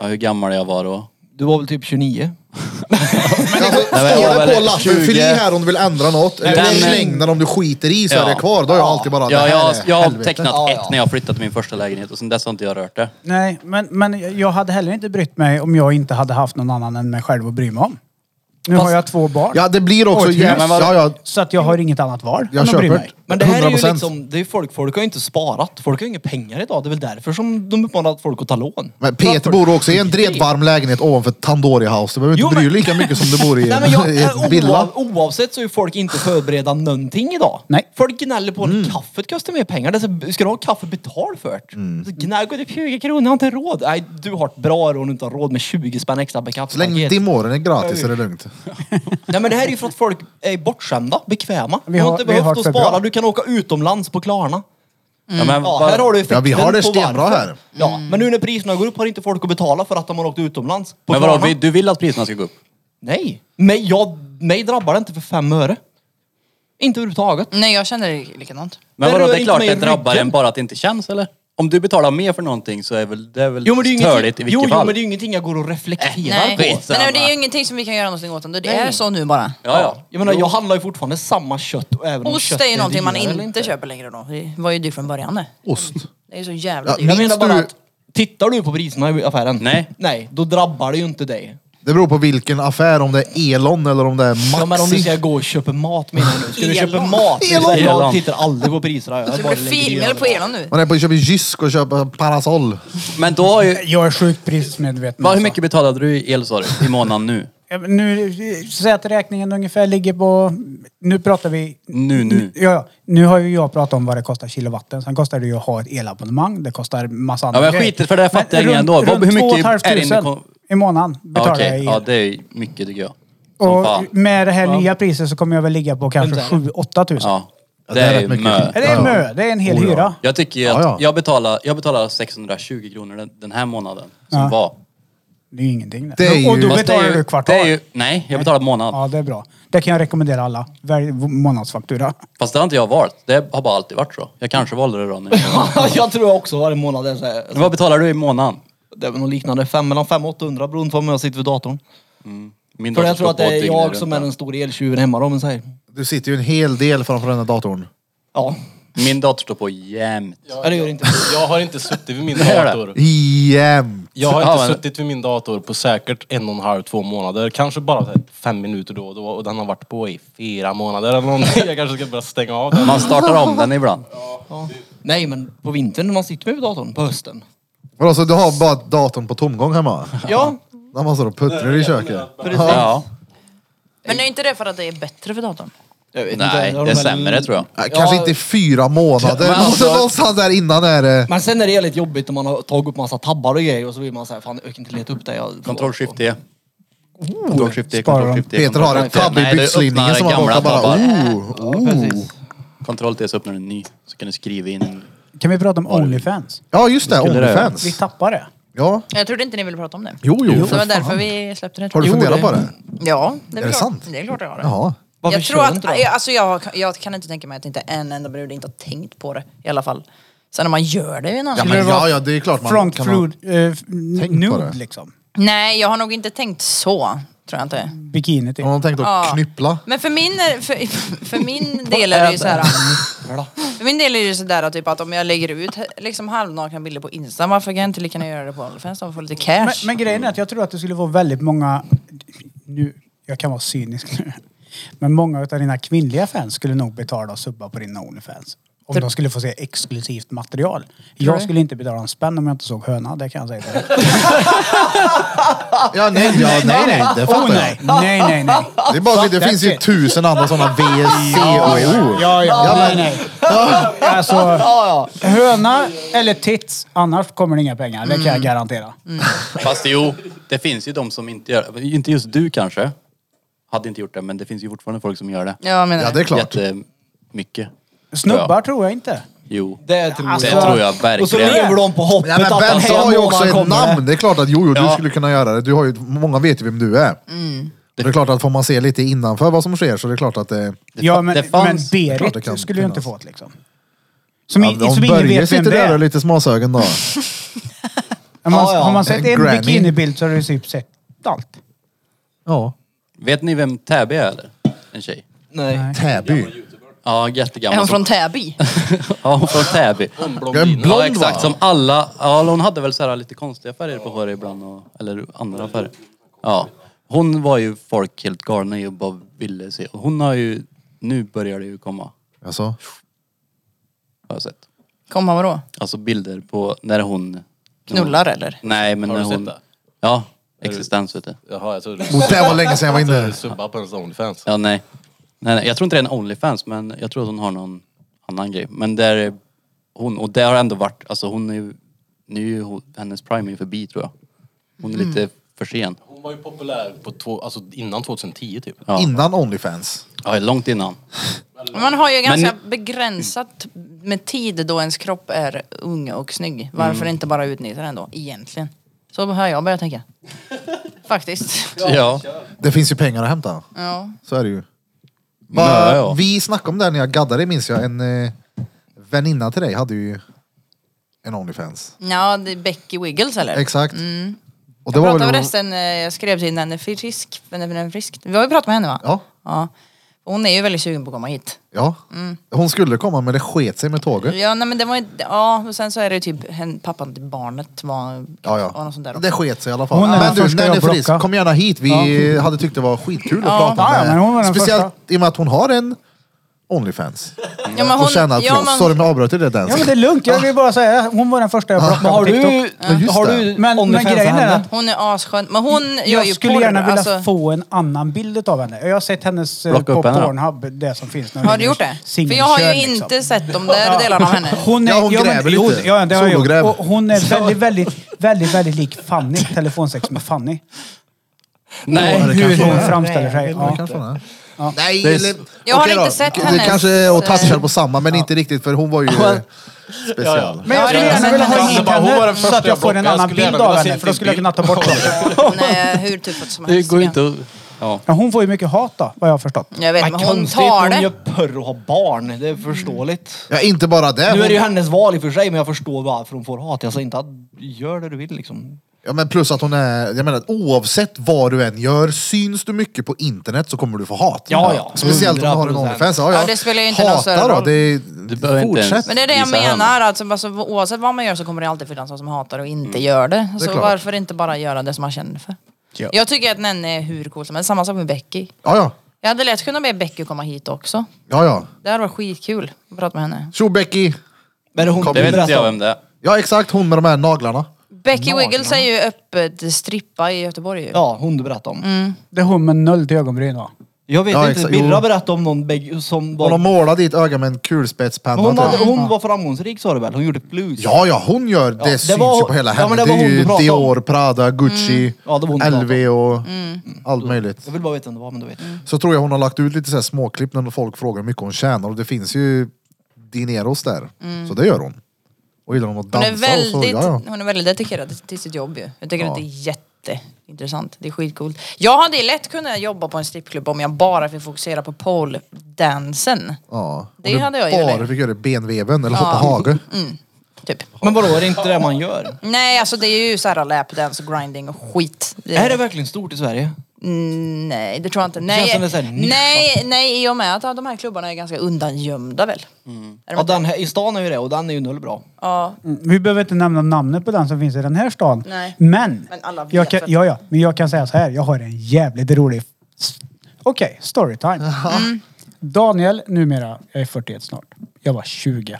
E: Ja, hur gammal jag var då?
D: Du var väl typ 29?
B: Alltså,
E: men jag
B: Står
E: var
B: det på
E: väl
B: lappen, fyll i
E: 20.
B: här om du vill ändra något. Eller
E: men-
B: släng den om du skiter i så är
E: Ja.
B: det kvar. Då har jag alltid bara,
E: Ja,
B: det här
E: jag,
B: är
E: jag har
B: helvete.
E: tecknat
D: Ja, ja.
E: ett när jag flyttade till min första lägenhet och sen dess har inte jag rört det.
G: Nej, men, men jag hade heller inte brytt mig om jag inte hade haft någon annan än mig själv att bry mig om. Nu har jag två barn.
B: Ja, det blir också...
G: Och ett hus.
B: jävla- Ja, ja,
G: Så att jag har inget annat val än
B: jag
G: att bry mig.
B: köper.
D: Men det här är ju
B: 100%.
D: liksom, det är ju folk, folk har ju inte sparat. Folk har ju inga pengar idag. Det är väl därför som de uppmanar folk att ta lån.
B: Men Peter bor också i en dretvarm lägenhet ovanför Tandoori House. Du behöver inte
D: Jo,
B: bry dig
D: men-
B: lika mycket som du bor i,
D: <laughs> Nej, men
B: <laughs>
D: jag, eh,
B: i ett villa.
D: oav, oavsett så är ju folk inte förberedda någonting idag.
G: Nej.
D: Folk gnäller på att
B: Mm.
D: kaffet kostar mer pengar. Det är så, ska du ha kaffe betalt för det?
B: Mm.
D: Så gnäll, går det 20 kronor, jag har inte råd. Nej, du har ett bra år om du inte har råd med 20 spänn extra per
B: Så länge
D: kaffepaket.
B: dimmorren är gratis är det
D: <laughs>
B: lugnt.
D: Nej men det här är ju för att folk är bortskämda, bekväma.
G: Vi
D: de
G: har-
D: har inte
G: vi har
D: behövt
G: det
D: att
G: för
D: spara.
G: bra.
D: Du kan åka utomlands på Klarna.
E: Ja, Mm. men,
D: Ja,
E: vad-
D: här har du effekten
B: Ja, vi har det
D: på
B: stenbra
D: varför.
B: här.
D: Ja, men nu när priserna går upp har inte folk att betala för att de har åkt utomlands. På
E: men vadå,
D: Klarna.
E: vi- du vill att priserna ska gå upp?
D: Nej, mig, jag, mig drabbar det inte för fem öre. Inte överhuvudtaget.
A: Nej, jag känner det likadant.
E: Men
D: Det
E: vadå,
D: rör
E: det är
D: inte
E: klart
D: mig
E: det
D: i
E: drabbar
D: ryggen.
E: en bara att det inte känns eller? Om du betalar mer för någonting så är väl det är väl
D: Jo men det är ju
E: törligt i
D: ingenting,
E: vilket
D: jo, jo,
E: fall.
D: men det är ju ingenting jag går och reflekterar
A: Nej.
D: på.
E: skitsamma.
A: Men det är ju ingenting som vi kan göra någonting åt ändå. Det är så nu bara.
E: Ja, ja.
D: Jag menar, jag handlar ju fortfarande samma kött och även om
A: Ost
D: kött
A: är ju någonting man
D: dyrare
A: inte,
D: eller
A: köper längre då. Det var ju dyrt från början det.
B: Ost.
A: Det är ju så jävla
B: Ja,
A: dyrt.
D: Jag
B: Minns
D: menar bara
B: du-
D: att, tittar du på priserna i affären?
E: Nej.
D: Nej, då drabbar det ju inte dig.
B: Det beror på vilken affär, om det är Elon eller om det
D: Ja,
B: är
D: men om du ska
B: Maxi.
D: gå och köpa mat menar jag nu. Ska du
A: Elon.
D: köpa mat?
B: Elon.
D: Nej,
E: Elon.
D: Jag tittar aldrig på priserna. Jag
A: Så
D: bara
A: blir det
D: lägger i
A: filmjölk Alltså, på
D: öronen.
A: Elon nu.
B: Man är på att köpa Jysk och köpa parasoll.
E: Men då har ju...
G: Jag är sjukt prismedveten.
E: Vad, hur
G: alltså.
E: mycket betalade du i el sa du, i månaden nu?
G: Ja, men Nu, säg att räkningen ungefär ligger på... Nu pratar vi...
E: Nu, nu.
G: Ja, ja. nu har ju jag pratat om vad det kostar kilowatten. Sen kostar det ju att ha ett elabonnemang. Det kostar massa andra
E: men skit i det, för det här
G: Men
E: fattar jag ingen ändå. Vad-
G: Runt,
E: hur
G: runt
E: mycket
G: två och ett halvt
E: är det inne
G: tusen
E: på-
G: i månaden betalar
E: Ja, Okej,
G: jag i
E: ja
G: el.
E: det är ju mycket tycker jag. Som fan.
G: Och med det här nya priset så kommer jag väl ligga på kanske
D: Vänta.
G: 7-8 tusen.
E: Ja, det,
B: det är
E: är,
B: rätt
E: ju
B: mycket.
E: mö.
G: Är det
B: Ja.
G: en mö? Det är en hel
B: Oh, ja.
G: hyra.
E: Jag tycker ju att
B: Ja, ja.
E: jag betalar, jag betalar 620 kronor den, den här månaden som
G: Ja.
E: var.
G: Det är ju ingenting.
B: Det är
G: och
B: ju-
G: då
E: Fast det är
G: betalar
E: ju-
G: du kvartal.
E: det är ju- nej, jag betalar månad.
G: Ja, det är bra. Det kan jag rekommendera alla. Välj månadsfaktura.
E: Fast det har inte jag valt. Det har bara alltid varit så. Jag kanske valde det då. När jag...
D: <laughs> jag tror jag också har en månad där. Så här,
E: Men Vad betalar du i månaden?
D: det är väl något liknande. Fem, mellan 500 och 800 beroende på om jag sitter vid datorn.
E: Min
D: För
E: dotter
D: jag tror
E: slår
D: att det
E: på
D: är
E: dygnet
D: jag
E: runt
D: som är
E: här.
D: den stora eltjuven hemma då, om man säger.
B: Du sitter ju en hel del framför den här datorn.
D: Ja,
E: Min dator står på jämt.
D: eller gör det inte.
F: Jag har inte suttit vid min
E: är det.
F: dator.
B: Jämt.
F: Jag har inte
E: Ja, men-
F: suttit vid min dator på säkert en och en halv, två månader. Kanske bara så här fem minuter då och då. Och den har varit på i fyra månader eller någonting. Jag kanske ska börja stänga av den.
E: Man startar om den ibland.
D: Ja. Nej, men på vintern när man sitter med vid datorn, på hösten.
B: Vadå, så du har bara datorn på tomgång hemma?
D: Ja,
B: Den bara står och puttrar i köket.
D: precis.
E: Ja.
A: Men är inte det för att det är bättre för datorn?
D: Jag vet inte,
E: Nej,
D: har
E: det är
D: de väl-
E: sämre tror jag.
B: Äh, Kanske inte i fyra månader.
E: Men alltså-
B: Någonstans där innan eh, är det...
D: Men sen är det lite jobbigt när man har tagit upp massa tabbar och grejer och så blir man såhär, fan jag kan inte leta upp det. jag-
E: Ctrl shift D. Ctrl shift D,
G: Sparar
E: Ctrl
G: de.
E: shift D.
B: Peter har
E: E.
B: en tabb i byxlinningen som han borta bara... Oh, oh.
D: Precis.
E: Ctrl T så öppnar du en ny. Så kan du skriva in en...
G: Kan vi prata om Onlyfans?
B: Ja just det,
E: skulle det-
G: Vi
B: Onlyfans.
G: tappar det.
B: Ja.
A: Jag trodde inte ni ville prata om det.
B: Jo, jo.
A: Det
B: för
A: var
B: fan.
A: därför vi släppte det.
B: Har du
A: Jo,
B: funderat
A: det-
B: på det?
A: Ja, det är,
B: Är det
A: klart.
B: sant?
A: Det är klart jag har det.
B: Jaha.
D: Varför
A: jag
D: kör
A: tror
D: du inte då?
A: att, jag, alltså jag, jag kan inte tänka mig att inte en enda brud inte har tänkt på det i alla fall. Sen om man gör det är ju en annan
B: Ja,
A: sak.
B: men, ja, ja, det är klart man
G: Front
B: kan ha...
G: fruit, eh, f-
B: Tänk på
G: nude
B: det.
G: liksom.
A: Nej, jag har nog inte tänkt så. Tror jag inte.
G: Bikini typ. till.
B: Har någon tänkt att
A: Ja.
B: knyppla?
A: <laughs> Men för min, för, för min del är det ju så här.
D: jävla.
A: För min del är det ju sådär att typ att om jag lägger ut liksom halvnakna bilder på Insta, varför kan jag inte lika gärna göra det på Onlyfans? De får lite cash.
G: Men, men grejen är att jag tror att det skulle vara väldigt många... Nu, jag kan vara cynisk nu. <laughs> Men många av dina kvinnliga fans skulle nog betala och subba på dina Onlyfans. Om de skulle få se exklusivt material. Jag
A: du?
G: skulle inte betala en spänn om jag inte såg höna, det kan jag säga direkt.
B: Ja, nej, ja, nej, nej, det <laughs> fattar
G: Oh, nej. nej,
B: <laughs>
G: nej, nej.
B: jag. Det, är bara, att det
G: Fuck
B: finns
G: that
B: ju tusen andra sådana V, C och E. O.
G: Ja, ja, nej, nej. Alltså, höna eller tits, annars kommer det inga pengar. Det kan
B: Mm.
G: jag garantera.
E: Fast jo, det finns ju de som inte gör Inte just du kanske. Hade inte gjort det, men det finns ju fortfarande folk som gör det.
A: Ja, jag menar
B: Ja, det är klart.
E: Jättemycket.
G: Snubbar
E: Ja.
G: tror jag inte.
E: Jo.
D: Det tror
E: Det
D: jag.
E: tror jag verkligen.
D: Och så lever de på hoppet
B: Ja, men
D: att den
A: alltså.
B: Bent
D: här
B: har ju också
D: månaden
B: ett
D: kommer.
B: namn. Det är klart att jo, jo, du
E: Ja.
B: skulle kunna göra det. Du har ju, många vet ju vem du är.
A: Mm.
B: Det är klart att får man se lite innanför vad som sker så det är klart att det...
E: Det,
G: Ja,
E: fa-
G: men,
E: det
G: men
E: fanns...
B: klart det kan
G: Berit skulle du inte
B: finnas.
G: fått liksom. Som, i,
B: om
G: som ingen
B: Börje
G: vet vem
B: sitter
G: det
B: där och är
G: är.
B: lite småsögen då.
G: Har man,
D: Ja, ja.
G: har man sett
B: En
G: en
B: granny.
G: bikinibild så har du typ sett allt.
B: Ja.
E: Vet ni vem Täby är eller? En tjej.
D: Nej.
B: Täby.
E: Ja,
A: Är
E: jättegammal.
A: hon
E: som-
A: från Täby?
E: Ja, hon från
A: <laughs>
E: Täby.
B: En
E: Ja,
B: blond
E: exakt.
B: va?
E: Som alla... Ja, hon hade väl så här lite konstiga färger på håret ibland. Och, eller andra färger. Ja. Hon var ju folk helt galna i och bara ville se. Och Hon har ju... Nu börjar det ju komma,
B: Alltså,
E: har jag sett.
A: Kommer vadå?
E: Alltså bilder på när hon... när
A: Knullar
E: hon,
A: eller?
E: Nej, men
F: Har
E: när
F: du sett
E: hon...
F: det?
E: Ja, existens vet du.
F: Jaha, jag trodde
B: mot det var länge sedan jag var inne.
F: du subbade på hennes Onlyfans.
E: Ja, nej. nej, nej. Jag tror inte det är en Onlyfans, men jag tror att hon har någon annan grej. Men där är hon, och det har ändå varit, alltså hon är ju, nu är ju hon, hennes prime är ju förbi tror jag. Hon är lite för sen.
F: Hon var ju populär på två, alltså innan 2010 typ.
E: Ja.
B: Innan Onlyfans.
E: Ja, långt innan.
A: Man har ju ganska
E: Men-
A: begränsat med tid då ens kropp är ung och snygg. Varför inte bara utnyttja den då, egentligen? Så har jag börjat tänka. Faktiskt.
E: Ja.
B: Det finns ju pengar att hämta.
A: Ja.
B: Så är det ju.
E: Nej,
B: Va,
E: ja.
B: vi snackade om det här när jag gaddade minns jag. En eh, väninna till dig hade ju en Onlyfans.
A: Ja, det är Becky Wiggles eller?
B: Exakt. Och det
A: Mm. jag
B: var
A: pratade
B: väl...
A: med resten, eh, jag skrev till henne, frisk, henne frisk. Vi har ju pratat med henne va?
B: Ja.
A: ja. Hon är ju väldigt sugen på att komma hit.
B: Ja.
A: Mm.
B: Hon skulle komma men det sket sig med tåget.
A: Ja, nej, men det var inte, ja, och sen så är det ju typ hen, pappan till barnet var,
B: Ja,
A: och
B: ja.
A: något sånt där
B: Det
A: också.
B: sket sig i alla fall.
G: Hon är
B: men
G: den
B: du,
G: första
B: när
G: jag
B: ni får frisk,
G: blockar.
B: kom gärna hit. Vi hade tyckt det var skitkul att prata
G: Ja, ja,
B: med.
G: men hon var den
B: Speciellt
G: första.
B: i och med att hon har en Onlyfans.
A: Ja, men
B: och tjänar,
A: ja,
B: förlåt,
A: men-
B: sorry om jag avbröt dig där
G: Ja
B: Dennis.
G: men det är lugnt, jag vill bara säga hon var den första jag blockade
D: Men
G: på
D: har
G: TikTok.
D: du,
B: Ja, just
D: har
B: det.
D: du
G: Men, men
D: Onlyfans i
G: grejen är
D: handen?
G: att
A: Hon är asskön, men hon gör
G: jag
A: ju
G: skulle
A: porr.
G: gärna vilja
A: alltså.
G: få en annan bild utav henne. Jag har sett hennes eh,
E: Plocka
G: på
E: upp henne då.
G: Pornhub, det som finns nu.
A: Har du gjort det? För jag har ju inte sett de där delarna av henne.
G: liksom. Hon är,
B: Ja, hon
G: men-
B: gräver
G: jo,
B: lite.
G: Ja, det har jag
B: Sologräv.
G: gjort. Och hon är
B: <laughs>
G: väldigt, väldigt, väldigt, väldigt lik Fanny. Telefonsex med Fanny.
E: Nej.
B: Ja, det
G: Hur
B: kanske
G: hon
B: hon är.
G: framställer sig.
B: Ja,
G: Ja.
B: kanske hon är. Nej,
E: Det är-
B: eller-
A: Jag har
B: okej
A: inte
B: då.
A: sett
B: det
A: hennes- eh,
B: kanske är att toucha på samma men inte riktigt för hon var
G: <laughs>
B: ju eh, speciell.
G: Men jag skulle
A: Ja,
G: gärna
A: men-
G: vilja ha
A: Alltså,
G: hit
F: bara, hon var
G: henne
F: den
G: så
F: första
G: att jag
F: jag
G: får en
F: blockade. Jag
G: annan
F: skulle
G: bild
F: gärna
G: av
F: vilja se
G: henne. För då
F: sin
G: skulle jag
F: bild.
G: kunna ta bort henne.
A: Hon är eh, hur tuffat som
E: Det
A: helst.
E: går inte att... Ja.
G: Ja, hon får ju mycket hat då, vad jag har förstått.
A: Jag vet, men
D: Ja,
A: hon
D: konstigt,
A: tar
D: Hon gör
A: det.
D: porr och har barn. Det är förståeligt.
B: Ja, inte bara det.
D: Nu är det ju
B: Hon,
D: hennes val i och för sig, men jag förstår varför hon får hat. Jag säger inte att gör det du vill liksom.
B: ja, men plus att hon är, jag menar oavsett vad du än gör, syns du mycket på internet så kommer du få hat.
D: Ja, ja.
B: Speciellt om du har en
D: 100%.
B: Onlyfans.
A: Ja, det spelar ju inte någon
B: Hata
A: större
B: då.
A: roll.
B: Det är,
E: Du behöver inte
B: fortsätt.
E: ens-
A: Men det är det jag
E: Visa henne.
A: menar, alltså, alltså, oavsett vad man gör så kommer det alltid finnas någon som hatar och inte gör det. Så
B: klart.
A: varför inte bara göra det som man känner för? Jag tycker att Nenne är hur cool som helst, samma sak med Becky.
B: Ja, ja.
A: Jag hade lätt kunnat be Becky komma hit också.
B: Ja, ja.
A: Det hade varit skitkul att prata med henne.
B: Tjo Becky!
D: Men hon
E: Det vet inte jag
D: berättar-
E: vem det är.
B: Ja exakt, hon med de här naglarna.
A: Becky Wiggles är ju öppet strippa i Göteborg ju.
D: Ja, hon du berättade om.
G: Det är hon med noll till ögonbryn va?
D: Jag vet
B: Ja,
D: inte,
B: exakt.
D: Birra
B: Jo.
D: berättade om någon beg- som
B: Hon har
D: var...
B: målat dit ögat med en kulspetspenna.
D: Men Hon,
B: tror
D: hade,
B: jag.
D: hon var framgångsrik sa du väl? Hon gjorde blues.
B: Ja, ja, hon gör det,
D: det
B: syns
D: var-
B: ju på hela
D: ja,
B: henne.
D: men
B: det,
D: det var
B: är
D: hon
B: ju
D: du pratade om. Mm.
B: Dior, Prada, Gucci,
D: Ja, det var hon du pratade Mm.
B: LV och allt möjligt.
D: Jag vill bara veta vem det var, men du vet.
B: Så tror jag hon har lagt ut lite så här småklipp när folk frågar hur mycket hon tjänar och det finns ju dineros där. Så det gör hon. Och gillar hon att
A: Mm. Hon
B: dansa
A: är, väldigt,
B: och så, ja, ja.
A: hon är väldigt dedikerad till sitt jobb ju. Jag tycker att det är jätteintressant. Det är skitcoolt. Jag hade ju lätt kunnat jobba på en strippklubb om jag bara fick fokusera på poledansen.
B: ja.
A: Det
B: Om du
A: hade jag ju
B: Bara
A: velat.
B: fick göra benveven eller hoppa hage.
A: Typ.
D: Men vadå, är det inte det man gör?
A: Nej, alltså det är ju såhär lapdance och grinding och skit. Det
D: Är det verkligen stort i Sverige?
A: Nej, det tror jag inte. Nej,
D: känns som det är så här nischat.
A: nej, nej, i och med att ja, de här klubbarna är ganska undangömda väl?
G: Mm.
A: Är de
D: Ja,
A: inte?
D: den här, I stan är ju det och den är ju noll bra.
A: ja.
G: Vi behöver inte nämna namnet på den som finns i den här stan.
A: Nej.
G: Men,
A: Men alla vet
G: jag kan,
A: att-
G: ja, ja, men jag kan säga så här. Jag har en jävligt rolig... s- Okej, storytime. Daniel, numera, jag är 41 snart. Jag var 20.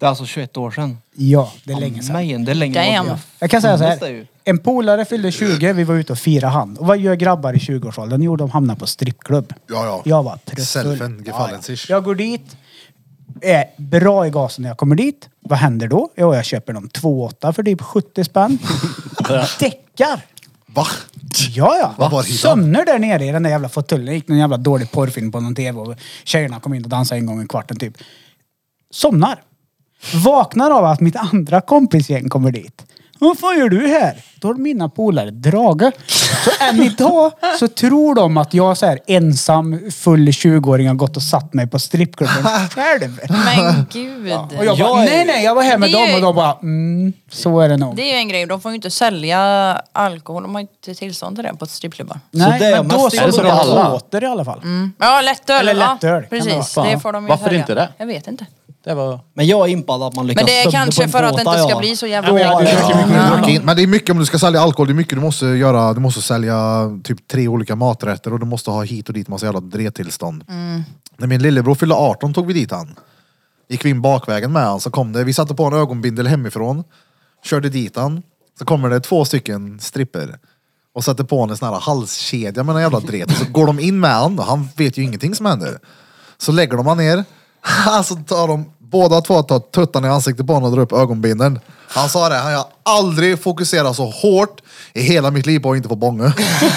D: Det är alltså 21 år sedan.
G: Ja, det är länge sedan.
D: Man, det är länge än
A: Damn.
D: vad jag-
G: Jag kan säga så
D: Det är ju-
G: här. En polare fyllde 20, vi var ute och firade han. Och vad gör grabbar i 20-årsåldern? Jo, de hamnar på strippklubb.
B: Ja, ja.
G: Jag var tröttfull.
B: Selfen gefallen sich.
G: Jag går dit, är bra i gasen när jag kommer dit. Vad händer då? Jo, jag köper någon 2,8 för typ 70 spänn. Däckar!
B: Va?
G: Ja,
B: Vad var
G: ja.
B: det hittan?
G: Sömner där nere i den där jävla fåtöljen. Det gick någon jävla dålig porrfilm på någon tv och tjejerna kom in och dansade en gång i kvarten typ. Somnar. Vaknar av att mitt andra kompisgäng kommer dit. Vad fan gör du här? Då har mina polare dragit. Så än idag så tror de att jag så här ensam full 20-åring har gått och satt mig på strippklubben själv.
A: Men gud.
G: Och jag bara, nej nej jag var här med
A: Det är
G: dem
A: ju-
G: och de bara, mm, så är det nog.
A: Det är ju en grej, de får ju inte sälja alkohol, de har ju inte tillstånd till det på strippklubbar.
G: Nej,
D: det är
G: men
D: mest-
G: då
D: Är det
G: sålde
E: så på
G: jag
E: alla?
G: åter i alla fall.
A: Mm. Ja, lättöl.
G: Eller lättöl,
A: Ja,
G: kan det vara.
A: precis,
E: Fan.
A: det får de ju
E: Varför
A: sälja.
E: inte det?
A: Jag vet inte.
E: Det var...
D: Men jag är impad att man lyckas
A: Men det är
D: sönder på
A: kanske
D: en
A: för att det
D: gåta,
A: inte ska
D: ja.
A: bli så
G: Ja,
A: jävla
G: men jag hade druckit mycket
B: Men du drack in- Men det är mycket om du ska sälja alkohol, det är mycket du måste göra. Du måste sälja typ tre olika maträtter och du måste ha hit och dit massa jävla dretillstånd.
A: Mm.
B: När min lillebror fyllde 18 tog vi dit han. Gick vi in bakvägen med han så kom det, vi satte på en ögonbindel hemifrån. Körde dit han. Så kommer det två stycken stripper. Och sätter på honom en sån här halskedja med en jävla dret. Så går de in med han och han vet ju ingenting som händer. Så lägger de han ner. <laughs> Alltså tar de, båda två tar tuttan i ansiktet på honom och drar upp ögonbindeln. Han sa det, han jag har aldrig fokuserat så hårt i hela mitt liv på att inte få bånge.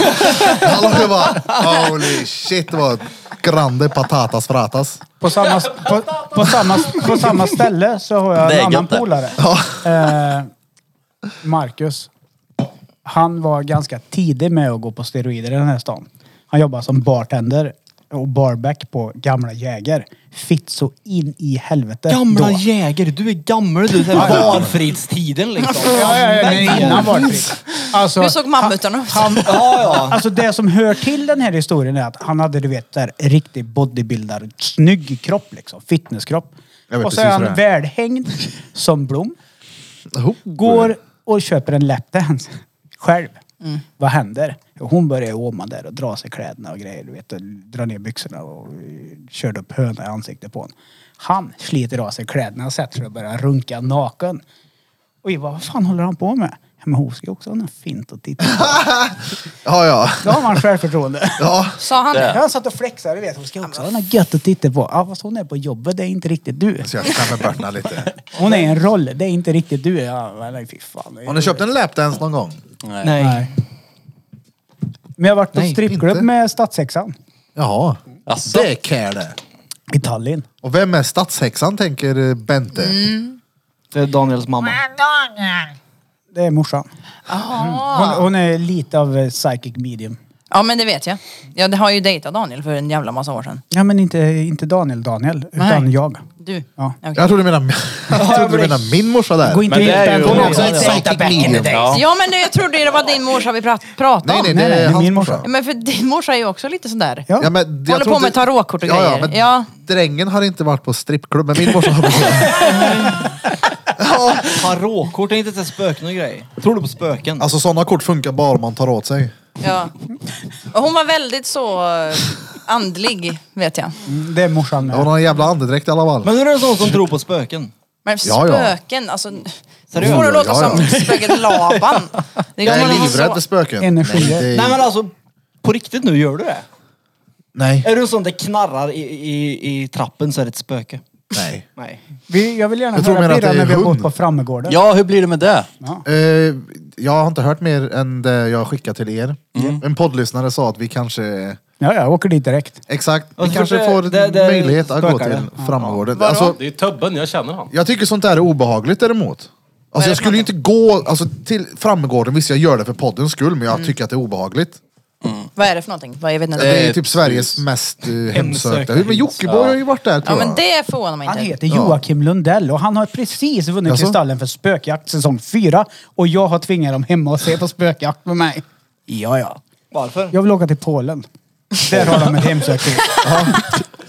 B: <laughs> Han låg och bara, holy shit, det var grande patatas fratas.
G: På samma, på, på, samma, på samma ställe så har jag
E: Det är
G: en annan
E: gött det.
G: polare. Eh, Marcus. Han var ganska tidig med att gå på steroider i den här stan. Han jobbade som bartender och barback på Gamla Jäger. Fitt så in i helvete
D: Gamla
G: då.
D: jägare, du är gammal
B: <laughs>
D: du. Det är valfridstiden liksom.
G: Ja, ja, ja, nej, innan var det fritt. Alltså,
A: Hur såg mammutarna ut?
G: han,
D: Ja, ja.
G: Alltså det som hör till den här historien är att han hade du vet där riktig bodybuilder, snygg kropp liksom, fitnesskropp.
B: Jag vet
G: Och så är
B: precis vad
G: han
B: det
G: välhängd som Blom.
B: Oh.
G: Går och köper en lapdance själv.
B: Mm.
G: Vad händer? Jo, Hon börjar åma där och dra sig kläderna och grejer. Du vet, och dra ner byxorna och eh, körde upp höna i ansiktet på honom. Han sliter av sig kläderna och sätter sig och börjar runka naken. Och vi bara, vad fan håller han på med? Ja, men hon ska ju också ha något fint att titta på.
B: <laughs> Ja, ja.
G: Då har man självförtroende.
B: <laughs> ja.
A: <laughs> Sa han det?
G: Jag satt och flexade, du vet. Hon ska också ha något gött att titta på. Ja, fast hon är på jobbet, det är inte riktigt du.
B: Så jag klämmer börtna lite.
G: Hon är i en roll, det är inte riktigt du. Ja, nej, fy fan.
B: Har ni köpt en lapdance någon gång?
D: Nej.
G: Nej. Men jag har varit på
D: Nej,
G: strippklubb
B: inte.
G: med Stadshäxan
B: Jaha.
E: Asså.
B: Det är care det.
G: i Tallinn.
B: Och vem är stadshäxan tänker eh, Bente?
D: Det är Daniels mamma.
G: Det är morsan. Hon, hon är lite av eh, psychic medium.
A: Ja, men det vet jag. Jag har ju dejtat Daniel för en jävla massa år sedan.
G: Ja, men inte, inte Daniel Daniel, utan
A: Nej.
G: jag.
A: Du.
G: Ja.
A: Okej.
B: Jag trodde du menade, <laughs> jag trodde du menade min morsa där.
G: Gå inte
E: Men
G: in
E: det är
G: den.
E: ju-
G: Hon är
E: Hon
G: också
E: är
G: en psychic medium.
E: Ja.
A: Ja men nu, jag trodde det var din morsa vi prat, pratade
B: Nej,
A: om.
B: nej,
G: Nej,
B: det
G: nej, det
B: är
G: är
B: hans
G: min morsa.
B: morsa.
A: Men för din morsa är ju också lite sån där.
G: Ja.
B: men, jag
A: Håller
B: tror
A: på med
B: inte-
A: tarotkort och
B: ja, Ja,
A: grejer.
B: men
A: Ja.
B: Drängen har inte varit på strippklubb, men min morsa har varit på
D: Tarotkort är inte ens spöken och grej. Tror du på
B: <laughs>
D: spöken?
B: Alltså sådana kort funkar bara om man tar åt sig.
A: Ja. Och hon var väldigt så eh, andlig, vet jag.
G: Mm, Det är morsan
B: Hon
G: med.
B: har en jävla andedräkt i alla fall.
D: Men är det en sån som tror på spöken?
A: Men
B: Ja, ja.
A: spöken, alltså. Nu
D: Seriöst?
A: får det låta
B: Ja, ja.
A: som spöket Laban. Det
B: jag är
A: kommer att ha så-
B: livrädd för spöken.
G: Energi.
B: Nej, det är-
D: Nej men alltså, på riktigt nu, gör du det?
B: nej.
D: Är du en sån där knarrar i, i, i trappen så är det ett spöke?
B: nej.
D: Nej.
G: Vi, jag vill gärna
B: Jag tror mer
G: höra
B: att
G: Birra
B: det är
G: när vi har
B: hund.
G: gått på Frammegården.
E: Ja, hur blir det med det?
B: Eh, jag har inte hört mer än det jag skickat till er.
E: Mm.
B: En poddlyssnare sa att vi kanske,
G: Ja, jag åker dit direkt.
B: exakt, vi
D: Alltså,
B: kanske
D: det-
B: får
D: det- det
B: möjlighet att gå
D: spökar
B: till
D: det.
B: framgården. Alltså,
F: det är Tubben, jag känner han.
B: jag tycker sånt där är obehagligt däremot.
A: Vad är
B: Alltså jag
A: det
B: skulle ju
A: för
B: inte gå alltså, till framgården, visst jag gör det för poddens skull, men jag
A: Mm.
B: tycker att det är obehagligt.
A: Vad är det för någonting? Vad- Jag vet inte.
B: Det är
E: Eh,
B: ju typ Sveriges mest eh, hemsökta. Men Jockiboi
E: Ja.
B: har ju varit där
A: Ja
B: tror
A: men
B: jag.
A: det förvånar mig
G: Han
A: inte.
G: heter Joakim Lundell och han har precis vunnit
B: Jaså?
G: Kristallen för spökjakt säsong 4 och jag har tvingat dem hemma och se på spökjakt med mig. Ja, ja.
D: Varför?
G: Jag vill åka till Polen. Där har de ett hemsökt hus.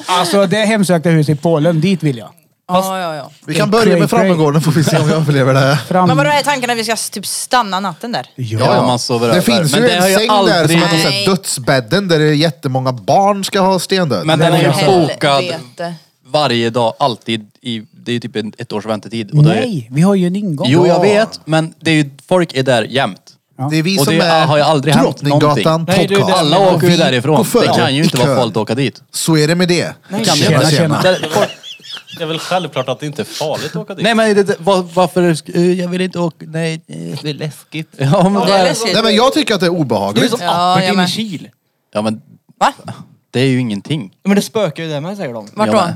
G: Alltså det hemsökta huset i Polen, dit vill jag.
A: Ja, ja, ja.
B: Vi kan börja med Frammegården får vi se om vi överlever det här.
G: Fram...
A: Men vadå är tanken att vi ska typ stanna natten där?
E: <laughs> Ja, man sover över.
B: Det finns
E: Men
B: ju
E: det har
B: en
E: jag
B: säng där
E: aldrig-
B: som heter så
A: Nej.
B: här dödsbädden där det är jättemånga barn ska ha stendöd.
E: Men den är ju
A: Helvete.
E: bokad varje dag, alltid. I, det är ju typ en, ett års väntetid. Och då är,
G: Nej, vi har ju en ingång.
E: Jo, jag vet. Men det är ju, folk är där jämt.
B: det är vi
E: Och
B: som
E: det
B: är
E: har ju aldrig hänt
B: Drottninggatan
D: någonting. Nej, det är ju
B: podcast.
E: Alla åker ju
B: Vi går
E: därifrån.
B: före
E: Det kan ju inte
B: i
E: vara
B: kön.
E: farligt att åka dit.
B: Så är det med det.
E: Det kan ju
G: tjena,
E: inte.
G: tjena.
E: Där- folk-
F: Det är väl självklart att det inte är farligt att åka dit.
E: Nej men det- det, var, varför... eh, Jag vill inte åka... Nej, eh, det är läskigt. Ja men,
A: Det är
E: det,
A: läskigt.
B: Nej men jag tycker att det är
D: Det är
B: obehagligt.
D: som
A: Ja,
D: appelt
A: jag
D: in i
A: med.
D: Kil.
E: ja, men
A: Va?
E: det är ju ingenting.
D: Men det spökar ju där med säger de.
A: Vart
E: ja,
A: då?
E: men,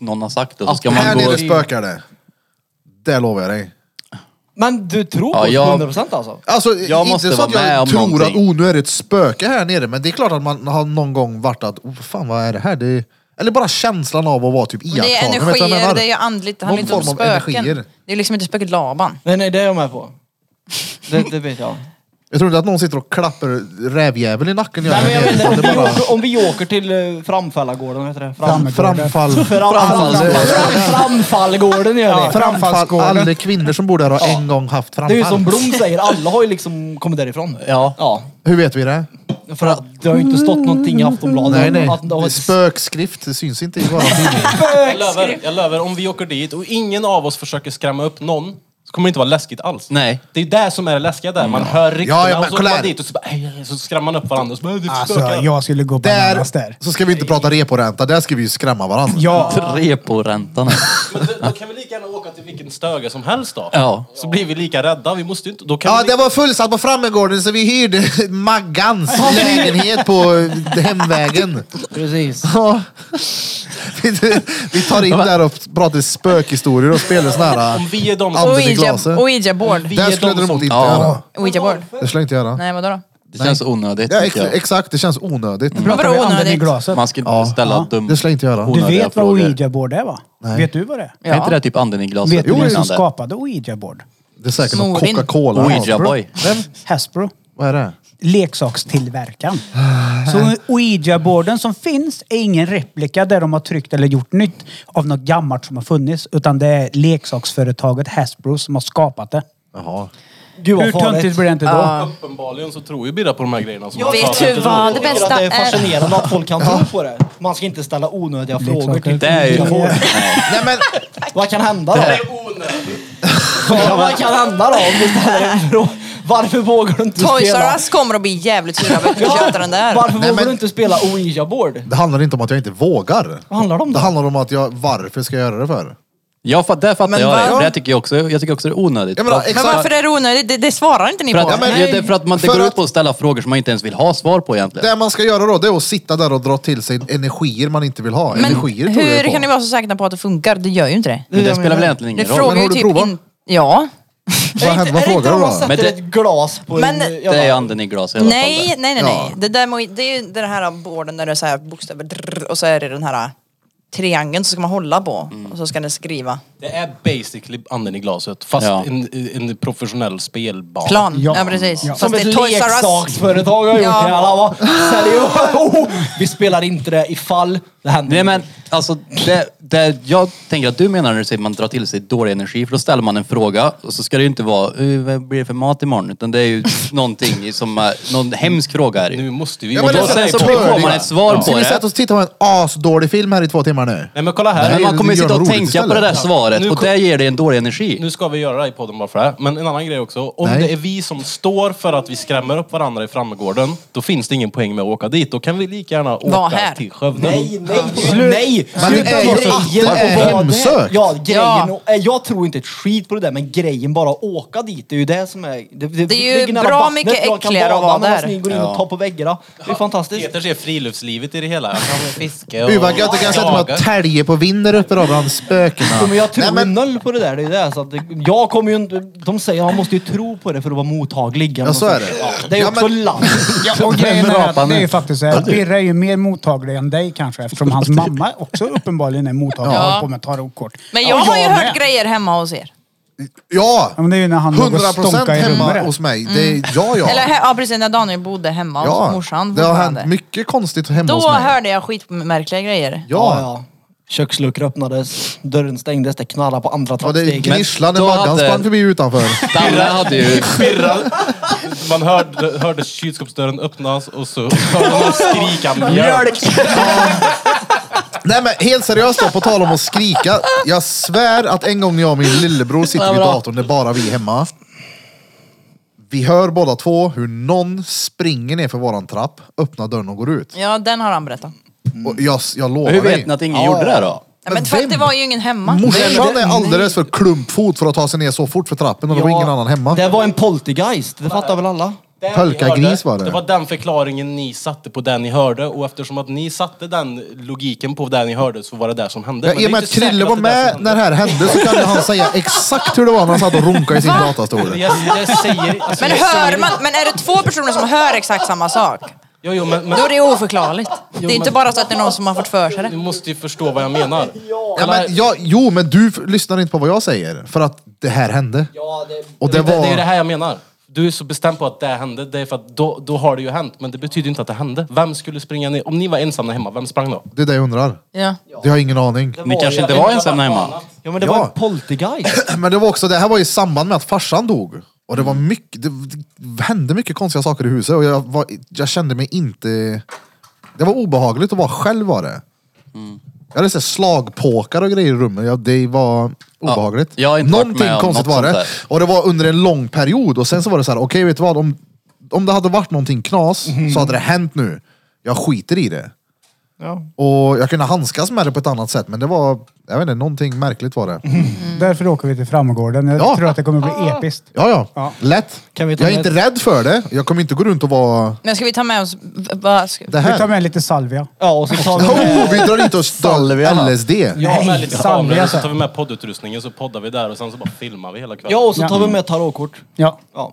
E: någon har sagt det. Så ska
B: Här
E: man gå...
B: nere spökar det. Det lovar jag dig.
D: Men du tror på
E: Ja,
D: det
E: jag-
D: 100% alltså?
B: Alltså
E: Jag måste
B: inte så att
E: vara med
B: jag
E: om
B: tror
E: någonting.
B: att oh, nu är det ett spöke här nere men det är klart att man har någon gång varit att oh, fan vad är det här? Det är... Eller bara känslan av att vara typ
A: Men Det är
B: iakttagen. Vet du vad jag
A: energier,
B: menar?
A: det är ju andligt, det handlar
B: Någon
A: inte om
B: form av
A: spöken.
B: energier.
A: Det är liksom inte spöket Laban.
D: Nej, nej, det är jag med på. Det, det vet jag.
B: Jag tror inte att någon sitter och klappar rävjävel i nacken.
D: Nej, men jag vet
B: det
D: inte, om,
B: är
D: vi
B: bara...
D: åker, om vi åker till eh, Framfällagården, heter det? Fram,
B: Framfall.
D: fram, fram,
B: Framfall.
D: framfallgården gör vi.
B: Framfall. Alla kvinnor som bor där har en gång haft
D: Det är ju som
B: framfall.
D: Blom säger, alla har ju liksom kommit därifrån.
E: Ja.
D: Ja.
B: Hur vet vi det?
D: För att det har ju inte stått någonting i Aftonbladet.
B: Nej, nej.
D: Att,
B: Det är Spökskrift, det syns inte i våra tidning.
F: Jag löver, jag löver, om vi åker dit och ingen av oss försöker skrämma upp någon så kommer det inte vara läskigt alls.
E: Nej.
F: Det är det som är det läskiga där. Man hör ryktena
B: Mm. Ja, ja, men
F: och så
B: kolla
F: går man
B: här.
F: dit och så, bara, "Ej, ej", så skrämmer man upp varandra. Och så, bara, "Äh, det är
G: Alltså,
F: spökar."
G: jag skulle gå
B: Där,
G: bananas där.
B: så ska vi inte prata reporänta, där ska vi ju skrämma varandra.
G: Ja,
B: <laughs>
E: Reporäntan.
F: Men då, då kan vi lika gärna åka till vilken stöga som helst då.
E: Ja.
F: Så blir vi lika rädda. Vi måste ju inte... Då kan
B: Ja,
F: vi
B: det
F: lika...
B: var fullsatt på Frammegården så vi hyrde <laughs> Maggans lägenhet på hemvägen.
D: Precis.
B: Ja. <laughs> Vi, vi tar in där och pratar spökhistorier och spelar såna här...
F: Om vi är de som...
B: Anders i
A: Ouija,
B: glaset.
A: Ouija board.
F: Vi
B: Det här
F: är
B: skulle jag
F: de som...
B: däremot inte
E: Ja.
B: göra.
A: Ouija board.
B: Det skulle jag inte göra.
A: Nej vadå då?
E: Det känns onödigt.
B: Ja, ex
E: tycker jag.
B: exakt, det känns onödigt.
A: Mm.
G: pratar vi anden i
A: onödigt?
G: glaset.
E: Man ska inte ställa dum...
B: Det skulle jag inte göra.
G: Du
E: onödiga
G: vet vad
E: frågor.
G: ouija-board är va? Vet du vad det är?
E: Är inte det typ anden i glaset?
G: Vet du vem som
E: Liknande.
G: skapade ouija-board?
B: Det är säkert någon
A: Snorbyn.
B: Coca-Cola.
E: Ouija boy.
G: Hasbro.
B: Vad är det?
G: leksakstillverkaren.
E: Ah,
G: Så Ouija-boarden som finns är ingen replika där de har tryckt eller gjort nytt av något gammalt som har funnits. Utan det är leksaksföretaget Hasbro som har skapat det.
B: Jaha.
D: Gud vad
G: Hur töntigt
D: farligt.
G: blir det inte då?
E: Ah,
F: Uppenbarligen så tror ju Birra på de här grejerna. Som han
A: Vet
F: sa.
A: du vad det
D: Jag tycker
A: bästa
D: att det är
A: är?
D: fascinerande att folk kan tro på det. Man ska inte ställa onödiga frågor.
G: Leksaker.
D: Till.
E: Det är ju...
B: Nej men,
D: Vad kan hända då?
E: Det är
D: Ja, Vad kan hända då? Om du ställer en fråga? Varför vågar du inte
A: Toys R
D: spela...
A: Us kommer att bli jävligt sura över att vi köpte den där.
D: Varför
B: Nej,
D: vågar
B: men-
D: du inte spela Ouija-board?
B: det handlar inte om att jag inte vågar.
D: Vad handlar det om
B: Det
D: då?
B: handlar om att jag, varför ska jag göra det för?
E: Ja, fa- där fattar
A: Men
E: jag det.
A: vad-
E: För jag tycker också, jag tycker också det är onödigt.
B: Jag menar,
E: För-
B: ex-
A: Men eh, varför är det onödigt? Det, det svarar inte ni
E: för att,
A: på.
B: men-
E: det är ju- det är för att man inte
B: För
E: går
B: att-
E: ut på att ställa frågor som man inte ens vill ha svar på egentligen.
B: Det man ska göra då, det är att sitta där och dra till sig energier man inte vill ha.
A: Men
B: energier tror jag
A: hur
B: på.
A: kan ni vara så säkra på att det funkar? Det gör ju inte det.
E: Men det spelar väl egentligen
A: Det
E: ingen roll.
A: frågar ju
B: har du
A: typ
B: provat?
A: in... Ja.
B: Vad händer, vad frågar du då?
E: Men
D: Sätter
E: det-
D: ett glas på
A: Men-
D: en...
E: Det är ju
D: ja,
E: anden i glaset i alla fall.
A: Nej,
E: där.
A: nej, nej.
B: Ja.
A: nej. Det, där, må- det är ju den här borden där det är så här bokstäver drrr, och så är det den här äh, triangeln som ska man hålla på
E: Mm.
A: och så ska den skriva.
F: Det är basically anden i glaset. Fast
E: Ja.
F: en, en professionell spelbana.
A: Plan. Ja,
G: Ja.
A: precis.
G: Ja.
A: Fast
D: Som
A: det är
D: ett
A: Toys R Us.
D: leksaksföretag har gjort
A: Ja.
D: det. Alla var seriösa. <laughs> Oh, vi spelar inte det ifall det händer.
E: Nej men alltså, det, det jag tänker att du menar när du säger att man drar till sig dålig energi, för då ställer man en fråga och så ska det ju inte vara "Eh, vad blir det för mat imorgon? Utan det är ju någonting som, är- någon hemsk fråga är det ju.
F: Nu måste vi...
B: Ja,
E: Och
B: men
E: då
B: det är
E: sen så
B: så
E: får man
B: törliga.
E: ett svar på
B: Ska vi sätta
E: det.
B: oss och titta på en asdålig film här i två timmar nu?
F: Nej men kolla här.
E: Men man kommer ju
B: Gör
E: sitta och
B: roligt
E: tänka på
B: istället.
E: det där
B: Ja.
E: svaret
F: Nu
E: och
F: kom-
E: det ger dig en dålig energi.
F: Nu ska vi göra det i podden bara för det här. Men en annan grej också. Om
B: Nej.
F: det är vi som står för att vi skrämmer upp varandra i Frammegården, då finns det ingen poäng med att åka dit. Då kan vi lika gärna åka
A: Var här.
F: till Skövde.
D: Nej, nej, nej!
B: Men det är ju att det är
D: och vad det
B: hemsökt.
D: Ja, grejen,
A: Ja.
D: eh, Jag tror inte ett skit på det där, men grejen bara att åka dit, det är ju det som är... Det,
A: Det är ju
D: ligger nära
A: bra
D: vattnet,
A: mycket
D: jag kan
A: äckligare
D: bada
A: att vara
D: medan
A: där.
D: Ni går in och tar på väggarna. Det är fantastiskt.
F: Peter ser friluftslivet i det hela. Han kan fiska och...
B: Gud vad gött, då kan jag sätta mig och tälja på vind där uppe då bland
D: Ja,
B: spökena.
D: men jag tror
B: Nej, men-
D: noll på det där. Det är det. Så att det, jag kommer ju inte... De säger att man måste ju tro på det för att vara mottaglig.
B: Ja, så är det.
D: Ja, det är ju
B: Ja,
D: också
B: men-
D: land.
G: Ja, och grejen är att
E: Rapan
G: det är
E: nu.
G: ju faktiskt så här. Birre är ju mer mottaglig än dig kanske eftersom hans mamma också uppenbarligen är mottaglig och håller på med tarotkort.
A: Men
G: Ja,
A: jag har ju
G: jag med.
A: hört grejer hemma hos er.
B: Ja!
G: Ja, men det är ju när han låg och
B: 100%
G: stånkade i
B: hemma
G: rummet.
B: hos mig. Det, ja, ja.
A: Mm. Eller he- ja, precis, när Daniel bodde hemma
B: ja.
A: hos morsan
B: Det har
A: fortfarande.
B: hänt mycket konstigt hemma
A: Då
B: hos mig.
A: hörde jag skitmärkliga grejer.
B: Ja. ja.
D: ja. Köksluckor öppnades, dörren stängdes, det knallade på andra
B: det
D: trappsteget.
B: gnisslade
E: då
B: Maggan
E: hade-
B: sprang förbi utanför.
E: Danne hade ju...
F: Pirrade. Man hörde, hörde kylskåpsdörren öppnas och så hörde man skrika mjölk.
B: Nej men helt seriöst då, på tal om att skrika. Jag svär att en gång när jag och min lillebror sitter vid datorn, det är bara vi hemma. Vi hör båda två hur någon springer ner för våran trapp, öppnar dörren och går ut.
A: Ja, den har han berättat.
B: Och jag, jag lovar
E: Hur
B: dig.
E: vet ni att ingen gjorde det då?
A: Ja, men
B: Men
A: för att det
B: vem?
A: var ju ingen hemma.
B: Morsan är alldeles för klumpfot för att ta sig ner så fort för trappen och det var ingen annan hemma.
D: Det var en poltergeist, det fattar väl alla?
F: Det ni
B: Pölkagris
F: hörde,
B: var det.
F: Det var den förklaringen ni satte på det ni hörde och eftersom att ni satte den logiken på det ni hörde så var det där som hände.
B: Ja,
F: Men
B: I och
F: det är
B: med att
F: inte säkert
B: Krille var
F: det är det
B: med
F: som
B: när
F: hände.
B: det här hände så kunde han säga exakt hur det var när han satt och runkade i sin datastol.
F: Jag, jag säger... Alltså,
A: Men
F: jag
A: hör
F: säger-
A: man, men är det två personer som hör exakt samma sak,
F: Jo, jo, men, men
A: då är det oförklarligt. Det är inte
F: men-
A: bara så att det är någon som har fått för sig
F: du
A: det.
F: måste ju förstå vad jag menar.
B: Ja, men, ja, jo, men du f- lyssnar inte på vad jag säger för att det här hände.
D: Ja, det...
B: Och det
F: Det, det är ju det
B: var...
F: här jag menar. Du är så bestämd på att det hände, det är för att då, då har det ju hänt. Men det betyder ju inte att det hände. Vem skulle springa ner? Om ni var ensamma hemma, vem sprang då?
B: Det är det jag undrar.
A: Ja.
B: Det har jag ingen aning.
E: Ni kanske inte var ensamma hemma?
D: Ja men det
B: Ja.
D: var en poltergeist.
B: <clears throat> Men det var också, det här var i samband med att farsan dog. Och det var
E: Mm.
B: mycket, det, det hände mycket konstiga saker i huset och jag, var, jag kände mig inte... Det var obehagligt att vara själv var det.
E: Mm.
B: Jag hade så här slagpåkar och grejer i rummet. Ja, det var obehagligt.
E: jag har inte varit
B: Någonting
E: med om
B: konstigt
E: något
B: var
E: sånt
B: det.
E: där.
B: Och det var under en lång period och sen så var det så här, okej vet du vad? Om, om det hade varit någonting knas
E: Mm.
B: så hade det hänt nu. Jag skiter i det. Och jag kunde handskas med det på ett annat sätt men det var, jag vet inte, någonting märkligt var det.
E: Mm.
G: Mm. Därför åker vi till Framgården. Jag
B: Ja.
G: tror att det kommer bli episkt.
B: Ja, ja. Lätt.
D: Kan vi ta
B: jag är
D: med-
B: inte rädd för det. Jag kommer inte gå runt och vara
A: Men ska vi ta med oss... Vad ska,
B: det
G: Vi tar
B: här.
G: med lite salvia.
D: Ja och så tar vi med...
B: Oh, vi drar inte och stör LSD.
F: Jag har med lite
G: Sandvia,
F: kameror, så
G: så.
F: tar vi med poddutrustningen, så poddar vi där och sen så bara filmar vi hela kvällen.
D: Ja och så tar vi med tarotkort.
G: Ja.
D: Ja.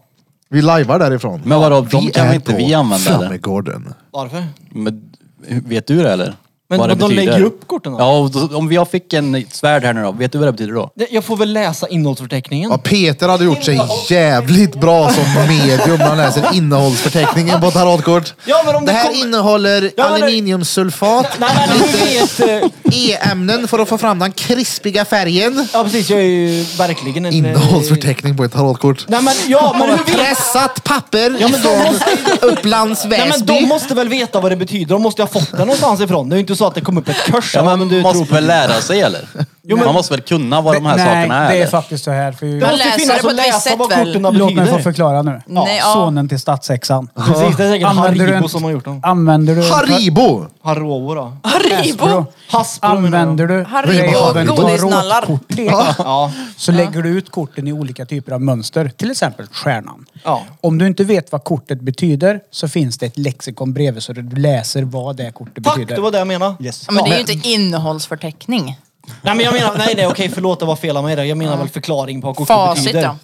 B: Vi lajvar därifrån.
E: Men vadå,
B: De
E: vi, kan
B: är
E: väl inte
B: på
E: vi använda det?
B: Flammegården.
D: Varför?
E: Men, vet du det eller?
D: Men
E: Vad det
D: de lägger
E: betyder?
D: upp korten då?
E: Ja, och då, om jag fick en svärd här nu då, vet du vad det betyder då?
D: Det- Jag får väl läsa innehållsförteckningen.
B: Ja, Peter hade gjort sig jävligt bra som medium när han läser innehållsförteckningen på tarotkort.
D: Ja, men om
B: det
D: det
B: här
D: kommer-
B: innehåller
D: Ja, men det-
B: aluminiumsulfat,
D: Nej men du vet... eh,
B: E-ämnen för att få fram den krispiga färgen.
D: Ja precis, jag är ju verkligen en... eh,
B: Innehållsförteckning på ett tarotkort.
D: Nej men ja, men hur vet...
B: Pressat papper
D: Ja, men de
B: från
D: måste-
B: Upplands
D: Nej men de
B: Väsby.
D: måste väl veta vad det betyder, de måste ju ha fått det någonstans ifrån. Det är ju inte så att det kom upp ett kurs.
E: Ja, men man
D: du
E: måste väl lära
D: <laughs>
E: sig eller? Man måste väl kunna vad de här
G: Nej,
E: sakerna är?
G: det är
E: eller?
G: faktiskt så här. För
A: Man
D: Det måste ju
A: läser
D: finnas
A: det på
D: att
A: ett visst
D: läsa
A: sätt
D: vad
A: väl?
D: korten
G: Låt mig få
D: betyder.
G: förklara nu.
A: Nej, ja.
G: Sonen till statssexan.
D: Precis, det är säkert
G: Använder du
D: Haribo
G: en-
D: som har gjort dem.
G: Använder du...
B: Haribo!
D: Haribo då.
A: <laughs> Haribo!
D: Hasbro
G: Använder du
A: Haribo,
G: dig av en
A: godisnallar.
G: tarotkortlek,
D: Ja.
G: så lägger du ut korten i olika typer av mönster. Till exempel stjärnan.
D: Ja.
G: Om du inte vet vad kortet betyder så finns det ett lexikon bredvid så du läser vad det kortet
D: Tack,
G: betyder.
D: det var det jag menade.
G: Yes.
A: Ja, men det är ju inte innehållsförteckning.
D: Nej men jag menar, nej nej okej förlåt det var fel av mig där. Jag menar väl förklaring på vad kortet
A: Facit,
D: betyder.
A: ja.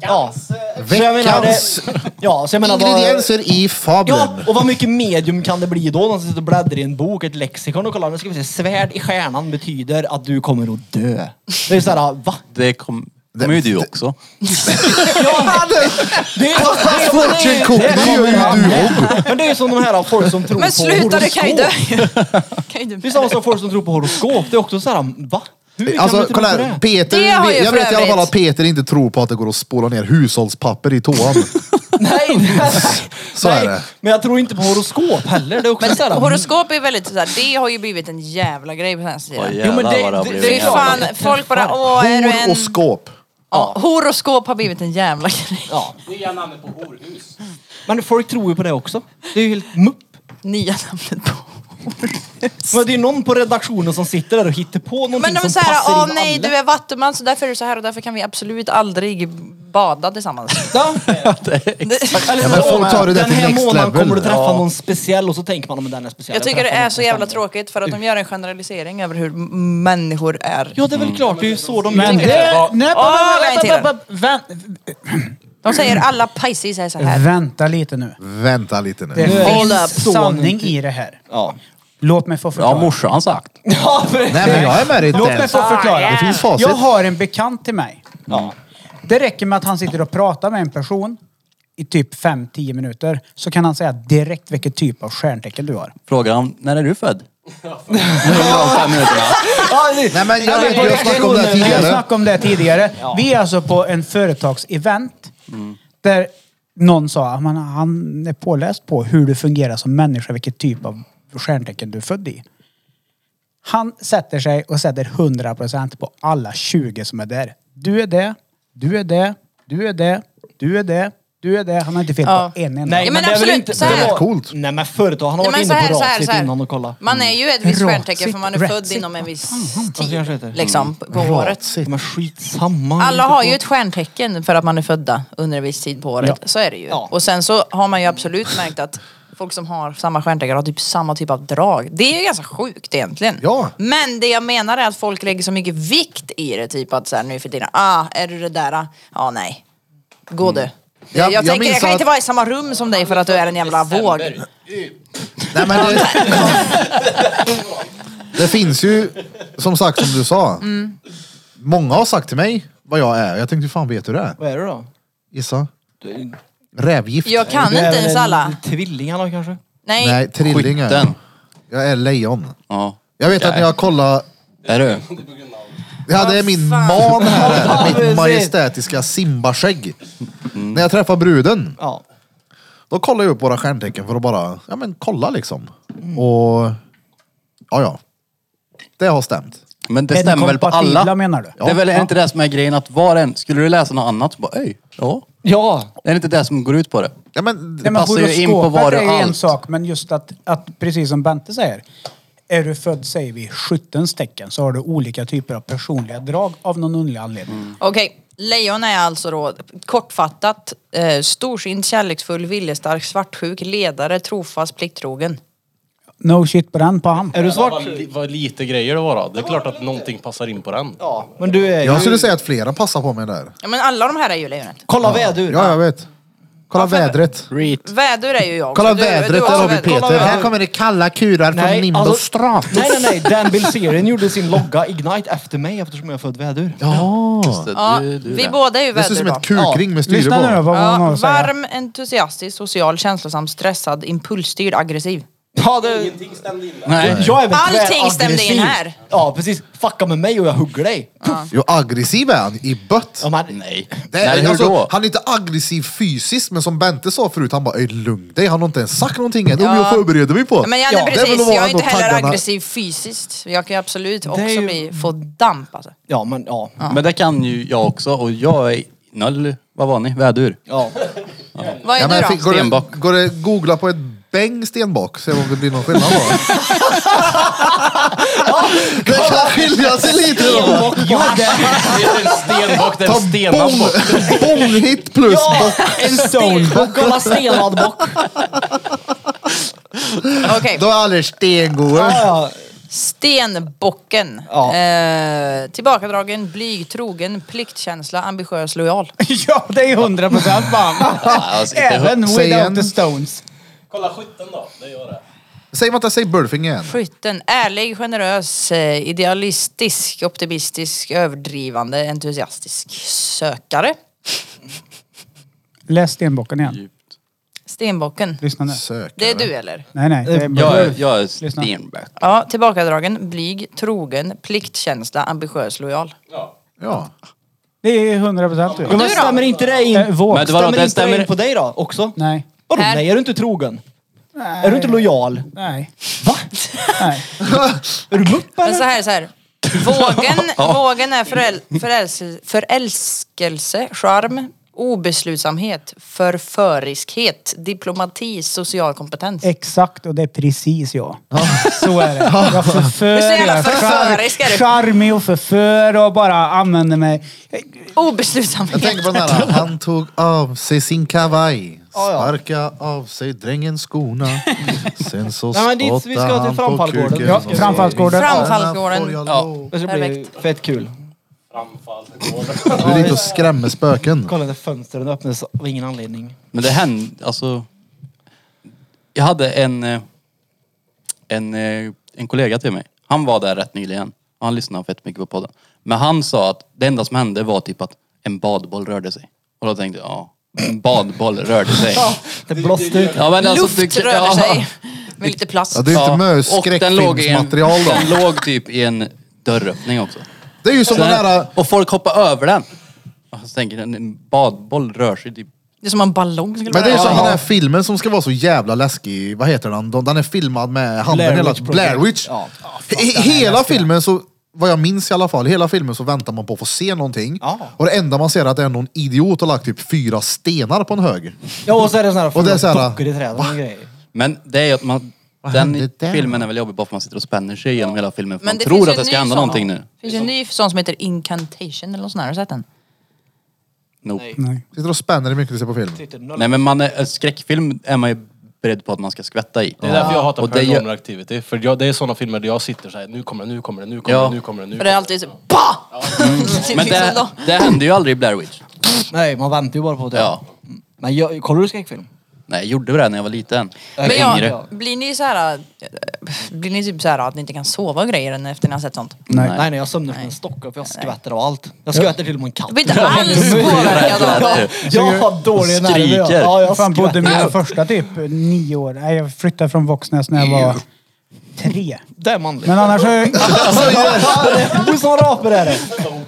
D: Ja. Så jag menar,
B: Veckans
D: det, ja, så jag menar vad,
B: ingredienser i fabeln.
D: Ja, och vad mycket medium kan det bli då? Någon som sitter och bläddrar i en bok, ett lexikon och kollar. Nu ska vi se, svärd i stjärnan betyder att du kommer att dö. Det är såhär, va?
E: Det kom- kommer ju du också.
D: Det är,
B: Fortune cookie, det gör ju du om.
D: <laughs> men det är ju som de här folk som tror
A: Men
D: på
A: sluta, du kan ju dö!
D: horoskop.
A: Kan ju
D: Det är
A: dö.
D: samma som folk som tror på horoskop. Det är också såhär, va? Hur kan
B: Alltså
D: du tro
B: kolla
D: på
B: här,
D: det?
B: Peter,
A: Det har ju
B: jag
A: för
B: vet i alla fall
A: övrigt-
B: att Peter inte tror på att det går att spola ner hushållspapper
A: <laughs>
B: i toan.
D: Nej, <laughs> nej.
B: Så är det.
D: Men jag tror inte på horoskop heller. Det är också
A: Men
D: såhär,
A: horoskop är väldigt såhär, det har ju blivit en jävla grej på den
E: Oj,
A: sidan.
E: jävlar
D: men det-
E: vad det har
D: det-
E: blivit.
D: det är
A: Fy
E: jävla-
A: fan, folk bara åh, är du
B: Hor
A: en...
B: och skåp.
A: Ja, horoskop har blivit en jävla grej.
D: Ja. Det är namnet på horhus. Men folk tror ju på det också. Det är ju helt mupp.
A: Nya namnet på
D: Men det är ju någon på redaktionen som sitter där och hittar på någonting
A: Men de är
D: som
A: såhär,
D: passar
A: åh
D: in
A: nej
D: alla.
A: du är vattuman så därför är du så här och därför kan vi absolut aldrig bada
D: <laughs>
A: tillsammans.
D: Ja. Eller,
B: men folk tar det där
D: den
B: till
D: här
B: next
D: månaden
B: level.
D: kommer du träffa någon speciell och så tänker man om den är speciell.
A: Jag tycker det
D: träffar
A: är
D: någon
A: så jävla
D: speciell.
A: tråkigt för att de gör en generalisering över hur m- människor är.
D: Ja det är väl klart, det är ju så de
G: Men
D: gör.
G: det...
F: Ja.
G: Nej,
A: Åh, vad irriterad.
G: vänt-
A: De säger alla Pisces är så här.
G: Vänta lite nu.
B: Vänta lite
G: Det
D: Mm.
B: nu.
A: Hold
G: finns
A: up.
G: sanning i det här.
D: Ja.
G: Låt mig få förklara.
E: Ja, morsan sagt.
D: Ja, för,
B: Nej men jag är med dig
G: Låt mig
B: Dennis.
G: få förklara.
B: Det finns facit.
G: Jag har en bekant till mig.
D: ja.
G: Det räcker med att han sitter och pratar med en person i typ 5-10 minuter så kan han säga direkt vilket typ av stjärntecken du har.
E: Frågar han, när är du född? Nu är det om fem minuter, ja.
B: Nej men jag vet, vi har snackat om det här
G: Vi har
B: tidigare.
G: snackat om det här tidigare. Vi är alltså på en företagsevent där någon sa att man, han är påläst på hur du fungerar som människa, vilket typ av stjärntecken du är född i. Han sätter sig och sätter 100% på alla 20 som är där. Du är det, du är det, du är det, du är det, du är det. Han har inte fel
A: Ja.
G: på en enda.
A: Ja, men
D: det är väl
A: absolut, så här.
D: det var-
B: Coolt.
D: Nej men företag, han har
A: Nej,
D: varit
A: men
D: inne
A: så här,
D: på
A: så här, så
D: Ratsit
A: här.
D: innan och kollat.
A: Man är ju ett visst
G: Ratsit,
A: stjärntecken för man är född
G: ratsit.
A: inom en viss
D: Vad Mm. kanske det
A: tid.
D: heter? Mm.
A: Liksom, på året.
D: Men skitsamma.
A: Alla har ju ett stjärntecken för att man är födda under en viss tid på året. Så är det ju.
D: Ja.
A: Och sen så har man ju absolut märkt att folk som har samma stjärntecken har typ samma typ av drag. Det är ju ganska sjukt egentligen.
B: Ja.
A: Men det jag menar är att folk lägger så mycket vikt i det. Typ att så här, nu för tiden, ah, är du det där? ah? Ja, nej. Gå du.
B: Mm. Jag-
A: Jag,
B: jag
A: tänker,
B: minns
A: jag kan
B: att-
A: inte vara i samma rum som dig för att du är en jävla våg.
B: Nej, men det,
G: <laughs>
B: det finns ju, som sagt som du sa.
A: Mm.
B: Många har sagt till mig vad jag är. Jag tänkte, hur fan vet du det? är?"
D: Vad är det då?
B: Gissa.
D: Du är-
B: Rävgift.
A: Jag kan
D: du är
A: inte
D: väl
A: ens
D: en
A: alla.
D: Tvillingarna kanske?
A: Nej.
B: Nej, trilling är jag.
E: Skiten.
B: Jag är lejon.
E: Ja.
B: Jag vet att när jag kollade,
E: Är du?
B: jag hade min
A: fan.
B: man här, mitt
D: precis.
B: majestätiska Simba-skägg. När jag träffade bruden,
D: Ja.
B: då kollade jag upp våra stjärntecken för att bara, ja men kolla liksom. Och, ja ja. Det har stämt.
E: Men det
G: Är de
E: stämmer väl på
G: kompatibla,
E: alla?
G: menar du?
E: Det är väl är inte det som är grejen att var en, skulle du läsa något annat så bara, öj, ja.
D: Ja.
E: Det är inte det som går ut på det.
B: Ja, men,
G: Nej, men
E: passar ju in på
G: horoskopet
E: var och
G: är ju en
E: allt.
G: sak, men just att, att precis som Bente säger. Är du född, säger vi, skyttens tecken så har du olika typer av personliga drag av någon underlig anledning.
E: Mm.
A: Okej, lejon är alltså då kortfattat eh, storsint, kärleksfull, viljestark, svartsjuk, ledare, trofast, plikttrogen.
G: No shit på den, på han.
D: Är du svart?
F: Vad, li- vad lite grejer det var då. Det är klart att någonting passar in på den.
D: Ja. Men du är
B: jag
D: ju...
B: skulle säga att flera passar på mig där.
A: Ja men alla de här är ju lejonet.
D: Kolla vädur.
B: Ja, jag vet. Kolla vädret.
A: Vädur är ju jag också.
B: Kolla
A: Du- du är
B: vädret,
A: också
B: där har vi
A: väder. Kolla
B: Peter.
A: väder.
B: Här kommer det kalla kurar från Nimbus strat.
D: nej, nej, nej. Dan Bilzerian gjorde sin logga Ignite efter mig eftersom jag är född vädur.
E: Just det,
A: Ja,
E: du, du
A: vi
E: det.
A: båda är ju
B: Det ser ut som
A: väderbarn.
B: ett kukring med styre
G: Lyssna nu då,
B: på.
G: vad hon har
A: Ja,
G: att säga.
A: varm, entusiastisk, social, känslosam, stressad, impulsstyrd, aggressiv.
D: Ja, det,
E: Nej.
D: jag är väl
A: Allting
D: tväraggressiv.
A: stämde in här.
D: Ja, precis. Fucka med mig och jag hugger dig.
B: Jo, aggressiv är han i bött.
D: Ja, men,
E: Nej.
B: Det är-
E: Nej, hur
B: alltså,
E: då?
B: han är inte aggressiv fysiskt, men som Bente sa förut, han bara "Ey, lugn dig, han har inte ens sagt någonting än. Ja. jag förbereder mig på.
A: Ja, Men jag, ja,
D: Ja, det är
B: väl
A: precis,
B: att vara
A: jag är inte
B: ändå
A: heller
B: taggarna.
A: aggressiv fysiskt. Jag kan ju absolut också
D: ju-
A: bli, få damp alltså.
D: ja, men ja.
E: Men det kan ju jag också och jag är noll, vad var ni? Vädur?
D: ja.
A: Vad är
B: Ja, men
A: du
B: jag
A: då?
B: fick- går,
E: Stenbock.
B: det, går det googla på ett bäng stenbock, se om det blir någon skillnad då? det kan skilja sig lite då.
F: Det är en stenbock, det är
B: Ta
F: en stenad bock.
B: bong- bonghit plus bock.
D: En <laughs> stonebock och en stenad bock.
A: Okej.
B: Då är alla stengoda.
D: Ja,
A: Stenbocken.
D: Ja.
A: Eh, tillbakadragen, blyg, trogen, pliktkänsla, ambitiös, lojal.
G: Ja, det är ju 100 procent på han.
E: Alltså, inte
G: Även
B: Säg
G: without
B: en.
G: the stones.
F: Kolla skytten då, det gör det.
B: Säg vänta, säg Burfing igen.
A: Skytten, ärlig, generös, eh, idealistisk, optimistisk, överdrivande, entusiastisk, sökare.
G: Läs stenbocken igen.
A: Stenbocken.
G: Lyssna nu.
B: Sök.
A: Det är du eller?
G: Nej, nej. Det är
E: Jag
G: bara...
E: är, jag är
G: Lyssna.
E: stenböck.
A: Ja, tillbakadragen, blyg, trogen, pliktkänsla, ambitiös, lojal.
B: Ja.
G: Det är 100 procent
D: men
G: du.
A: då?
D: stämmer inte det in?
G: Eh, Våg.
E: Men det var- vadå,
D: stämmer inte
E: stämmer-
D: det in på dig då också?
G: Nej.
D: Vadå
A: Här.
D: nej? Är du inte trogen? Är du inte lojal?
G: Nej.
D: Va?
G: nej.
D: Är du mupp
A: Men så
D: eller?
A: här, så här. Vågen, vågen är föräl, föräls, förälskelse, charm, obeslutsamhet, förföriskhet, diplomati, social kompetens.
G: Exakt, och det är precis jag. Så är det. Jag förför,
A: Du är så jävla
G: jag är
A: förförisk, är du.
G: char- charmig och förför och bara använder mig.
B: Jag
A: Obeslutsamhet.
B: tänker på den här, han tog av sig sin kavaj. Sparka av sig drängen
E: <laughs>
B: skorna. Sen så
D: Nej, men dit- vi ska
B: spottade
D: till
B: han på
D: Framfallgården.
B: kuken.
D: Ja,
B: och sa,
G: Framfallsgården.
A: Framfallsgården.
B: "Får jag
E: Ja.
B: lov?"
D: Det ska bli
A: Perfekt.
D: fett kul.
F: Framfall.
B: Du är dit och skrämmer spöken.
D: Kolla när fönstren öppnas av ingen anledning.
E: Men det hände, alltså. Jag hade en, eh, en, eh, en kollega till mig. Han var där rätt nyligen. Han lyssnade fett mycket på podden. Men han sa att det enda som hände var typ att en badboll rörde sig. Och då tänkte jag, ja, en badboll rörde sig.
D: Det blåste ut.
E: Ja, men alltså,
A: Luft
E: du-
A: rörde
E: ja.
A: sig med lite plast.
B: Ja, det är inte med
E: och den låg i en-
B: skräckfilmsmaterial då.
E: Den låg typ i en dörröppning också.
B: Det är ju som
E: Så
B: den
E: här-
B: där...
E: och folk hoppar över den. Och så tänker jag, en badboll rör sig typ.
A: Det är som en ballong skulle
B: Men det är ju
A: vara.
B: som den här filmen som ska vara så jävla läskig. Vad heter den? De- Den är filmad med handen
D: Blair
B: hela...
D: Witch Project.
B: Blair Witch.
D: Ja.
A: Ah,
D: Ja,
B: He- hela filmen så, vad jag minns i alla fall, hela filmen så väntar man på att få se någonting.
D: Ja.
B: Och det enda man ser är att det är någon idiot har lagt typ fyra stenar på en hög.
D: Ja, och så är det såna här
B: Och det är så
D: fula
B: här,
D: dockor i träden och grejer.
E: Men det är ju att man,
B: Vad hände
E: den
B: där?
E: filmen är väl jobbig bara för att man sitter och spänner sig genom hela filmen. För
A: Men
E: man
A: det finns
E: tror
A: ju
E: att det
A: en
E: ska
A: ny
E: hända
A: sån.
E: någonting nu.
A: Det finns ju en ny sån som heter Incantation eller något sånt här. Har du sett den?
E: Mm. Nope. Nej.
B: Sitter och spänner hur mycket du ser på film.
D: Sitter noll-
E: men man är, skräckfilm är man ju beredd på att man ska skvätta i.
F: Det är därför jag hatar
E: Och det gör-
F: Paranormal Activity. För jag, det är sådana filmer där jag sitter så här, nu kommer det, nu kommer det, nu kommer
E: Ja.
F: det, nu kommer det. Nu
A: För det är
F: kommer
A: alltid så BAH!
E: Mm. Men det, det hände ju aldrig i Blair Witch.
D: Nej, man väntar ju bara på det.
E: Ja.
D: Men jag, kollar du skräckfilm?
E: Nej, jag gjorde det när jag var liten.
A: Men
E: jag, var
A: jag,
E: yngre.
D: ja.
A: blir ni så här, blir ni typ så här att ni inte kan sova och grejer efter ni har sett sånt?
G: Nej.
D: Nej, nej, jag sömnar som en stock för jag skvätter av allt. Jag skvätter till och med en katt.
A: Jag blir
D: <laughs>
A: inte alls påverkad av det.
D: Jag har dåliga nerver. jag.
E: Skriker.
D: Ja, jag
G: fan bodde
D: skvätter.
G: mina första typ nio år. Nej, jag flyttade från Våxnäs när jag var tre.
D: Det är manligt.
G: Men annars har jag,
D: Du som rapar är det.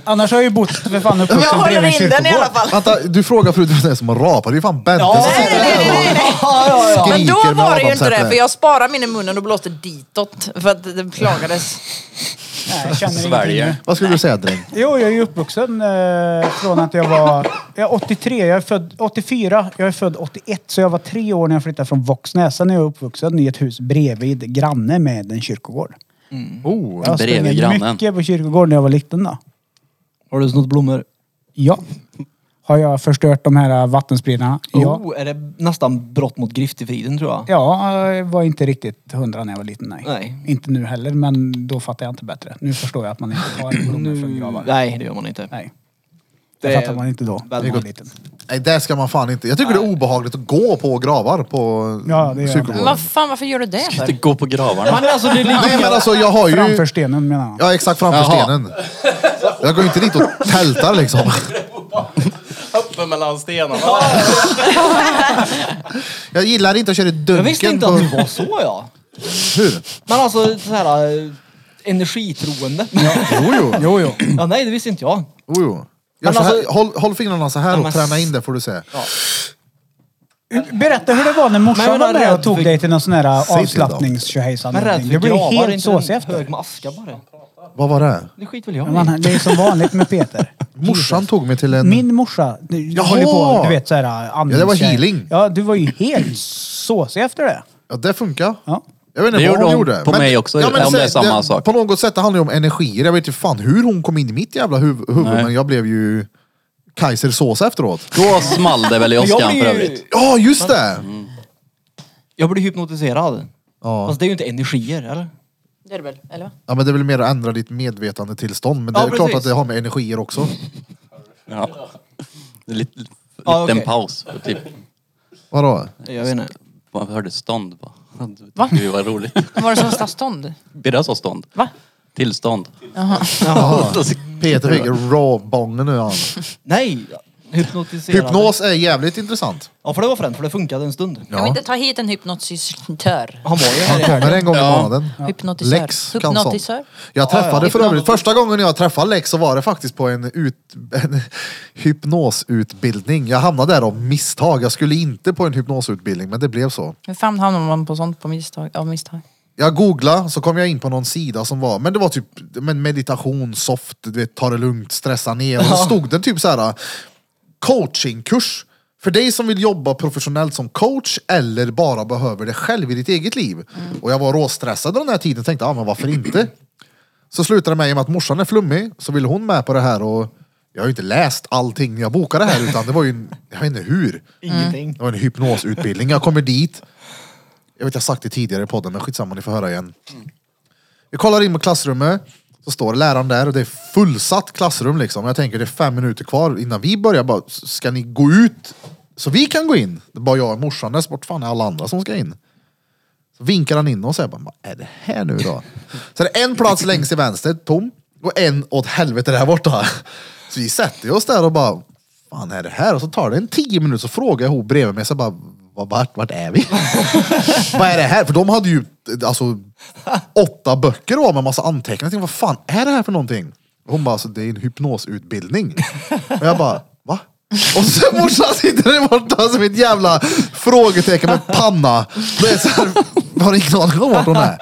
G: annars har jag ju bott för fan
A: Jag
G: uppvuxen
A: håller
G: bredvid
A: in den i
G: kyrkogård.
A: alla fall.
B: Vänta, du frågar förut vem det är som rapar. Det är ju fan Bente som
A: Nej,
B: sitter
A: nej, nej, nej,
B: där
A: nej.
B: och
A: Men
B: skriker
A: då
B: med
A: var det ju inte
B: adamsäpple.
A: det, för jag sparar min i munnen och blåste ditåt. För att det plagades.
G: Nej, jag känner ingenting
E: Sverige.
G: nu.
B: Vad skulle du säga dräng?
G: Jo, jag är ju uppvuxen eh, från att jag var... Jag är 83, jag är född 84, jag är född 81. Så jag var tre år när jag flyttade från Våxnäs. Sen är jag uppvuxen i ett hus bredvid, granne med en kyrkogård.
B: Oh.
G: Jag
E: Bredvid
G: sprang
E: grannen.
G: mycket på kyrkogården när jag var liten då.
D: Har du snott blommor?
G: Ja. Har jag förstört de här vattenspridarna? Ja.
D: Oh, är det nästan brott mot griftefriden tror jag?
G: Ja, jag var inte riktigt hundra när jag var liten. Nej.
D: Nej.
G: Inte nu heller, men då fattar jag inte bättre. Nu förstår jag att man inte tar blommor från gravar.
D: Nej, det gör man inte.
G: Nej. Det,
D: Det
G: fattar man inte då. när man var liten.
B: Nej, det ska man fan inte. Jag tycker det är obehagligt att gå på gravar på
G: Ja, det gör jag.
A: Men
B: kyrkogården.
A: vad fan, varför gör du det
E: inte
A: för?
E: gå på gravarna.
D: Man är alltså, det ligger
B: Nej men alltså jag har ju...
G: Framför stenen menar han.
B: Ja exakt framför
E: Jaha.
B: stenen. Jag går inte dit och tältar liksom.
F: det. Uppe mellan stenarna.
B: Jag gillar inte att köra i
D: jag visste
B: dunken
D: inte
B: på...
D: att du var så ja.
B: Hur?
D: Men alltså så här eh, energitroende.
B: Jo, jo.
G: Jo, jo.
D: Ja, nej, det visste inte jag.
B: jo, jo. Gör
D: Men
B: så här,
D: alltså-
B: håll, håll fingrarna så här
D: Ja,
B: och
D: men-
B: träna in det får du se.
G: Berätta hur det var när
D: Men jag
G: morsan var
D: menar,
G: med och
D: rädd
G: tog
D: för-
G: dig till någon sån
B: Säg
G: här
B: till dem.
G: avslappningstjohejsan.
D: Men rädd
G: någonting.
D: för
G: Det blir
D: gravar.
G: helt
D: Inte
G: såsig
D: en
G: efter.
D: hög med aska bara.
B: Vad var det?
D: Det skiter väl jag
G: Men Man,
D: i.
G: det är som vanligt med Peter.
B: Morsan tog mig till en...
G: Min morsa, du
B: Jaha!
G: håller på, du vet såhär
B: Ja, det var healing.
G: Ja, du var ju helt såsig efter det.
B: Ja, det funkar.
G: Ja.
B: Jag vet inte
E: Det
B: vad
E: gjorde
B: hon
E: hon
B: gjorde.
E: på mig också, om
B: så-
E: det är samma sak.
B: På något sätt det handlar ju om energier. Jag vet inte fan hur hon kom in i mitt jävla huv huvud
E: Nej.
B: men jag blev ju kaisersås efteråt.
E: Då small det väl i
D: Jag
E: åskan
D: blir
E: för
D: ju-
E: övrigt.
B: Ja, just det!
E: Mm.
D: Jag blir hypnotiserad.
B: Ja.
D: Fast det är ju inte energier, eller?
A: Det är det väl, eller? vad?
B: ja, men det är väl mer att ändra ditt medvetande tillstånd. Men det
D: Ja,
B: är klart
D: precis.
B: att det har med energier också.
E: Ja. En lit- liten
D: Ja, Ah, okej.
E: paus. Typ.
B: Vadå?
D: Jag vet inte.
E: Man hörde stånd bara. Va? Det var roligt. <laughs>
A: Vad var det som sa stånd?
E: Birra sa stånd.
A: Va?
E: Tillstånd. <laughs>
B: Peter fick rawbången nu han.
D: Nej! Hypnotiserad.
B: Hypnos är jävligt intressant.
D: Ja, för det var fränt, för det funkade en stund.
A: Kan vi inte ta hit en hypnotisör?
D: Han var ju
B: Han
D: här i
B: kommer
D: helgen.
B: en gång i månaden.
A: Hypnotisör.
B: Lex kan sånt.
A: Hypnotisör?
B: Jag träffade för övrigt, första gången jag träffade Lex så var det faktiskt på en, ut, en hypnosutbildning. Jag hamnade där av misstag. Jag skulle inte på en hypnosutbildning men det blev så.
A: Hur fan hamnar man på sånt på misstag, av misstag?
B: Jag googlade så kom jag in på någon sida som var, men det var typ men meditation, soft, du vet, ta det lugnt, stressa ner. Och så stod det typ så här coachingkurs. För dig som vill jobba professionellt som coach eller bara behöver det själv i ditt eget liv. Och jag var råstressad den här tiden och tänkte, ah, men varför inte? Så slutade det med, i och med att morsan är flummig så ville hon med på det här och jag har ju inte läst allting när jag bokade här utan det var ju, en, jag vet inte hur.
D: Ingenting.
B: Det var en hypnosutbildning. Jag kommer dit. Jag vet jag har sagt det tidigare i podden men skitsamma ni får höra igen. Vi kollar in på klassrummet. Så står läraren där och det är fullsatt klassrum liksom. Jag tänker det är fem minuter kvar innan vi börjar. Bara, ska ni gå ut? Så vi kan gå in. Det är bara jag och morsan. Där bort fan är alla andra som ska in. Så vinkar han in oss och jag bara, vad är det här nu då? Så det är en plats längst till vänster tom och en åt helvete där borta. Så vi sätter oss där och bara, fan är det här? Och så tar det en tio minuter så frågar jag hon bredvid mig, så bara, "Vad- vart, vart är vi? <laughs> vad är det här? För de hade ju alltså, åtta böcker och med massa anteckningar. Jag tänkte, vad fan är det här för någonting? Hon bara, alltså, det är en hypnosutbildning. Och jag bara, va? Och sen <laughs> morsan sitter där borta som ett jävla frågetecken med panna. Det är så här, jag har ingen aning om vart hon är.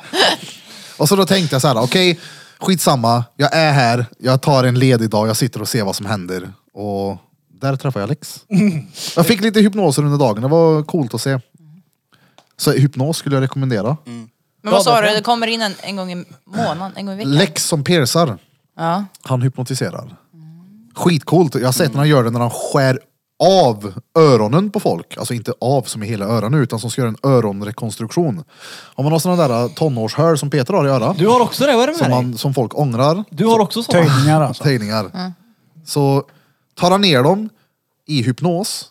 B: Och så då tänkte jag så här, okej, skitsamma, jag är här, jag tar en ledig dag, jag sitter och ser vad som händer. Och där träffade jag Lex. Jag fick lite hypnoser under dagen, det var coolt att se. Så hypnos skulle jag rekommendera.
A: Men vad sa du, det kommer in en, en gång i månaden, en gång i veckan?
B: Lex som piercar,
A: Ja.
B: han hypnotiserar. Skitcoolt, jag har sett när han gör det när han skär av öronen på folk. Alltså inte av som i hela öronen utan som ska göra en öronrekonstruktion. Om man har sådana där äh, tonårshör som Peter har i örat.
D: Du har också det, vad är det med
B: Som,
D: dig?
B: man, som folk ångrar.
D: Du har också sådana?
G: Töjningar alltså.
B: Töjningar. Så tar han ner dem i hypnos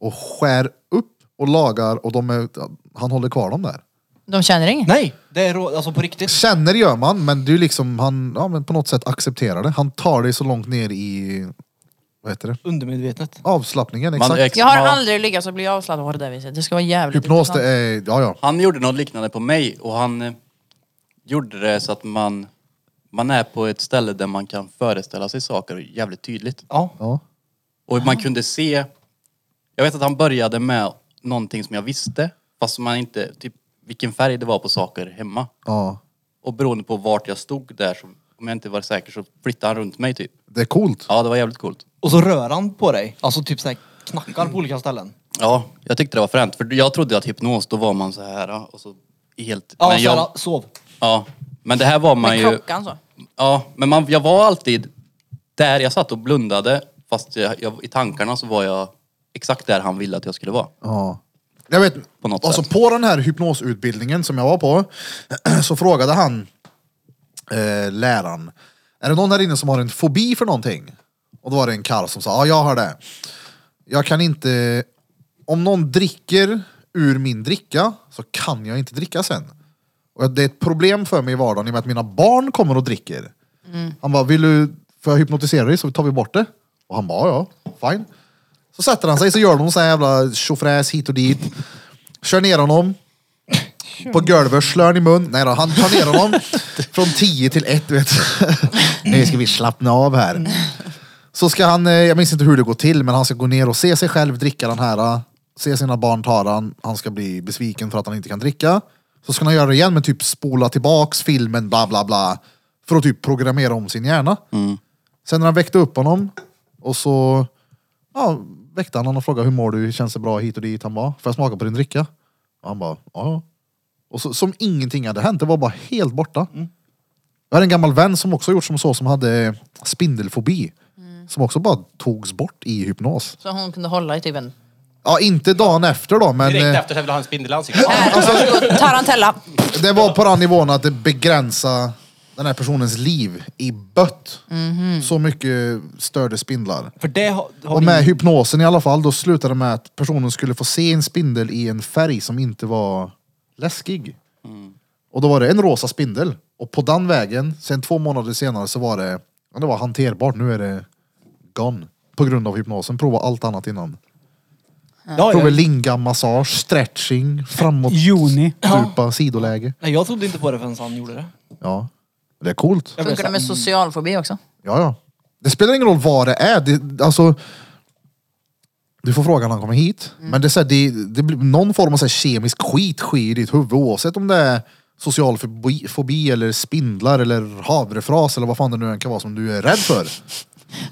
B: och skär upp och lagar och de är, han håller kvar dem där.
A: De känner inget?
D: Nej, det är rå- alltså på riktigt.
B: Känner gör man, men du liksom, han ja, men på något sätt accepterar det. Han tar dig så långt ner i, vad heter det?
D: Undermedvetet.
B: Avslappningen,
E: Man-
B: exakt.
A: Jag har
E: ja.
A: aldrig lyckats att bli avslappnad på det där viset. Det ska vara jävligt
B: Hypnos det
A: intressant.
B: är, ja ja.
E: Han gjorde något liknande på mig och han eh, gjorde det så att man, man är på ett ställe där man kan föreställa sig saker jävligt tydligt.
D: Ja.
B: ja.
E: Och
D: Ah.
E: man kunde se, jag vet att han började med någonting som jag visste fast man inte, typ vilken färg det var på saker hemma.
B: ja.
E: Och beroende på vart jag stod där, så, om jag inte var säker så flyttade han runt mig typ.
B: Det är coolt.
E: Ja, det var jävligt coolt.
D: Och så rör han på dig. Alltså typ såhär knackar på olika ställen.
E: Ja, jag tyckte det var fränt. För jag trodde att hypnos, då var man så här ja, och så helt...
D: Ja,
E: men,
D: såhär,
E: jag,
D: sov.
E: ja, men det här var man
A: Med
E: ju...
A: klockan så.
E: Ja, men man, jag var alltid där jag satt och blundade. Fast jag, jag, i tankarna så var jag exakt där han ville att jag skulle vara.
B: Ja. Jag vet,
E: På något
B: alltså
E: sätt.
B: på den här hypnosutbildningen som jag var på <clears throat> så frågade han eh, läraren, är det någon här inne som har en fobi för någonting? Och då var det en karl som sa, ja jag har det. Jag kan inte, om någon dricker ur min dricka så kan jag inte dricka sen. Och det är ett problem för mig i vardagen i och med att mina barn kommer och dricker.
E: Mm.
B: Han bara, vill du, får jag hypnotisera dig så tar vi bort det? Och han bara, ja, ja, fine. Så sätter han sig, så gör de så här jävla tjofräs hit och dit. Kör ner honom. På golvet, slör i mun. Nej då, han tar ner honom från 10 till 1. Vet. <laughs> du. Nu ska vi slappna av här. Så ska han, eh, jag minns inte hur det går till, men han ska gå ner och se sig själv dricka den här. eh, Se sina barn ta den. Han ska bli besviken för att han inte kan dricka. Så ska han göra det igen med typ spola tillbaks filmen, bla bla bla. För att typ programmera om sin hjärna. Sen när han väckte upp honom och så ja, väckte han honom och frågade hur mår du, känns det bra hit och dit? Han bara, får jag smaka på din dricka? Och han bara, ja. ja." Och så, som ingenting hade hänt, det var bara helt borta. Jag hade en gammal vän som också gjort som så, som hade spindelfobi. Som också bara togs bort i hypnos.
A: Så hon kunde hålla i typ en...
B: Ja, inte dagen efter då, men
F: Direkt
B: eh,
F: efter så vill ha en spindel i ansiktet.
A: Här, varsågod, tarantella.
B: det var på den nivån att det begränsade den här personens liv i bött. Så mycket störde spindlar.
D: För det har, har
B: Och med
D: ni...
B: hypnosen i alla fall, då slutade det med att personen skulle få se en spindel i en färg som inte var läskig. Och då var det en rosa spindel. Och på den vägen, sen två månader senare så var det, ja, det var hanterbart. Nu är det gone. På grund av hypnosen. Prova allt annat innan.
D: Ja,
B: Prova
D: ja.
B: linga, massage, stretching, framåt,
G: Joni.
B: stupa, sidoläge.
D: Nej, jag trodde inte på det förrän han gjorde det.
B: Ja. Det är coolt.
D: Jag blev
A: Funkar det
D: såhär,
A: med social fobi också?
B: Ja, ja. Det spelar ingen roll vad det är. Det, alltså, du får frågan när han kommer hit. Men det, är så här, det, det blir någon form av så här kemisk skit sker i ditt huvud oavsett om det är social fobi, fobi eller spindlar eller havrefras eller vad fan det nu än kan vara som du är rädd för.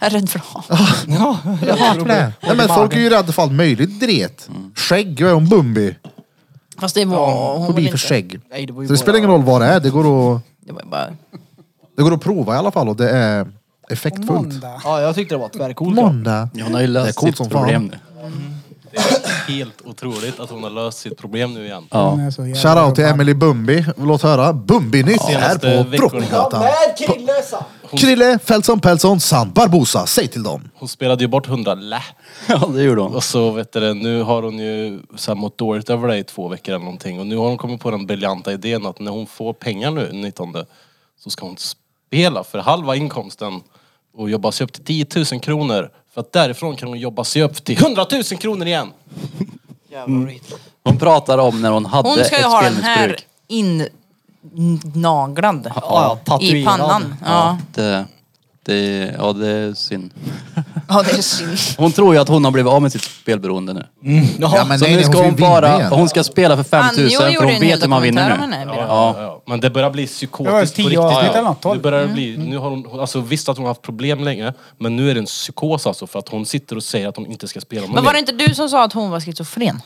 A: Jag är rädd för honom.
B: Jag hatar det. Nej, men folk är ju rädda för allt möjligt dret. Skägg, vad är hon? Bumbi?
A: Fast det var hon väl
B: Fobi
A: inte.
B: för skägg.
D: Nej, det var ju
B: Så det
D: bara-
B: spelar ingen roll vad det är. Det går att,
A: Det var bara...
B: det går att prova i alla fall och det är effektfullt.
G: Måndag.
D: Ja, jag tyckte det var tvärcoolt. ja.
B: Måndag.
E: Hon har ju
B: Det är
E: löst
B: coolt
E: sitt
B: som
E: problem
B: fan.
E: nu.
F: Det är helt otroligt att hon har löst sitt problem nu igen.
G: Den
E: Ja.
G: är så jävla
B: Shoutout till
G: förbannad.
B: Emily Bumbi. Låt höra Bumbi-nytt här
F: Senaste
B: på
F: veckorna.
B: Drottninggatan.
D: Krille sa!
B: Krille, Feltson, Peltson, Sant Barbosa. Säg till dem.
F: Hon spelade ju bort 100 lä.
E: <laughs> ja, det gjorde hon.
F: Och så vet du det, nu har hon ju så här mått dåligt över det i två veckor eller någonting. Och nu har hon kommit på den briljanta idén att när hon får pengar nu, 19, så ska hon spela för halva inkomsten och jobba sig upp till 10 000 kronor. För att därifrån kan hon jobba sig upp till 100 000 kronor igen!
E: Hon pratar om när hon hade
A: Hon ska ju
E: ett
A: ha den
E: spelmissbruk.
A: här innaglad
D: Ja, ja,
A: i
D: tatuerad.
A: pannan. Ja.
E: Ja, det, det, ja, det är synd.
A: ja, det är synd.
E: Hon tror ju att hon har blivit av med sitt spelberoende nu.
B: Ja, men
E: så
B: nej,
E: nu
B: nej,
E: ska
B: hon
E: hon,
B: vill vinna
E: bara,
B: igen.
E: hon ska spela för 5 000
A: Anjo gjorde
E: för
A: en
E: hon
A: hel
E: vet hur man
A: dokumentär
E: vinner
A: om
E: nu.
A: henne.
F: Ja, ja. Men det börjar bli
G: Det var ju
F: psykotiskt
G: tio avsnitt eller något, tolv. Mm.
F: Nu börjar det bli, nu har hon, hon- alltså, visst att hon har haft problem länge, men nu är det en psykos alltså för att hon sitter och säger att hon inte ska spela med
A: Men var det
F: mig.
A: inte du som sa att hon var schizofren?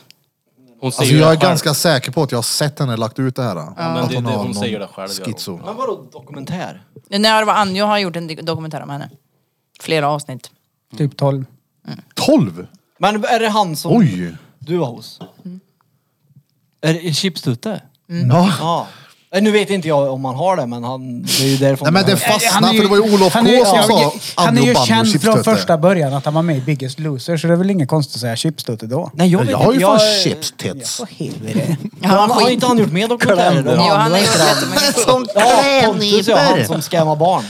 F: Hon säger
B: Alltså jag
F: det
B: är
F: själv.
B: ganska säker på att jag har sett henne lagt ut det här.
F: men
B: Att
F: det- det-
B: har
F: hon
B: någon
F: säger det själv, gör hon.
B: Schizo.
D: Men vadå dokumentär?
A: När det var Anjo har gjort en di- dokumentär om henne. Flera avsnitt.
G: Typ 12.
B: 12?
D: Men är det han som
B: Oj!
D: du var hos?
A: Mm.
D: Är det Chipstutte?
G: Mm.
B: Ja.
D: Ja. Eh, Nu vet inte jag om han har det, men han, det är ju därifrån.
B: Nej men det
D: är...
B: fastnade
G: är
B: för det var ju Olof
G: han är ju-
B: K som
G: ja,
B: sa
G: Han är
B: Anjo
G: ju
B: Banjo
G: känd från
B: Chipstötte.
G: första början att han var med i Biggest Loser så det är väl inget konstigt att säga chipstötte då.
D: Nej, jag, vet
B: Jag har ju
D: inte.
B: fan
D: Jag-
B: chips tits.
G: För helvete.
A: Ja,
D: Han, har
A: skit.
D: inte han gjort mer dokumentärer? om
A: Jo,
D: han?
A: han har gjort jättemycket.
B: Som
D: Ja, Pontus ja, han som scammar barn.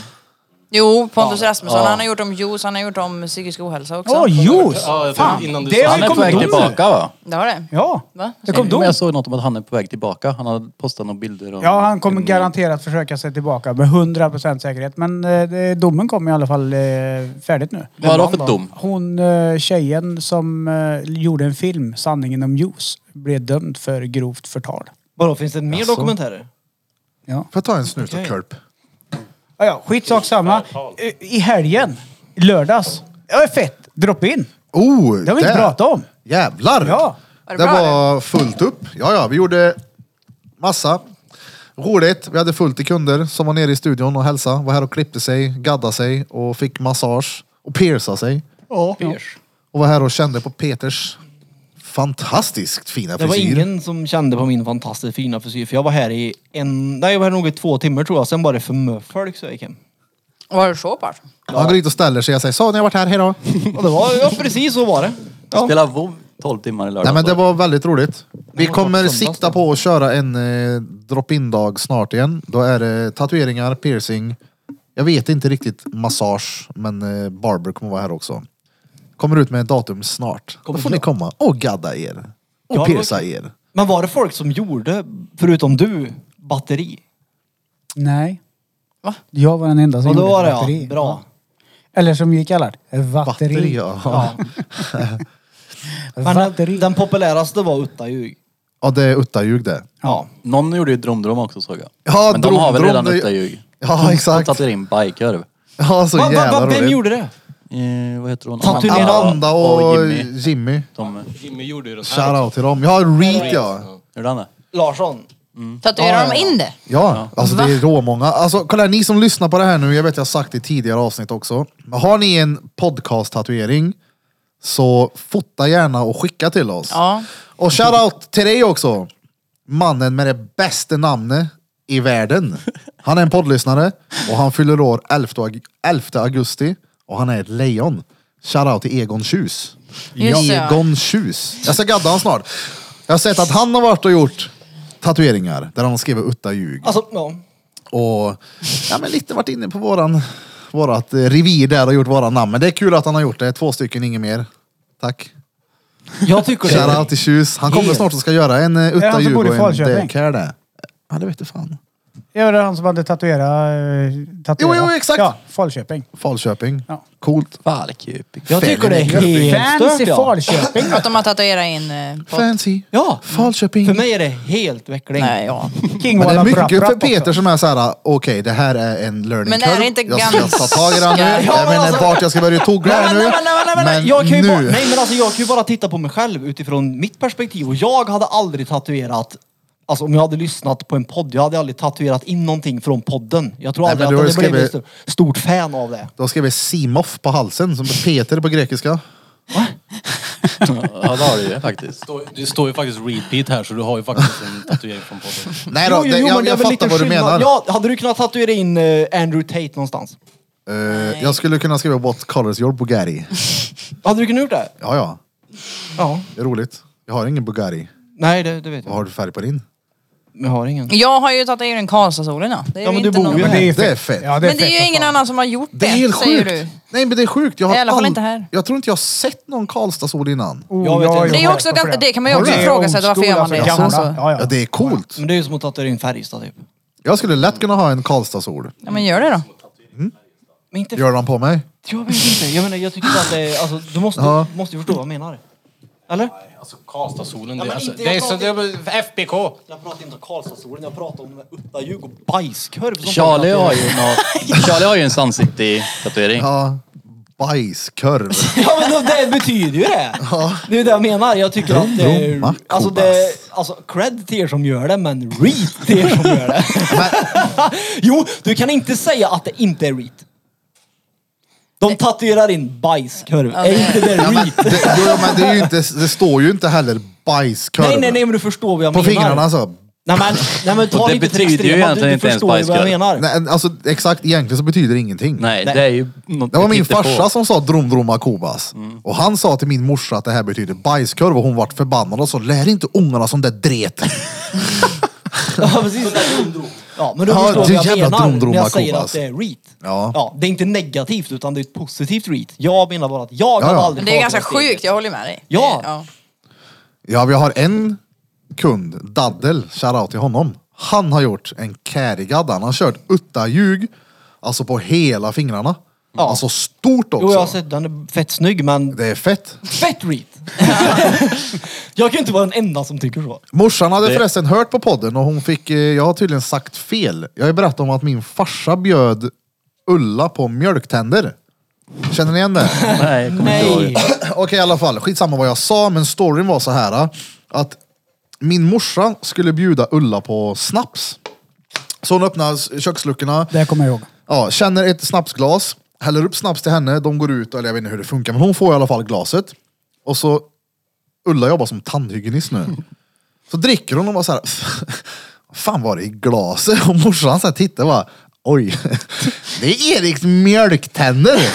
A: Jo, Pontus Rasmusson. Han har gjort om juice, han har gjort om psykisk ohälsa också.
G: Åh, juice!
F: Ja,
G: Fan.
F: innan du
G: Det
F: sa-
G: är
E: Han
G: väl
E: är på väg
G: kondomer?
E: tillbaka va?
A: Det har det.
G: Ja,
A: Va?
G: det kom
E: Men
G: då.
E: jag såg något om att han är på väg tillbaka. Han har postat några bilder. Och
G: Ja, han kommer garanterat försöka sig tillbaka med 100% säkerhet. Men eh, det- domen kom i alla fall eh, färdigt nu.
E: Vad är det för dom?
G: Hon, eh, tjejen som eh, gjorde en film, Sanningen om juice, blev dömd för grovt förtal.
D: Vadå, finns det mer dokumentärer?
B: Får jag ta en snus och kurp?
G: Ja, ja, skitsak samma. Eh, I helgen, lördags. Ja, fett. Drop in.
B: Oh!
G: Det har vi inte
B: där.
G: pratat om.
B: Jävlar!
G: Ja.
A: Var det
B: det
A: bra,
B: var fullt upp. Ja, ja, vi gjorde massa. Roligt. Vi hade fullt i kunder som var nere i studion och hälsa. Var här och klippte sig, gaddade sig och fick massage och pierca sig.
D: Ja.
B: Och var här och kände på Peters fantastiskt fina
D: Det var
B: frisyr.
D: ingen som kände på min fantastiskt fina frisyr för jag var här i en, nej jag var här nog i två timmar tror jag, sen var det för mycket folk så jag gick hem.
A: Var det så pass?
B: Han går dit och ställer sig och säger så, ni har varit här, hejdå.
D: Och det var, ja precis så var det. Ja.
E: Spelar WoW 12 timmar i lördags.
B: Nej men det var väldigt roligt. Vi
D: Det måste vara
B: kommer
D: söndags
B: sikta
D: då.
B: på att köra en eh, drop-in-dag snart igen. Då är det tatueringar, piercing. Jag vet inte riktigt massage, men eh, barber kommer vara här också. Kommer ut med ett datum snart. Då får ni komma och gadda er. Och
D: Ja, det var
B: pierca er.
D: Men var det folk som gjorde, förutom du, batteri?
G: Nej.
A: Va?
G: Jag var den enda som
D: Ja det
G: gjorde
D: var det
G: batteri.
D: ja, bra.
G: Eller som vi kallar det, vatteri.
B: Batteri, ja. ja.
D: Men
G: Vatteri.
D: den, den populäraste var Utta Ljug.
B: det är uttaljug det. <laughs>
D: Ja.
E: Någon gjorde ju Dromdrom också såg jag.
B: Ja,
E: men de har väl
B: Dromdrom,
E: redan
B: det-
E: uppe ljug.
B: Ja,
E: De
B: exakt.
E: tatuerade in bajkorv.
B: Ja, så
D: Mm. Va, va,
B: jävla
D: va, vem
B: roligt.
D: gjorde det?
E: Eh, vad heter hon?
D: Tatuerade
B: Amanda och
E: Jimmy.
B: Jimmy.
E: De,
F: Jimmy gjorde ju den här.
B: Shoutout till dem. Ja, Reet ja.
E: gjorde han det?
D: Larsson?
A: Tatuerar de in det?
B: Ja, alltså det är råmånga. Alltså kolla här, ni som lyssnar på det här nu, jag vet jag har sagt det i tidigare avsnitt också. Har ni en podcast-tatuering så fota gärna och skicka till oss.
A: Ja.
B: Och shoutout till dig också. Mannen med det bästa namnet i världen. Han är en poddlyssnare och han fyller år 11, ag- 11 augusti och han är ett lejon. Shoutout till Egon Tjus.
A: Just det, ja.
B: Egon Tjus. Jag ska gadda han snart. Jag har sett att han har varit och gjort tatueringar där han skriver utta ljug.
D: Alltså, ja.
B: Och ja, men lite varit inne på våran, vårat eh, revir där och gjort våra namn. Men det är kul att han har gjort det. Två stycken, inget mer. Tack.
D: Jag tycker det.
B: Shoutout till Tjus. Han kommer snart och ska göra en eh,
G: han
B: utta
G: som
B: ljug
G: bor i
B: och en
G: Falköping?
B: daycare där. Ja, det vet du fan.
G: Ja, det var han som hade tatuerat... eh, tatuerat.
B: Jo, jo, exakt.
G: Ja, Falköping.
B: Falköping.
G: Ja.
B: Coolt.
E: Falkupik.
D: Jag tycker det är helt
G: Fancy
D: stört ja.
G: Falköping.
A: Att de har tatuerat in... eh, på-
B: Fancy.
D: Ja,
B: Falköping.
D: för mig är det helt veckling.
A: Nej, ja.
G: King
B: Men det är
G: Walla Brapp
B: mycket
G: Brapp
B: för
G: också.
B: Peter som är såhär, okej det här är en learning
A: Men det
B: curve.
A: är inte
B: jag ska
A: ganska-
B: ta tag i det här nu.
A: Ja, men
B: Jag vet inte
D: alltså-
B: vart jag ska börja tugga här nu.
D: Nej, men, nej, men, nej, men, nej.
B: Men
D: jag kan ju
B: nu.
D: Bara, nej men alltså jag kan ju bara titta på mig själv utifrån mitt perspektiv och jag hade aldrig tatuerat Alltså om jag hade lyssnat på en podd, jag hade aldrig tatuerat in någonting från podden. Jag tror
B: Nej,
D: aldrig
B: men du
D: att
B: har
D: jag
B: ju
D: hade blivit
B: skrivit-
D: ett stort fan av det.
B: Då skrev jag Simoff på halsen, som Peter på grekiska.
E: Ja, det har du ju faktiskt.
F: Står- Det står ju faktiskt repeat här så du har ju faktiskt en tatuering från podden.
B: Nej då, det, jag,
D: men det
B: jag
D: är väl
B: fattar
D: lite
B: vad du
D: skillnad.
B: menar.
D: Ja, hade du kunnat tatuera in eh, Andrew Tate någonstans?
B: Eh, jag skulle kunna skriva What colors your Bugatti?
D: Hade du kunnat gjort det?
B: Ja, ja.
D: Ja.
B: Det är roligt. Jag har ingen Bugatti.
D: Nej, det, det vet jag.
B: Vad har du för färg på din?
D: Jag har ingen.
A: Jag har ju tatuerat in Karlstadsolen ja. Det är
D: Ja, men
A: inte
D: du bor
A: någon-
D: ju
B: Men
D: här.
B: det är,
G: ju fett.
B: fett.
G: Ja, det är
A: Men det
G: fett
A: är
G: som
A: ju ingen
G: fan.
A: annan som har gjort det,
B: Det är helt
A: säger
B: sjukt.
A: du.
B: Nej men det är sjukt. Jag, har
A: I alla fall
B: ald-
A: inte här.
B: jag tror inte jag har sett någon Karlstadsol innan.
G: Oh,
D: Jag vet
G: ja,
D: inte.
A: Det, är
G: ja.
A: ju också, ganska- det kan man ju
G: Har
A: också
G: du?
A: ifrågasätta, varför gör man det?
G: Gamla.
A: Alltså,
G: Ja,
B: Ja
G: ja.
B: det är coolt.
D: Men det är ju som att tatuera in Färjestad typ.
B: Jag skulle lätt kunna ha en Karlstadsol.
A: ja, men gör det då.
D: Men inte...
B: Gör de på mig?
D: Jag vet inte. Jag menar, jag tycker bara att det är... Alltså, du måste,
B: Ja.
D: måste ju förstå vad jag menar. Eller?
F: Alltså Karlstadsolen, det,
D: men
F: alltså,
D: inte
F: det är
D: jag
F: så... Det
D: pratar-
F: är FBK!
D: Jag pratar inte om Karlstadsolen, jag pratar om Uttajug och bajskorv. som
E: Charlie
D: folk
E: har ju,
B: <laughs>
E: nå- Charlie har ju en Sundsity tatuering.
B: Ja. Bajskorv.
D: <laughs> Ja men då, det betyder ju det! Det är ju det jag menar. Jag tycker att det
B: Roma,
D: är, alltså, det, alltså cred till er som gör det men reat till er som gör det. <laughs> jo, du kan inte säga att det inte är reat. De tatuerar in bajskorv. Är inte det
B: Ja, men,
D: reat?
B: det, jo, men det, är ju inte, det står ju inte heller bajskorv.
D: Nej nej nej men du förstår vad jag
B: På
D: menar.
B: fingrarna alltså.
D: Nej men, nej, men ta
E: Och
D: det
E: det
D: inte till
E: betyder ju
D: extrema. Du,
E: egentligen
D: du
E: inte ens
D: förstår ju vad jag
E: bajskorv.
D: menar.
B: Nej, alltså exakt, egentligen så betyder det ingenting.
E: Nej,
D: Nej.
E: det är ju något
B: Det var min
E: vi tittar på. Mm.
B: farsa som sa drom droma kobas. Och han sa till min morsa att det här betyder bajskorv och hon vart förbannad och sa lär inte ungarna sån där dret.
D: Ja precis. Ja men du
B: Ja,
D: förstår
B: det
D: vad jag
B: jävla
D: menar när
B: dromdroma
D: jag säger
B: kopas.
D: att det är reat.
B: Ja.
D: det är inte negativt utan det är ett positivt reat. Jag menar bara att jag
B: Ja,
D: hade
B: ja.
D: aldrig
A: Det är
D: tagit
A: ganska
D: steget.
A: sjukt, jag håller med dig.
D: Ja.
A: Det-
B: Ja, vi har en kund, Daddel, shoutout till honom. Han har gjort en kärigad. Han har kört uttaljug, alltså på hela fingrarna.
D: Ja.
B: Alltså stort också.
D: Jo jag har sett den är fett snygg men
B: Det är fett.
D: fett reat. <laughs> jag kan inte vara den enda som tycker så.
B: Morsan hade förresten hört på podden och hon fick, eh, jag har tydligen sagt fel. Jag har ju berättat om att min farsa bjöd Ulla på mjölktänder. Känner ni igen det?
E: Nej, jag kommer inte ihåg.
D: Nej.
B: <clears throat> Okej i alla fall, skitsamma vad jag sa men storyn var så här äh, att min morsa skulle bjuda Ulla på snaps. Så hon öppnar köksluckorna,
G: Det här kommer jag ihåg.
B: ja, känner ett snapsglas, häller upp snaps till henne, de går ut, eller jag vet inte hur det funkar men hon får i alla fall glaset. Och så, Ulla jobbar som tandhygienist nu. Så dricker hon och bara så här, fan var det i glaset? Och morsan så här tittar och bara, oj, <laughs> det är Eriks mjölktänder.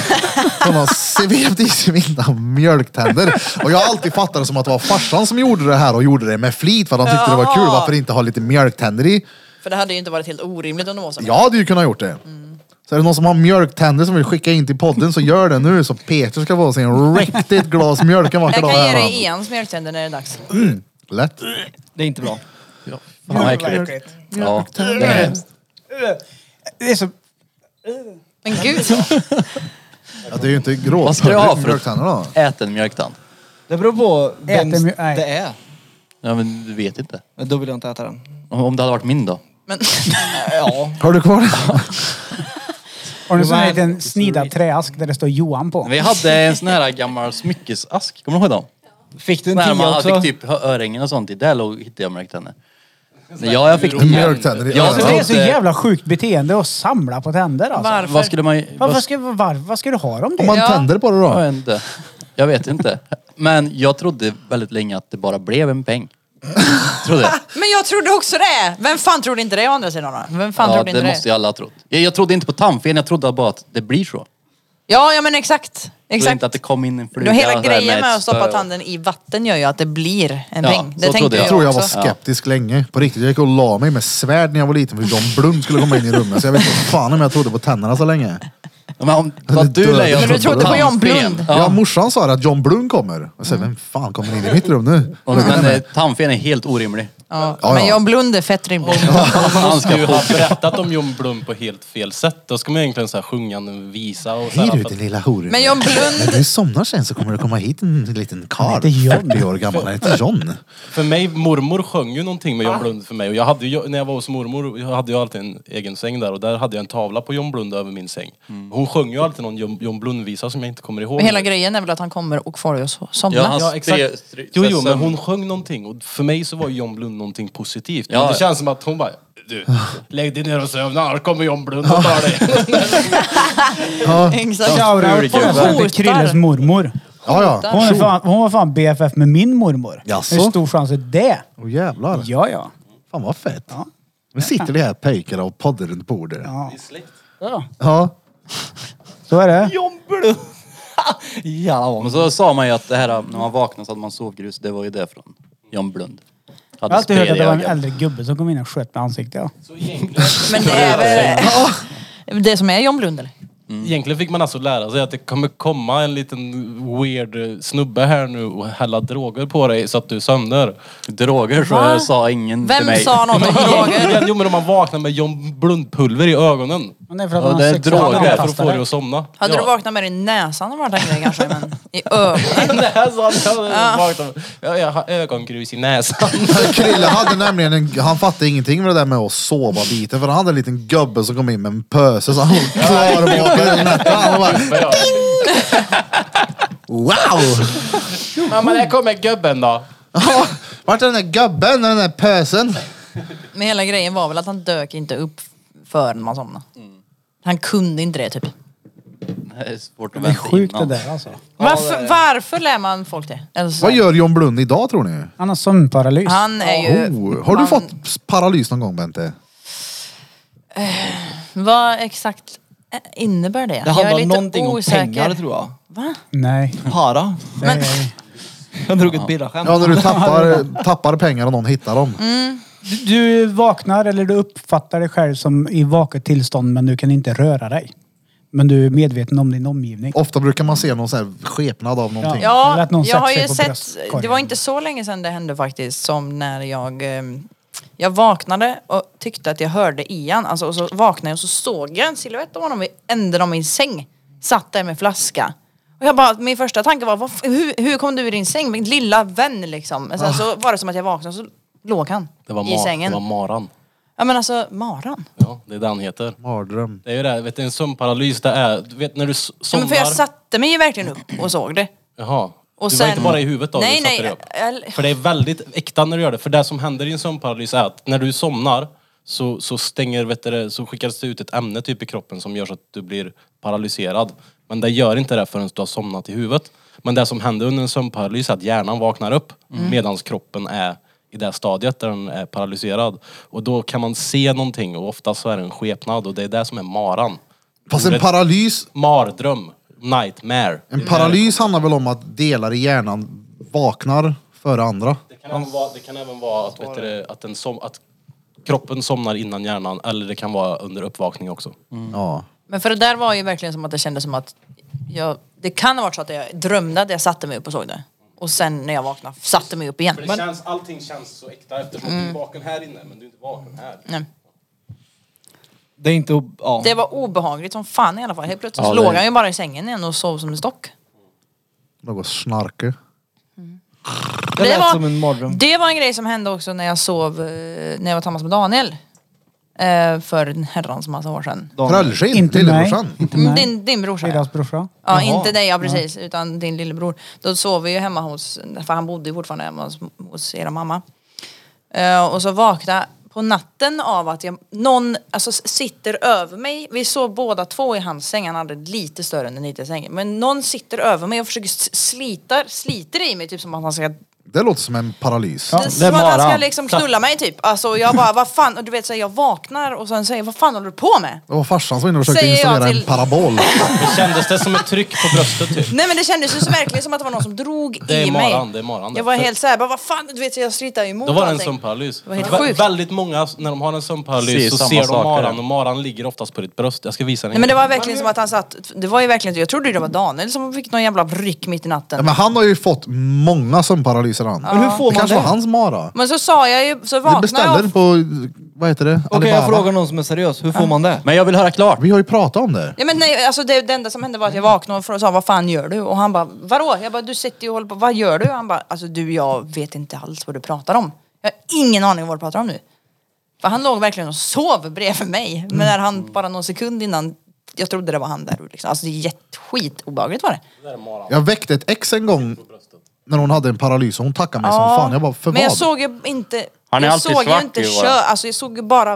B: Hon har svept i sig mina mjölktänder. Och jag har alltid fattat det som att det var farsan som gjorde det här och gjorde det med flit för att han tyckte det var kul.
A: Jaha.
B: Varför inte ha lite mjölktänder i?
A: För det hade ju inte varit helt orimligt om det var så.
B: Jag hade ju kunnat gjort det. Så är det någon som har mjölktänder som vill skicka in till podden så gör det nu så Peter ska få sig en riktigt glas mjölk en vacker
A: Jag
B: dag.
A: kan ge
B: här, va?
A: dig en smörtänder när det är dags.
B: Lätt.
D: Det är inte bra.
E: Fan, vad äckligt. Ja, det är hemskt.
G: Det är så...
A: Men gud,
B: Ja, det är ju inte gråt.
E: Vad ska jag ha för
B: mjölktänder då?
E: att äta en mjölktand?
D: Det beror på vem
G: Äter mj- nej.
D: det är.
E: Ja, men du vet inte.
D: Men Då vill jag inte äta den.
E: Om- Om det hade varit min då?
A: men <laughs>
D: Ja.
B: Har du kvar det?
G: Har du en sån här
D: Johan-
G: liten snidad träask där det står Johan på?
E: Vi hade en sån här gammal smyckesask, kommer du ihåg dem?
D: Fick du en
E: Sån här
D: tia
E: man
D: också?
E: fick typ hö- örhängen och sånt i, där låg, hittade jag mjölktänder. Ja, jag fick
B: Mjölktänder i
E: Ja,
G: Alltså, det är så
E: Ja.
G: jävla sjukt beteende att samla på tänder alltså.
A: varför?
E: Vad skulle man...
G: Varför ska, var, vad ska du ha dem
B: Om
G: till?
B: man
A: Ja.
B: tänder på det
E: Jag
B: då?
E: vet inte. Jag vet inte. Men jag trodde väldigt länge att det bara blev
B: <laughs>
E: en peng. Trodde jag.
A: Men jag trodde också det! Vem fan trodde inte det å andra sidan då? Vem fan
E: Ja,
A: trodde inte
E: det
A: det?
E: måste ju alla ha trott. Jag, jag trodde inte på tandfen, jag trodde bara att det blir så.
A: Ja, ja men exakt.
E: Jag trodde
A: Exakt.
E: inte att det kom in en fluga.
A: Då
E: så
A: hela
E: här
A: grejen med
E: ett
A: att stoppa
E: spö.
A: tanden i vatten gör ju att det blir en
E: Ja,
A: peng. Det
E: så
A: tänkte
E: trodde
A: jag,
E: jag.
B: Jag tror jag var
A: också.
B: skeptisk länge. På riktigt. Jag gick och la mig med svärd när jag var liten för John Blund skulle komma in i rummet. Så jag vet inte fan om jag trodde på tänderna så länge.
E: Ja, Men, om, vad
B: Det
E: du
B: dör.
E: Lejon
B: Men du
A: trodde på John
E: tandfen.
A: Blund.
B: Ja.
E: Ja.
B: morsan sa det att John Blund kommer. Jag sa, vem fan kommer in i mitt rum nu?
E: Men eh, tandfen är helt orimlig.
A: Ja.
B: Ja,
A: Men
B: ja.
A: jag blundar fett rimligt.
E: Han ska
F: Du
E: få.
F: har berättat om John Blum på helt fel sätt. Då ska man egentligen så här sjunga en visa och så
B: Hej
F: här,
B: du
F: för att-
B: din lilla horunge.
A: Men John Blund-
B: När du somnar sen så kommer det komma hit en liten karl.
G: Han heter John.
B: 40 år gammal. Han heter John.
F: För mig, mormor sjöng ju någonting med John Blund för mig. Och jag hade ju, när jag var hos mormor jag hade jag alltid en egen säng där och där hade jag en tavla på John Blund över min säng.
E: Mm.
F: Hon sjöng ju alltid någon John, John Blund-visa som jag inte kommer ihåg.
A: Men hela grejen är väl att han kommer och får dig att so- somna.
E: Ja, han
F: Ja,
E: stre-
F: exakt.
E: stre-
F: Jo, jo,
E: sömn.
F: men hon sjöng någonting och för mig så var John Blund någonting positivt.
E: Ja,
F: Men det
E: ja.
F: känns som att hon bara, du, lägg dig ner och söv, annars kommer John Blund och
E: <laughs>
F: tar dig.
A: Exakt.
G: Shoutout på den som heter Krilles mormor.
B: Ja, ja.
G: Hon, är fan, hon var fan BFF med min mormor.
B: Jaså?
G: Hur stor chans är det?
B: Åh jävlar.
G: Ja, ja.
B: Fan vad fett. Nu sitter vi här pejkar och poddar runt bordet.
G: ja.
B: Ja. <laughs>
G: Så är det.
D: Jombel! ja.
E: Men så sa man ju att det här när man vaknade så hade man sovgrus, det var ju det från John Blund. Hade
G: Jag har alltid hört att det var en
E: spel i ögat.
G: äldre gubbe som kom in och sköt med ansiktet. Ja.
A: Men det är väl det som är John Blund eller?
E: Mm.
F: Egentligen fick man alltså lära sig att det kommer komma en liten weird eh, snubbe här nu och hälla droger på dig så att du sömnar.
E: Droger så
A: Va?
E: sa ingen till
A: Vem
E: mig.
A: sa något om droger?
F: <laughs> jo men om man vaknar med John Blundpulver i ögonen.
G: Men det är för att
E: Ja,
G: han
E: det
G: har
E: är
G: sex
E: droger
F: Det är för att få dig
G: antastare.
F: att somna.
A: Hade du
F: ja.
A: vaknat med dig i näsan och varit angry kanske, men i ögonen?
F: <laughs> Nej, så hade jag vaknat med- Ja, jag har ögongrus i näsan. <laughs>
B: Krille hade nämligen en, han fattade ingenting med det där med att sova biten för han hade en liten gubbe som kom in med en pöse så han låg klar bak i den här. Han bara,
A: <laughs>
B: wow!
F: Mamma, där kommer gubben då.
B: Ja, Vart är den där gubben och den där pösen?
A: Men hela grejen var väl att han dök inte upp förrän man somnade. Han kunde inte det typ.
E: <laughs> Det är svårt att
G: Det är
E: vänta
G: sjukt det
E: innan.
G: där alltså.
A: Varför, varför lär man folk det? Eller så-
B: Vad gör John Blund idag tror ni?
G: Han har sömnparalys.
A: Han är ju...
B: Oh, har du
A: man-
B: fått paralys någon gång Bente?
A: Vad exakt eh, innebär det?
D: Det
A: jag är
D: handlar
A: lite
D: någonting
A: osäker.
D: om pengar tror jag.
A: Va?
G: Nej.
D: Para.
G: Det är...
D: Jag drog ett birraskämt.
B: Ja, när du tappar, tappar pengar och någon hittar dem.
G: Du- Du vaknar eller du uppfattar dig själv som i vaket tillstånd men du kan inte röra dig. Men du är medveten om din omgivning.
B: Ofta brukar man se någon så här skepnad av någonting.
G: Ja. Eller
A: Ja,
G: att någon
A: jag har
G: sätter sig
A: ju
G: på
A: sett,
G: bröstkorgen.
A: det var inte så länge sedan det hände faktiskt som när jag eh, jag vaknade och tyckte att jag hörde Ian, alltså, och så vaknade jag och så såg jag en silhuett av honom vid änden av min säng. Satt där med flaska. Och jag bara, min första tanke var, vad, f- hur, hur kom du ur din säng? Min lilla vän liksom. Men sen
G: Ah.
A: så var det som att jag vaknade och så låg han
F: Det var,
A: i
F: ma- det
A: sängen.
F: var Maran.
A: Ja men alltså, maran.
F: Ja, det är det han heter.
B: Mardröm.
F: Det är ju det, här, vet du, en sömnparalys det är. Du vet när du s-
A: Ja,
F: somnar.
A: men för jag satte mig ju verkligen upp och såg det.
F: Jaha.
A: Och
F: du
A: sen-
F: var inte bara i huvudet då?
A: Nej,
F: du satte
A: nej,
F: dig upp.
A: jag-
F: För det är väldigt äkta när du gör det. För det som händer i en sömnparalys är att när du somnar så, så stänger, vet du, det, så skickas det ut ett ämne typ i kroppen som gör så att du blir paralyserad. Men det gör inte det förrän du har somnat i huvudet. Men det som händer under en sömnparalys är att hjärnan vaknar upp
A: Mm.
F: medan kroppen är i det stadiet där den är paralyserad. Och då kan man se någonting och oftast så är det en skepnad och det är det som är maran.
B: Fast en
F: Ordet
B: paralys,
F: mardröm, nightmare.
B: en paralys handlar väl om att delar i hjärnan vaknar före andra.
F: Det kan även vara, det kan även vara att, vet du, det, att, en som, att kroppen somnar innan hjärnan eller det kan vara under uppvakning också.
B: Ja.
A: Men för det där var ju verkligen som att det kändes som att jag, det kan ha varit så att jag drömde att jag satte mig upp och såg det. Och sen när jag vaknade satte mig upp igen.
F: För det
A: Men,
F: känns, allting känns så äkta eftersom du är vaken här inne men du är inte vaken här.
A: Mm. nej.
D: Det är inte... Ja.
A: Det var obehagligt som fan i alla fall. Helt plötsligt
E: Ja,
A: så
E: det-
A: låg han ju bara i sängen igen och sov som en stock.
B: Något snarke.
D: Det lät
A: var-
D: som en mardröm.
A: Det var en grej som hände också när jag sov, eh, när jag var tillsammans med Daniel. Eh, för en herrans massa år sedan.
B: Tröllskinn,
G: Inte mig.
B: lillebrorsan.
G: Inte mig.
A: Mm, Din, din brorsa ja.
G: Deras brorsa.
A: Ja, inte dig, ja precis, utan din lillebror. Då sov vi ju hemma hos, för han bodde ju fortfarande hemma hos, hos era mamma. Eh, och så vaknade på natten av att jag, någon alltså, s- sitter över mig. Vi sov båda två i hans säng, han hade lite större än den liten sängen. Men någon sitter över mig och försöker s- slita, sliter i mig typ som att han ska
B: Det låter som en paralys.
A: det är som
D: det är
A: att han ska
D: bara-
A: liksom knulla mig typ. Alltså och jag bara, vad fan, och du vet så här, jag vaknar och sen säger vad fan håller du på med?
B: Det var farsan som var inne och försökte
A: Säger jag
B: installera
A: till-
B: en parabol.
F: Det kändes det som ett tryck på bröstet typ.
A: Nej men det kändes ju så verkligen som att det var någon som drog
F: Det är
A: i mig.
F: maran, det är maran.
A: Jag var
F: För-
A: helt såhär, bara, vad fan, du vet jag slitade ju emot
F: Då var det en
A: allting.
F: sömnparalys.
A: var helt
F: Vä-
A: sjukt.
F: Väldigt många, när de har en sömnparalys
E: Ser
F: så
E: samma
F: ser de
E: saker.
F: maran och maran ligger oftast på ditt bröst. Jag ska visa dig.
A: Nej men det var verkligen som att han satt, det var ju verkligen, jag trodde ju det var Daniel som fick någon jävla ryck mitt i natten.
B: Ja, men han har ju fått många sömnparalyser han.
D: Men hur får
B: det
D: man
B: kanske
D: det?
B: var hans mara.
A: Men så sa jag ju, så
B: Vi
A: vaknade
B: beställer
A: jag.
B: på, vad heter det?
D: Okej, jag
B: Alibaba.
D: frågar någon som är seriös. Hur får man det?
E: Men jag vill höra klart.
B: Vi har ju pratat om det.
A: Ja, men nej, alltså det, det enda som hände var att jag
B: Mm.
A: vaknade och sa vad fan gör du? Och han bara vadå? Jag bara du sitter ju och håller på, vad gör du? Och han bara alltså du jag vet inte alls vad du pratar om. Jag har ingen aning om vad du pratar om nu. För han låg verkligen och sov bredvid mig.
B: Mm.
A: Men när han bara någon sekund innan, jag trodde det var han där. Liksom. Alltså det är jätteskit obehagligt var det.
B: Jag väckte ett ex en gång när hon hade en paralys och hon tackade mig
A: Ja.
B: som fan. Jag bara, för
A: Men jag
B: vad?
A: såg ju inte...
E: Han är
A: jag
E: alltid
A: såg ju
E: svart
A: inte
E: ju, va?
A: kö, alltså jag såg ju bara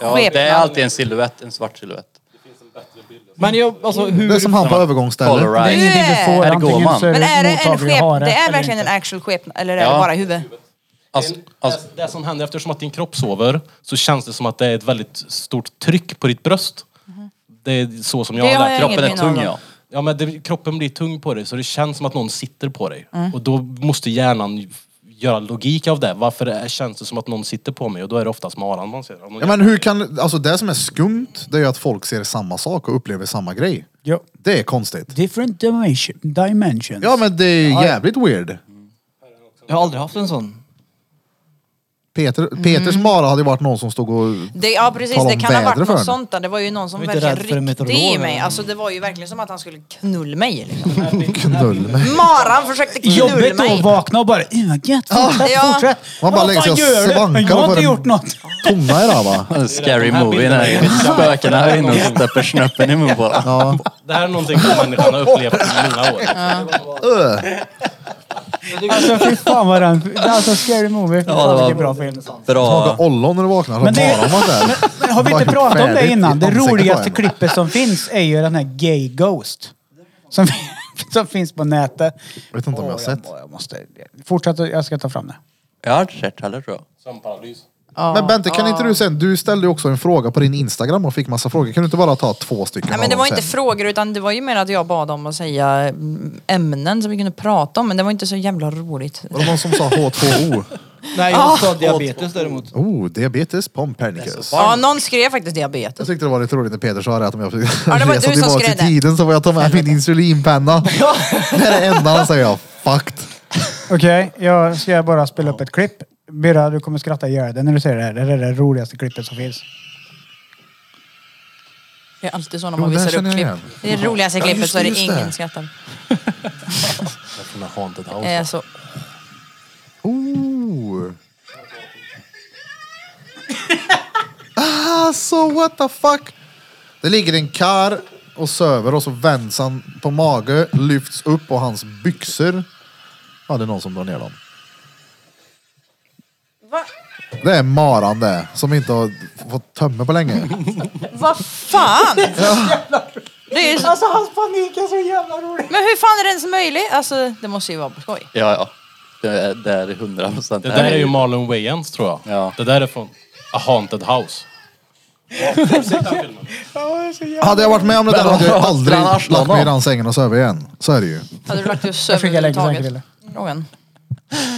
E: Ja,
A: skepnad.
E: det är alltid en silhuett, en svart silhuett.
D: Men jag, alltså hur...
B: Det är som han på
E: All
B: övergångsstället.
G: Det är
E: right.
G: ingenting du får.
E: Här går
G: Antingen
E: man.
G: så är
A: Men
G: du
A: är det en
G: mottaglig och har
A: skepnad? Det är
G: eller
A: verkligen en
G: inte.
A: actual skepnad eller är det
E: Ja.
A: bara i huvudet?
E: Alltså, alltså,
F: det, det som händer eftersom att din kropp sover så känns det som att det är ett väldigt stort tryck på ditt bröst. Det är så som jag
A: Mhm. Det
F: har
A: har
F: lärt
A: jag
E: kroppen
A: ingen
E: är tung
A: minne av.
E: ja.
F: Ja men det, kroppen blir tung på dig så det känns som att någon sitter på dig. Och då måste hjärnan göra logik av det. Varför är- känns det som att någon sitter på mig? Och då är det oftast maran man ser. Om någon
B: Ja, men hur kan, alltså det som är skumt, det är ju att folk ser samma sak och upplever samma grej.
G: Ja.
B: Det är konstigt.
G: Different dimension, dimensions.
B: Ja men det är jävligt weird.
D: Jag har aldrig haft en sån.
B: Peter,
G: Mm.
B: Peters mara hade ju varit någon som stod och...
A: Det, ja precis,
B: Tala
A: det
B: om
A: kan ha
B: vädret
A: varit
B: för
A: något
B: den.
A: sånt där. Det var ju någon som
D: Jag är inte
A: verkligen
D: rädd för en
A: ryckte
D: meteorolog,
A: i mig.
D: men-
A: Alltså det var ju verkligen som att han skulle knulla mig. Liksom. <laughs>
B: Knull mig.
A: Maran försökte knulla
G: Jobbigt då att
A: mig.
G: vakna och bara "Ih, vad gött, fortsätt,
A: Ja.
G: fortsätt.
B: Man bara
G: Vad
B: lägger sig
G: fan
B: och
G: gör du? Men
B: svankar
G: Jag har
B: på
G: inte
B: den.
G: gjort något.
B: Tunna är det va?
E: En scary
F: här
E: movie
F: bilden
E: när spökena är inne och stoppar snoppen i mun på
B: Ja.
F: Det här är någonting som människan har upplevt i många år.
G: Alltså fy fan vad den... Alltså Scary Movie. Ja,
E: det var-
G: Vilken bra film.
E: Bra.
B: Tagga ollon när du vaknar.
G: Men
B: Men
G: det-
B: det... Bara om att det är.
G: Men har vi inte
B: Bara
G: pratat om det
B: färdigt
G: innan?
B: i
G: Det
B: ansiktet
G: roligaste
B: på en.
G: klippet som finns är ju den här Gay Ghost. Som, <laughs> som finns på nätet.
B: Vet inte om jag har
G: Åh,
B: sett.
G: Jag, jag måste... Fortsätt, jag ska ta fram det.
E: Jag har inte sett heller tror jag.
F: Sömnparalys.
B: Men Bente, kan inte du sen, du ställde ju också en fråga på din Instagram och fick massa frågor. Kan du inte bara ta två stycken?
A: Nej men det
B: av
A: var
B: dem
A: inte
B: sen?
A: frågor utan det var ju mer att jag bad om att säga mm, ämnen som vi kunde prata om. Men det var inte så jävla roligt.
B: Var det någon som sa H2O?
D: Nej, jag sa diabetes däremot.
B: Oh, diabetes pompernicus.
A: Ja, någon skrev faktiskt diabetes.
B: Jag tyckte det var lite roligt när Peter sa det att om jag försökte <laughs>
A: Ja, det var
B: resa
A: du som
B: tillbaka till
A: skrev det.
B: tiden så får jag ta med min insulinpenna. det är det enda han säger. jag, Fucked.
G: Okej, jag ska bara spela upp ett klipp. Birra, du kommer skratta ihjäl dig när du ser det här. Det är det roligaste klippet som finns.
A: Det är alltid så när
B: Jo,
A: man
B: det här
A: visar upp
B: känner
A: klipp.
B: jag
A: Det är det roligaste
B: Ja,
A: klippet
B: just
A: så är det
B: det, just
A: ingen
B: det.
A: skrattar. <laughs>
F: Det är från en haunted
A: Det
F: house.
A: är så
B: Ooh. ah, so what the fuck? Det ligger en kar och söver och så vänds han på mage, lyfts upp och hans byxor. Ja, det är någon som drar ner dem.
A: Va?
B: Det är maran det, som inte har fått tömme på länge.
A: Vad
G: <laughs>
A: fan! Det är så...
G: Alltså hans panik är så jävla rolig!
A: Men hur fan är det ens möjligt? Alltså, det måste ju vara på skoj.
E: Ja, ja. Det är, det är 100 procent.
F: Det där är ju Marlon Wayans tror jag.
E: Ja.
F: Det där är från A Haunted House.
B: Hade jag varit med om det där hade jag aldrig
E: Men annars då,
B: lagt mig i
E: då?
B: den sängen och sövit igen. Så är det ju.
A: Hade du lagt oss
G: Jag skickar länken sen
A: överhuvudtaget?
G: Krille.
A: Frågan.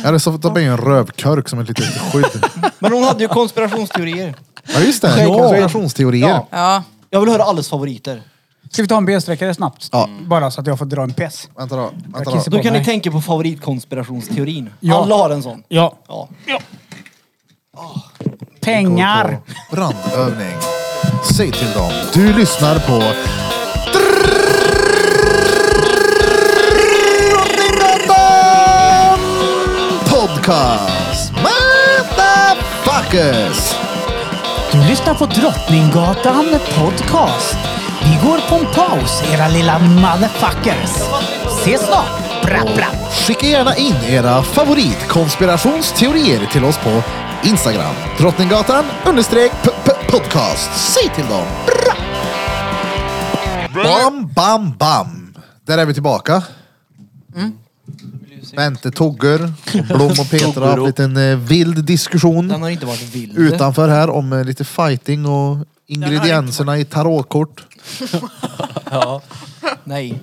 B: Eller så tar jag en rövkörk som ett litet skydd.
D: Men hon hade ju konspirationsteorier.
B: Ja just det,
G: Ja.
B: konspirationsteorier.
A: Ja.
D: Jag vill höra allas favoriter.
G: Ska vi ta en bensträckare snabbt?
B: Ja.
G: Bara så att jag får dra en pess.
B: Vänta då, vänta
G: Jag kissar
B: då.
G: på
D: Då kan
G: mig.
D: ni tänka på favoritkonspirationsteorin.
G: Ja.
D: Alla har en sån.
G: Ja.
D: Ja.
G: Pengar!
B: Brandövning. Säg till dem. Du lyssnar på Drottninggatan Podcast. Motherfuckers!
G: Du lyssnar på Drottninggatan Podcast. Vi går på en paus, era lilla motherfuckers. Ses snart! Bra, bra.
B: Skicka gärna in era favoritkonspirationsteorier till oss på Instagram. Drottninggatan understreck p- p- podcast. Säg till dem. Bra! Bam, bam, bam. Där är vi tillbaka. Vänte Togger, Blom och Peter har haft en liten eh, vild
D: Den
B: diskussion
D: har inte varit vild.
B: utanför här om eh, lite fighting och ingredienserna i tarotkort.
D: Nej.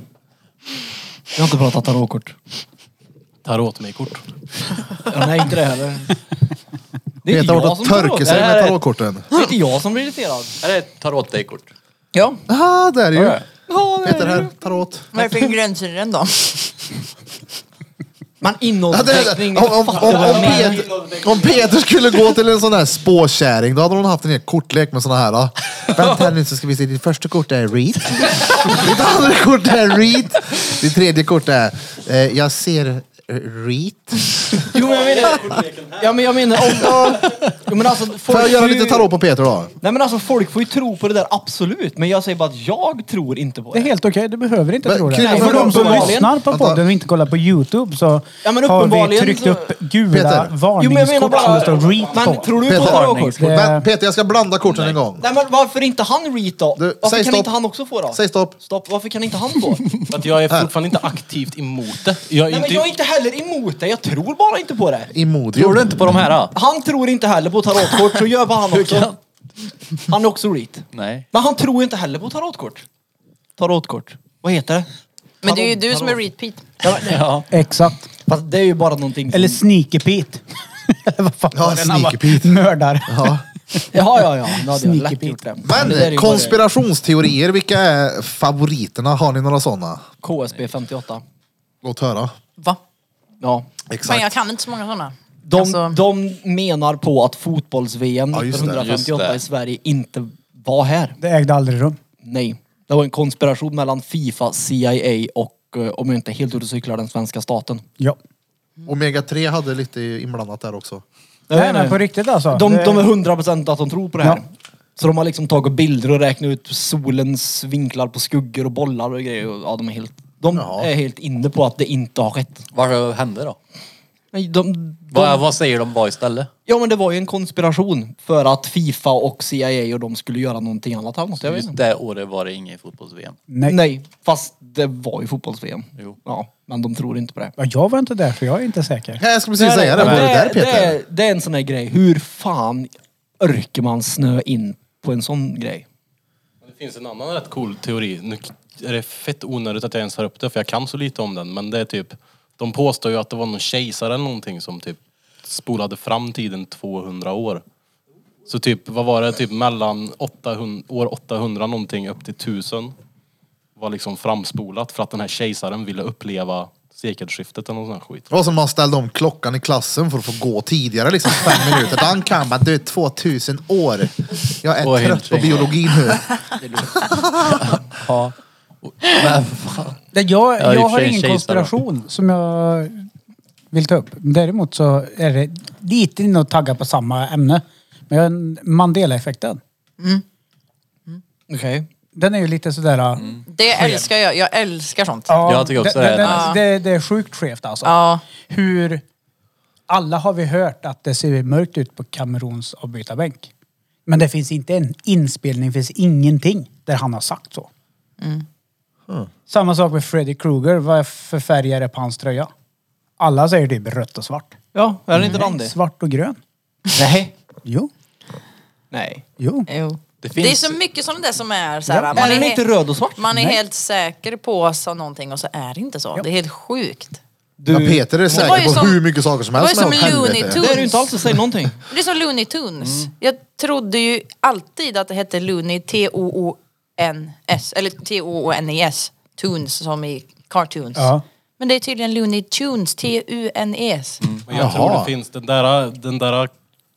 D: Jag har inte pratat tarotkort.
F: Tar åt mig kort.
D: Ja, nej, inte det heller. Det
B: Peter har
D: jag
B: varit
D: som
B: och törkat sig
D: tarotkort.
B: med tarotkorten.
D: Nej, Det är inte jag som blir irriterad.
E: Är det tar åt dig kort?
A: Ja.
B: Ah, där är ju.
D: Ja,
B: Peter här, tarot.
A: Vad är det
G: <laughs>
A: för gränser då?
D: Men
B: Ja, det är
D: innehållsförteckning.
B: det. Om, om, om, om, Peter, om Peter skulle gå till en sån här spåkärring då hade hon haft en hel kortlek med såna här. Då. Vänta här nu så ska vi se, ditt första kort är read. Ditt andra kort är read. Ditt tredje kort är eh, jag ser eh, read.
D: Jo, men jag menar... Ja, men jag menar om... Jo, men alltså, folk
B: Får jag göra
D: får ju-
B: lite tarot på Peter då?
D: Nej, men alltså folk får ju tro på det där, absolut. Men jag säger bara att jag tror inte på
G: Det är
D: det.
G: helt okej, du behöver inte
B: Men
G: tro det.
B: Krille,
G: Nej, för
B: men
G: de som
D: uppenbarligen-
G: lyssnar på podden och inte kollar på YouTube så
D: Ja, men
G: har vi
D: uppenbarligen
G: tryckt
D: så-
G: upp gula
B: Peter.
D: Jo, men jag menar
G: varningskort som det
D: bara...
G: står read
D: Men
G: på.
D: tror du på
B: Peter.
D: tarotkort?
G: Det-
B: Men, Peter jag ska blanda korten en gång.
D: Nej, men varför inte han read då?
B: Du,
D: varför
B: säg
D: kan
B: stopp.
D: inte han också få då?
B: Säg stopp.
D: Stopp, varför kan inte han få?
F: För att jag är fortfarande inte aktivt emot det. Jag är
D: Nej,
F: inte...
D: men jag är inte heller emot det, jag tror bara inte på det.
E: Tror du
B: Imodium.
E: inte på de här? Då?
D: Han tror inte heller på tarotkort, så gör bara han också. Han är också read.
E: Nej.
D: Men han tror inte heller på tarotkort. Tarotkort. Vad heter det?
A: Men det är ju
D: Tarot-
A: du som är
D: tarot.
A: repeat.
E: Ja.
G: Exakt.
D: Fast det är ju bara någonting som...
G: Eller Sneaky Pete. <laughs> Eller vad fan
B: Ja,
G: var det han
B: Sneaky
G: var?
B: Pete.
G: Mördare.
B: Ja.
D: Jaha, ja, ja. Nu hade jag
G: Sneaky
D: lätt
G: Pete.
D: gjort det. det där är
B: Men
D: ju bara-
B: konspirationsteorier, vilka är favoriterna? Har ni några sådana?
D: KSB 58.
B: Låt höra.
A: Va?
D: Ja.
A: Men
B: Exakt.
A: jag kan inte så många sådana.
D: De,
A: Alltså-
D: de menar på att fotbolls-VM
B: Ja, just det.
D: 1958
E: Just det.
D: i Sverige inte var här.
G: Det ägde aldrig rum.
D: Nej. Det var en konspiration mellan Fifa, CIA och, eh, om jag inte är helt ute och cyklar, den svenska staten.
G: Ja.
B: Omega 3 hade lite inblandat där också.
G: Nej, men på riktigt alltså.
D: De,
G: Det-
D: de är 100 procent att de tror på det här.
G: Ja.
D: Så de har liksom tagit bilder och räknat ut solens vinklar på skuggor och bollar och grejer. Och, ja, de är helt, de
B: Ja.
D: är helt inne på att det inte har skett.
E: Vad hände då?
D: Nej, de, de,
E: Vad, vad säger de var istället?
D: Ja men det var ju en konspiration för att Fifa och CIA och de skulle göra någonting annat här. Något, jag vet
E: Just
D: inte.
E: det året var det inget fotbolls-VM.
G: Nej.
D: Nej, fast det var ju fotbolls-VM.
E: Jo.
D: Ja, men de tror inte på det.
G: Ja, jag var inte där så jag är inte säker.
B: Nej, Jag skulle precis säga det. Var
D: Men
B: du där
D: Det
B: Peter?
D: är, det är en sån här grej. Hur fan orkar man snö in på en sån grej?
F: Det finns en annan rätt cool teori. Nu är det fett onödigt att jag ens tar upp det för jag kan så lite om den. Men det är typ, de påstår ju att det var någon kejsare eller någonting som typ spolade fram tiden 200 år. Så typ, vad var det? Typ mellan 800, år 800 någonting upp till 1000 var liksom framspolat för att den här kejsaren ville uppleva sekelskiftet eller någon sån här skit.
B: Det var som man ställde om klockan i klassen för att få gå tidigare liksom fem <laughs> minuter. Dan kan bara, du är 2000 år. Jag är
E: Och
B: trött
E: helt
B: på
E: fri.
B: biologi nu.
E: Ja. Men <laughs> fan.
G: Det, jag
E: Ja, i och
G: jag
E: för
G: har
E: sig en
G: ingen
E: tjej,
G: konspiration som jag vill ta upp. Däremot så är det lite inne och tagga på samma ämne. Men jag har en- Mandela-effekten.
D: Okej.
G: Den är ju lite sådär... äh,
A: Det älskar jag. Jag älskar sånt.
G: Ja,
E: Mm. Jag tycker också
G: det,
E: det är
G: det,
E: nice.
G: det, det är sjukt skevt alltså.
A: Ja.
G: Hur... Alla har vi hört att det ser mörkt ut på Kameruns avbytarbänk. Men det finns inte en inspelning, det finns ingenting där han har sagt så.
D: Mm.
G: Samma sak med Freddy Krueger. Vad för färg är det på hans tröja? Alla säger typ rött och svart.
D: Ja, är det inte
B: Mm.
D: Randy?
G: Svart och grön.
D: Nej.
G: Jo,
D: Nej.
G: jo.
A: Jo. Det,
E: finns-
A: är så mycket sånt där som är så här,
G: Ja.
A: man
D: Är den
A: he-
D: inte röd och svart?
A: Man är
G: Nej.
A: helt säker på så någonting och så är det inte så. Det är helt sjukt.
B: Ja, Peter är säker
A: var ju
B: på
A: som-
B: hur mycket saker som
A: det var ju
B: helst.
A: som
B: men åt
A: Looney
B: helvete.
A: Tunes.
D: Det är du inte alls att säga någonting.
A: Det är som Looney Tunes.
B: Mm.
A: Jag trodde ju alltid att det hette Looney, T-O-O-N-S, eller T-O-O-N-E-S, E Tunes som i cartoons.
G: Ja.
A: Men det är tydligen Looney Tunes, T-U-N-E-S.
F: Men jag
B: Jaha.
F: tror det finns, den där, den där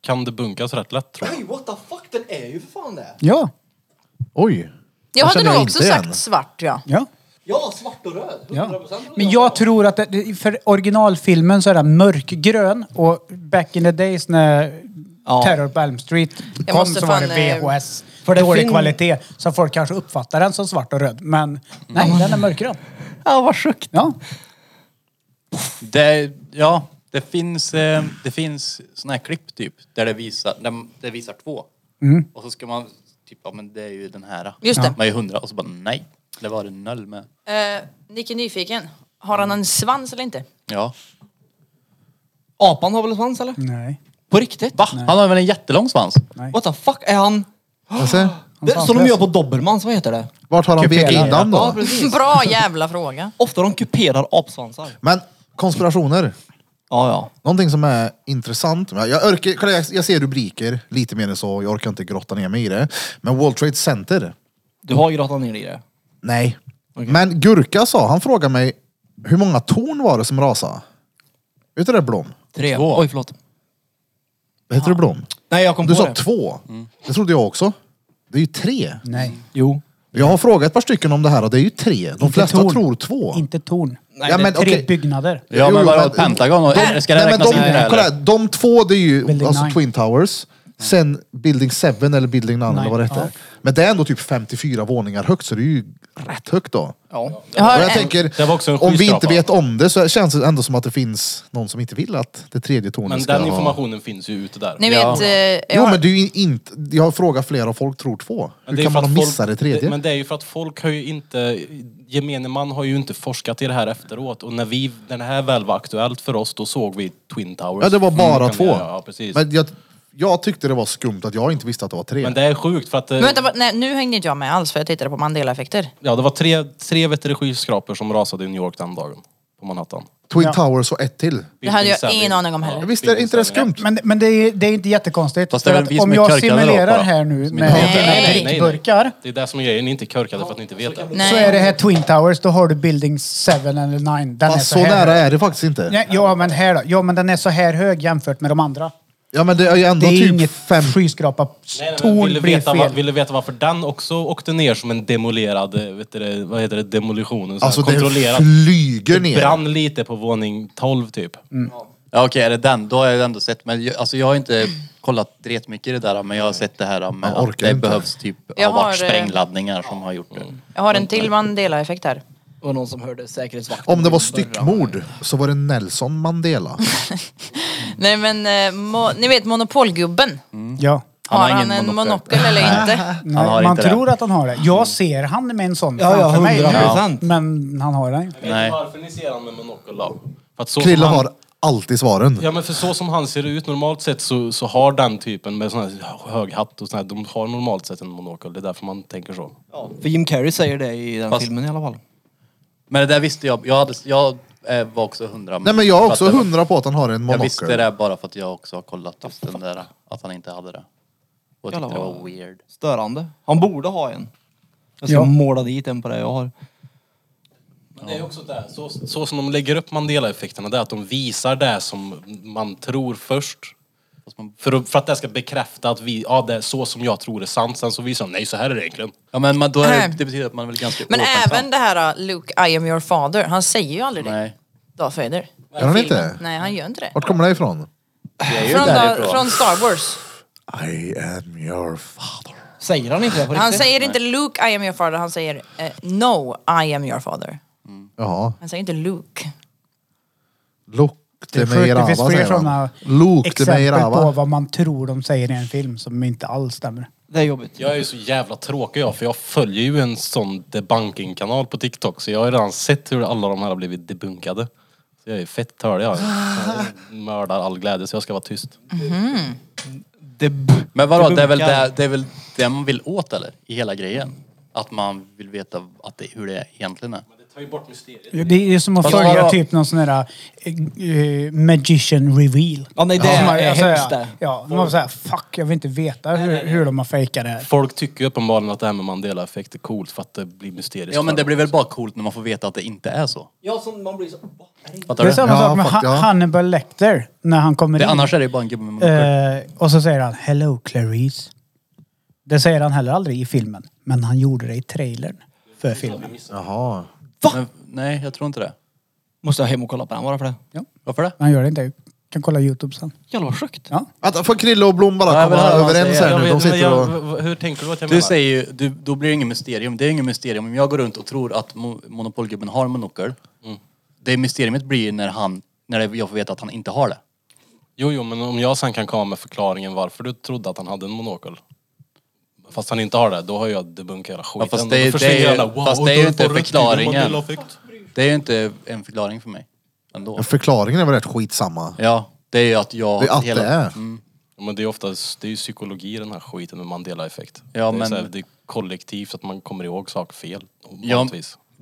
F: kan debunkas rätt lätt tror jag.
D: Nej, what the fuck? Den är ju för fan det.
G: Ja,
B: Oj.
A: Jag
B: Det
A: hade
B: känner
A: nog
B: jag
A: också
B: inte
A: sagt
B: igen.
A: svart ja.
G: ja.
D: Ja, svart och röd.
G: Ja. Men jag tror att det, för originalfilmen så är den mörkgrön och back in the days när
D: Ja.
G: Terror på Elm Street kom
A: måste
G: så var det
A: fan, eh,
G: VHS.
D: för det
G: dålig
D: fin-
G: kvalitet. Så folk kanske uppfattar den som svart och röd. Men nej, den är mörkgrön.
D: Ja, vad sjukt.
G: Ja.
E: Det, ja, det finns, eh, det finns såna här klipp typ där det visar, där det visar två.
G: Mm.
E: Och så ska man typ, ja men det är ju den här.
A: Just det.
E: Man är hundra och så bara nej. Det var det noll med.
A: Eh, Nick är nyfiken. Har han en svans eller inte? <laughs>
E: Ja.
D: Apan har väl svans eller?
G: Nej.
D: På riktigt?
E: Va? Han har väl en jättelång svans?
D: What the fuck? Är han...
B: Alltså,
D: Det, som de
G: svanslös.
D: gör på Dobermans, vad heter det?
B: vart har han
G: Kuperar.
B: beket in den då?
D: precis.
A: Bra jävla fråga.
D: Ofta de kuperar apsvansar.
B: Men konspirationer.
D: Ja, ja.
B: Någonting som är intressant. men Jag, orkar, kolla, jag, jag ser rubriker lite mer än så. Jag orkar inte grotta ner mig i det. Men World Trade Center.
D: Du har ju grottat ner i det.
B: Nej. Men Gurka sa, han frågade mig hur många torn var det som rasade? Vet du det Blom?
D: Tre.
E: Två.
D: Oj, förlåt.
B: Heter du Blom?
D: Nej, jag kom
B: Du
D: på
B: sa
D: det.
B: två. Det trodde jag också. Det är ju tre.
G: Mm. Nej.
D: Jo.
B: Jag har frågat ett par stycken om det här och det är ju tre. De
G: Inte
B: flesta
G: torn.
B: tror två.
G: Inte torn.
B: Ja,
D: det-
B: men-
G: Tre
B: Okej.
G: byggnader.
E: Ja
B: Jo,
E: men var
B: men-
E: det Pentagon och,
B: De,
E: ska det
B: nej, men
E: räknas
B: de,
E: in i det här?
B: kolla,
E: eller?
B: här, de två det är ju
G: Building
B: alltså
G: Nine.
B: Twin Towers, sen Building 7 eller Building 9 eller
G: Nine,
B: vad det heter.
G: ja.
B: Men det är ändå typ 54 våningar högt så det är ju rätt högt då.
D: Ja.
A: Jag har
B: och jag
A: en,
B: tänker,
F: Det var också en
B: om vi inte
F: skyskrapa.
B: vet om det så känns det ändå som att det finns någon som inte vill att det tredje tornet
F: Men
B: ska
F: den
B: ha...
F: informationen finns ju ute där.
A: ni vet, eh, jag
B: Jo
A: har-
B: men det är ju inte, jag har frågat flera och folk tror två.
F: Men det
B: Hur
F: är
B: kan
F: för
B: man ha
F: att
B: missat
F: folk-
B: det tredje?
F: Men det är ju för att folk har ju inte, gemene man har ju inte forskat i det här efteråt och när vi, när det här väl var aktuellt för oss då såg vi Twin Towers.
B: ja det var bara
F: Mm,
B: två.
F: Ja, precis. Men,
B: Men jag, jag tyckte det var skumt att jag inte visste att det var tre.
F: det är sjukt för att eh,
A: Men vänta, vad- nej, nu hängde inte jag med alls för jag tittade på Mandela-effekter.
F: ja, det var tre, tre vet du, skyskrapor som rasade i New York den dagen. på Manhattan.
B: Twin Towers och ett till.
A: Det hade jag
F: Building
A: ingen
F: seven.
A: aning om heller.
B: Visst är inte det skumt?
G: Men, men det, är, det är inte jättekonstigt.
E: Fast det är
G: för
E: väl
G: att
E: vi som
G: om
E: är
G: jag
E: körkade då,
G: simulerar
E: bara.
G: här nu med
E: Nej,
G: dina
A: nej, nej.
G: prickburkar
F: Det är det som är grejen, ni är inte körkade för att ni inte vet det.
A: Nej.
G: så är det här Twin Towers, då har du Building 7 eller 9. Den är
B: Fast
G: så,
B: Alltså, så
G: här.
B: nära är det faktiskt inte.
G: Nej, Ja men här då. Ja men den är så här hög jämfört med de andra.
B: Ja men det är ju
G: Det
B: ändå
G: är
B: typ
G: inget
B: fem...
G: skyskrapa.
F: Nej, nej, men
G: Torn
F: vill, du
G: blir
F: veta, va-
G: fel.
F: vill du veta varför den också åkte ner som en demolerad, eh, vet du, det, vad heter det, demolitionen? Så
B: Alltså
F: här,
B: den
F: kontrollerat.
B: flyger
F: Det
B: ner.
F: brann lite på våning 12 typ.
E: Mm. Ja, okej, är det den? Då har jag ändå sett. Men jag, alltså, jag har inte kollat jättemycket i det där, men jag har sett det här med
B: Jag
E: att
B: orkar
E: det
B: inte.
E: behövs typ
A: Jag
E: har varit
A: har, eh, Mm.
E: sprängladdningar som har gjort det.
A: Jag har en till Mandela-effekt här.
D: Det var någon som hörde säkerhetsvakten.
B: Om det var
D: börja.
B: styckmord så var det Nelson Mandela.
A: Nej men, eh, mo- ni vet monopolgubben.
G: Ja.
A: Har
E: Han har
A: han,
E: ingen
A: en
E: monokel.
A: monokel eller
E: <laughs>
A: inte?
G: Nej,
E: har
G: man
E: inte det.
G: tror att han har det. Jag ser han med en sån
D: Ja, ja,
G: framför mig.
D: 100%.
G: Men han har den inte.
F: Vet
E: Nej.
F: du varför ni ser han med monokel då? För att så
B: Krilla
F: som han-
B: har alltid svaren.
F: Ja men för så som han ser ut normalt sett så, så har den typen med sån här hög hatt och sån här, de har normalt sett en monokel. Det är därför man tänker så.
D: Ja, för Jim Carrey säger det i den
E: Fast-
D: filmen i alla fall.
E: Men det där visste jag. Jag, hade, jag eh, var också hundra.
B: Nej men jag
E: för
B: har
E: att
B: också
E: det var-
B: hundra på att han har en
E: Jag visste
B: monokel.
E: det bara för att jag också har kollat just den där, att han inte hade det. Och jag tyckte det
D: Jävlar
E: var weird.
D: Störande. Han borde ha en. Jag ska
G: Ja.
D: måla dit en på det jag har.
F: Men det är också det, så, så som de lägger upp Mandela-effekterna, det är att de visar det som man tror först.
E: Fast man-
F: För, att- för att det ska bekräfta att vi, ja det är så som jag tror är sant, sen så visar de nej så här är det egentligen.
E: Ja men man, då är det,
A: Nej.
E: det betyder att man är väl ganska
A: Men
E: ouppmärksam.
A: även det här uh, Luke, I am your father. Han säger ju aldrig det.
E: Nej.
A: Darth Vader.
B: Gör han inte?
A: Nej, han gör inte det.
B: Vart kommer det ifrån?
E: Det är ju
A: Från,
E: därifrån.
A: da, från Star Wars.
B: I am your father.
D: Säger han inte det på riktigt?
A: Han säger inte Luke, I am your father. Han säger eh, No, I am your father.
B: Jaha.
A: Han säger inte Luke.
G: Det är
B: Lukte
G: sjukt,
B: mig i
G: det finns
B: rava
G: fler
B: säger
G: sådana
B: han. Lukte mig i
G: exempel på
B: rava.
G: vad man tror de säger i en film som inte alls stämmer.
D: Det är jobbigt.
F: Jag är ju så jävla tråkig jag, för jag följer ju en sån debunking-kanal på TikTok så jag har ju redan sett hur alla de här har blivit debunkade. Så jag är fett törlig jag. jag mördar all glädje så jag ska vara tyst.
D: Deb-
E: Men vadå, det är, väl
D: Dunkar.
E: det, det är väl det man vill åt eller? I hela grejen? Att man vill veta att det, hur det egentligen är.
F: Det tar ju bort mysteriet.
G: Det är ju som att
E: Fast
G: följa
E: vadå?
G: typ någon sån där eh, magician reveal.
D: Ja, nej, det
G: Som man-
D: är
G: alltså,
D: hemskt
G: ja,
D: det.
G: Ja, man var såhär, fuck jag vill inte veta hur, hur de har fejkat det här.
F: Folk tycker ju uppenbarligen att det här med Mandela-effekt är coolt för att det blir mysteriskt.
E: Ja men det
F: för dem.
E: blir väl bara coolt när man får veta att det inte är så.
D: Ja, som man blir så... Va, är det inte-
E: Fattar
G: Det är
E: du?
G: samma
B: Ja,
G: sak med
B: fuck,
G: Han-
B: ja.
G: Hannibal Lecter när han kommer
E: Det,
G: in.
E: annars är det ju bara en gubbe med monokel.
G: Eh, och så säger han Hello Clarice. Det säger han heller aldrig i filmen. Men han gjorde det i trailern för filmen.
B: Jaha.
E: Men, nej, jag tror inte det.
D: Måste jag hem och kolla på den bara för det?
E: Varför det?
G: Han gör det inte. Jag kan kolla Youtube sen.
D: Jävlar vad sjukt.
G: Ja.
B: Att, får Krille och Blom
E: Ja,
B: bara
E: jag
B: komma
E: vill höra vad han
B: överens
E: säger.
B: här nu?
F: Jag vet,
B: De
F: men
B: sitter
F: jag,
B: och...
F: v- hur tänker du att jag
E: Du
F: menar?
E: säger ju, du, då blir det ingen mysterium. Det är ingen mysterium. Om jag går runt och tror att mo- monopolgubben har monokel. Det mysteriet blir när han, när det- jag får veta att han inte har det.
F: Jo, jo, men om jag sen kan komma med förklaringen varför du trodde att han hade en monokel. Fast han inte har det, då har jag debunkat hela skiten.
E: fast det är-
F: Då försvinner
E: det är-
F: hela, wow,
E: fast det är ju
F: då
E: inte
F: får du riktigt
E: förklaringen.
F: Mandela-effekt.
E: Det är ju inte en förklaring för mig. Ändå.
B: Förklaringen är väl rätt skitsamma.
E: Ja, det är ju att jag...
B: Det är att det är.
F: Ja, Men det är oftast, det är ju psykologi den här skiten med Mandela-effekt.
E: Ja,
F: det, är
E: men-
F: så här, det är kollektivt att man kommer ihåg saker fel.
E: Ja,
F: Ja.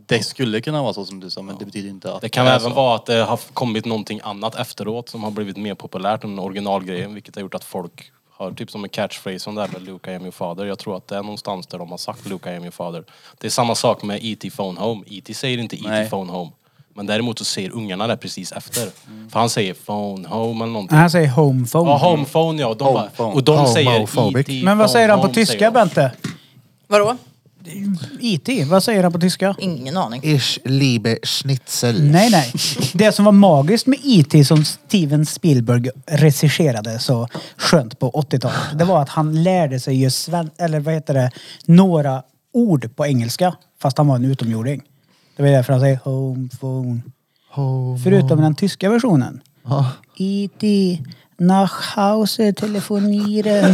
E: det skulle kunna vara så som du sa, men det betyder inte att
F: Det kan
E: är
F: även
E: så.
F: vara att det har kommit någonting annat efteråt som har blivit mer populärt än originalgrejen vilket har gjort att folk har typ som en catchphrase som där med Luke I am your father. Jag tror att det är någonstans där de har sagt Luke I am your father. Det är samma sak med E.T. Phone Home. E.T. säger inte E.T.
E: Nej.
F: Phone Home. Men däremot så säger ungarna det precis efter. För han säger Phone Home eller någonting.
G: Han säger home phone.
F: Ja, homephone ja. Och de, bara,
E: Homephone.
F: och de säger
B: Homophobic.
F: E.T.
G: Men vad säger han på
F: phone home, säger
G: tyska
F: de.
G: Bente?
A: Vadå?
G: IT, vad säger han på tyska?
A: Ingen aning.
B: Ich liebe schnitzel.
G: Nej, nej. Det som var magiskt med IT som Steven Spielberg regisserade så skönt på 80-talet, det var att han lärde sig ju sven- eller vad heter det, några ord på engelska fast han var en utomjording. Det var därför han säger home phone.
B: Home
G: Förutom den tyska versionen. IT, E Nachhause telefonieren.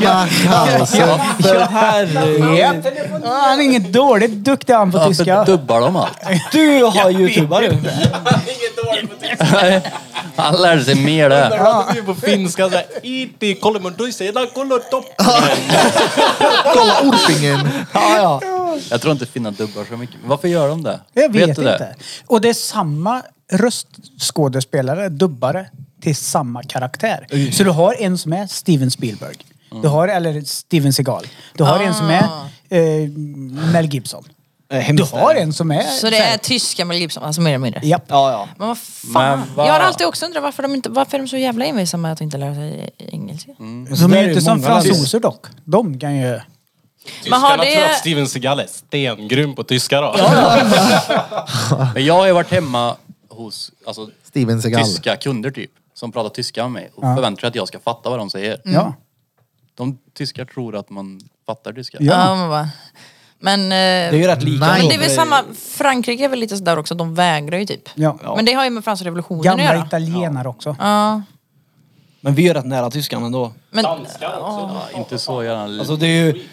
B: Nachhausen.
D: Ja, herregud.
G: Japp. Ah, Han är inget dåligt duktig han på
E: Varför
G: tyska.
E: dubbar
D: <laughs>
E: de allt?
D: Du har youtubar du.
E: Han lärde sig mer där.
F: pratar ju på finska E såhär. Iti kolmundruisena kolotop.
B: Kolla orpingen.
D: Ja, ja.
E: Jag tror inte finna dubbar så mycket. Varför gör de det?
G: Jag vet,
E: du
G: inte. Och det är samma röstskådespelare, dubbare, till samma karaktär. Så du har en som är Steven Spielberg. Du har, eller Steven Seagal. Du har en som är eh, Mel Gibson. Du har en som är...
A: Så det är tyska med Gibson, alltså mer eller mindre.
G: Japp.
D: Ja, ja.
A: Men vad fan.
E: Men vad-
A: Jag har alltid också undrat varför de, inte, varför är de så jävla envisa med att inte lära sig engelska.
E: Mm.
G: De
D: där
G: är
D: är
G: ju inte
D: ju
G: som
D: många länder.
G: fransoser dock. De kan ju...
A: Men har
F: Tyskarna
A: det-
F: tror att Steven Seagal är stengrym på tyska då.
E: Men jag har ju varit hemma hos alltså,
B: Steven Seagal.
E: tyska kunder typ. Som pratar tyska med mig och förväntar sig att jag ska fatta vad de säger.
D: Mm.
G: Ja.
E: De tyskar tror att man fattar tyska.
G: Ja.
A: Ja, men va. Men, eh,
D: Det är ju rätt lika.
A: men
B: Nej.
A: det är väl samma, Frankrike är väl lite sådär också, de vägrar ju typ.
G: Ja.
A: Men det har ju med franska revolutionen att
G: Gamla
A: göra.
G: italienare också.
A: Ja.
D: Men vi är rätt nära tyskan ändå.
A: Men,
E: Ja, inte så gärna.
D: Alltså det är ju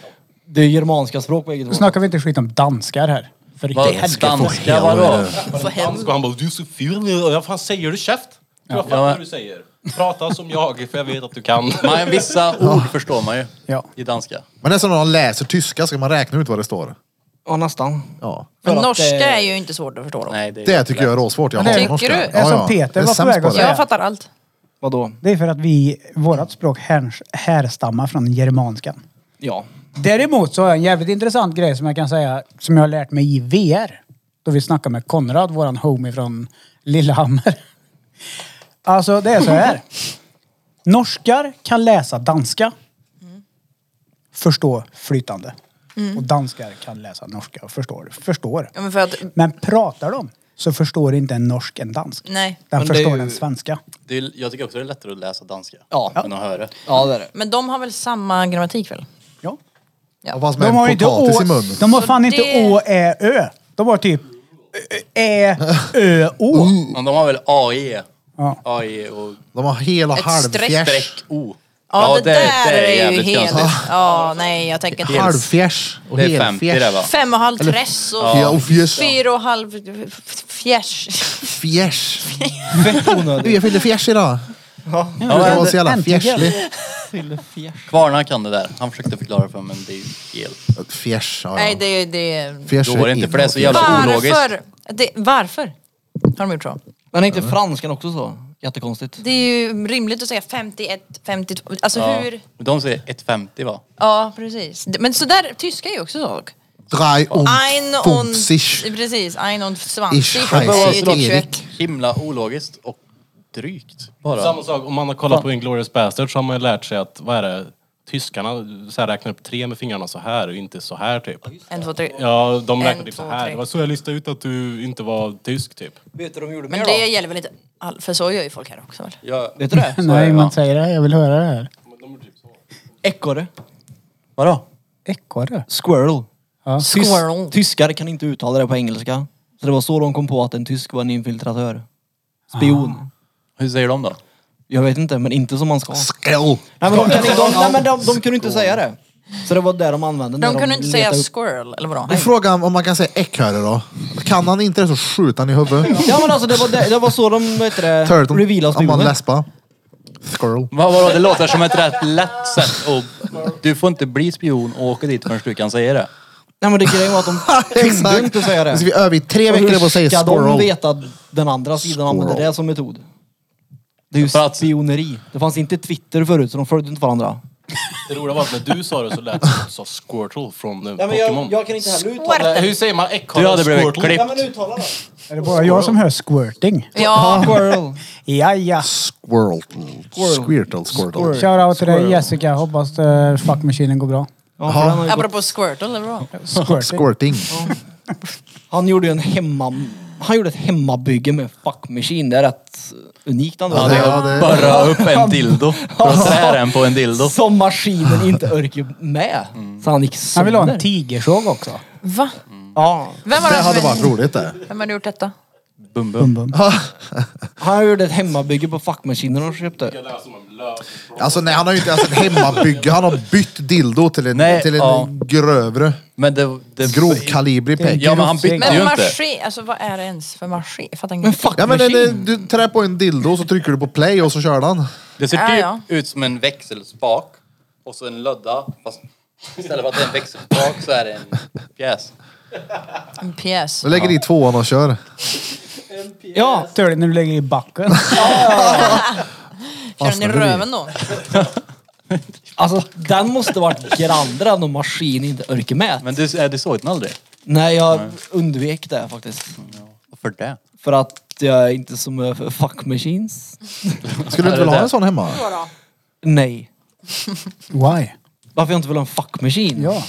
D: det är germanska språk på eget håll.
G: Snackar vi inte skit om danskar här? För i
E: Vad,
G: helvete.
E: danska vadå?
A: för helvete.
F: Och han bara, du är så ful. Jag fan säger du käft? Jag fattar
E: Ja.
F: vad du säger. Prata som jag, för jag vet att
A: <laughs>
F: du kan. <laughs>
E: Men vissa ord förstår man ju
G: Ja.
E: i danska.
B: Men det är som när de läser tyska ska man räkna ut vad det står.
D: Ja, nästan.
B: Ja.
A: Men
D: För att,
A: norska
D: eh,
A: är ju inte svårt att förstå då.
E: Nej, det är
B: Det tycker jag är råsvårt. Jag
A: Men
B: hatar
A: tycker
B: norska.
A: du?
B: Ja,
A: Det
G: är som
B: ja.
G: Peter
B: Det är
G: var på
B: sämst
G: väg att
B: på det.
G: säga.
A: Jag fattar allt.
D: Vadå?
G: Det är för att vi, vårt språk här, härstammar från germanskan.
D: Ja.
G: Däremot så har jag en jävligt intressant grej som jag kan säga, som jag har lärt mig i VR. Då vi snackade med Konrad, våran homie från Lillehammer. <laughs> Alltså det är så här. Norskar kan läsa danska. Förstå flytande. Och danskar kan läsa norska och förstår. förstår.
A: Ja, men för att,
G: Men pratar de så förstår inte en norsk en dansk.
A: nej.
G: Den
D: Men det är
G: förstår
D: ju-
G: den svenska.
E: Det är, jag tycker också det är lättare att läsa danska
D: Ja.
E: än att höra.
D: Ja, det är det.
A: Men de har väl samma grammatik väl?
G: Ja.
B: Och vad som
G: De har
B: är en
G: inte å,
B: potatis i munnen.
G: de har fan inte
A: det-
G: å, ä, ö. De har typ ö, ä, ö,
B: <laughs>
G: å.
B: Mm.
E: Men de har väl AE?
G: Ja.
E: AE E och
B: De har hel och
A: Ett streck.
B: halvfjärs.
F: Oh.
E: streck-O.
A: Ja, det, där är, ju
E: jävligt
A: helt...
E: konstigt.
A: Ja, nej jag tänker inte...
B: Halvfjärs och
E: Det är 50 det
B: helfjärs.
E: va?
A: Fem och halv träss och
B: Ja, och fjärs.
A: fyra och halv fjärs.
B: Fjärs.
D: Fett onödigt.
B: Du, jag fyllde fjärs idag. Du
E: Ja,
B: ska
E: men
B: vara
E: det-
B: så jävla
G: äntligen.
B: fjärslig.
E: Kvarna kan det där. Han försökte förklara för mig men det är ju helt...
B: Fjärs, ja.
A: Nej
B: ja.
A: det är... Det...
B: Fjärs
E: Då var det
B: är
E: inte för det är så
B: inåt.
E: jävla ologiskt.
A: Varför? Det, varför? Har de gjort så?
D: Men är inte franskan också så? Jättekonstigt.
A: Det är ju rimligt att säga 51, 52, alltså
E: Ja.
A: hur?
E: De säger 1,50 va?
A: Ja precis. Men sådär, tyska är ju också så.
B: Drei und
A: Ein und...
B: fünfzig.
A: Precis, ein und
B: Ich
A: zwanzig. Det
B: heiße
A: är ju typ
B: Erik.
A: 21.
E: Himla ologiskt och drygt bara.
F: Samma sak om man har kollat på Inglourious Basterds så har man ju lärt sig att, vad är det? Tyskarna så här räknar upp tre med fingrarna så här och inte så här typ.
A: En, två, tre.
F: Ja, de
A: En,
F: räknar typ så
A: två,
F: här.
A: tre.
F: Det var så jag listade ut att du inte var tysk typ.
D: Vet du de gjorde
A: Men
D: mer
A: det
D: då?
A: gäller väl inte all... För så gör ju folk här också väl?
E: Ja,
D: Vet du <laughs> det?
E: så är det, va?
G: säger det. Jag vill höra det här.
D: Ekorre.
E: Vadå?
G: Ekorre?
D: Squirrel. Tys-
A: Squirrel.
D: Tyskar kan inte uttala det på engelska. Så det var så de kom på att en tysk var en infiltratör. Spion.
E: Hur säger de då?
D: Jag vet inte, men inte som man ska.
B: Skål.
D: Nej men de, kan, de, nej, men de, de kunde inte säga det. Så det var det de använde när
A: De kunde inte säga
D: letade upp-
A: squirrel eller vadå?
B: Då frågar han om man kan säga ekorre då. Kan han inte det så skjuter han i huvudet.
D: <laughs> Ja men alltså det var, det, det var så de, vad heter det,
B: Turtle.
D: revealade
B: Om man
D: spionen.
B: läspar. Squirrel.
E: Vad vadå? Det låter som ett rätt lätt sätt att... Du får inte bli spion och åka dit förrän du kan säga det.
D: Nej men det grejen var att de kunde inte säga
B: Nu
D: det.
B: ska Alltså, vi öva i tre
D: Och
B: veckor på att
D: Hur
B: säga
D: ska de
B: squirrel.
D: veta att den andra sidan använder
B: Squirrel.
D: det som metod? Det är ju
E: För att-
D: spioneri. Det fanns inte Twitter förut så de följde inte varandra.
F: Det roliga var att när du sa det så lät det som att du sa Squirtle från eh, Pokémon.
D: kan inte heller
A: uttala
F: Eh, Hur säger man ekorre
E: Du hade blivit
F: Squirtle?
E: klippt.
D: uttala det.
G: Är det bara jag som hör squirting?
A: Ja,
D: Squirrel.
G: Ja, ja.
B: Squirrel. Squirtle. Squirtle.
G: Shoutout till dig Jessica. Hoppas uh, fuckmaskinen går bra.
D: Ja, för den har ju gått-
A: apropå squirtle eller vadå?
G: Squirting.
B: Squirting.
D: han gjorde ju en hemma... Han gjorde ett hemmabygge med fuck machine. Det är rätt unikt ändå.
B: Ja, det- ja,
D: <laughs>
B: det-
E: Bara upp en dildo. För att trä den på en dildo.
D: Som maskinen inte orkar med. Så han gick sönder.
G: Han vill ha en tigersåg också.
A: Va?
D: Ja.
A: Vem var
B: Det
A: det
B: hade
A: som...
B: varit roligt det.
A: Vem hade gjort detta?
E: Bum bum.
G: Bum.
D: Han gjorde ett hemmabygge på fuckmaskinen och köpte.
B: Alltså nej, han har ju inte ens ett hemmabygge. Han har bytt dildo till en,
E: Nej,
B: till en
E: ja.
B: grövre,
E: Men det... det
B: grovkalibrig peng.
E: Ja men han bytte ju
A: Men
E: inte.
A: marché, alltså vad är det ens för marché? Jag Fattar
D: Men
A: inte.
D: fuck
B: Ja men
D: machine.
B: eh, du trär på en dildo så trycker du på play och så kör den.
E: Det ser
A: Ja,
E: typ
A: ja.
E: ut som en växelspak och så en lödda fast istället för att det är en växelspak så är det en pjäs.
A: En pjäs.
B: Du lägger i tvåan och kör.
D: Ja,
G: Stör dig när du lägger i backen.
A: Kör den i
B: fastnade du i?
A: röven då?
D: <laughs> alltså den måste varit grandare än om maskin inte orkar med.
E: Men du, är du såg den aldrig?
D: Nej, jag undvek det faktiskt.
E: Varför det?
D: För att jag är inte som eh, för fuck machines.
B: Skulle du inte
E: Är det
B: vilja ha
E: det?
B: en sån hemma?
D: Nej.
G: Why?
D: Varför jag inte vill ha en fuck machine?
G: Ja.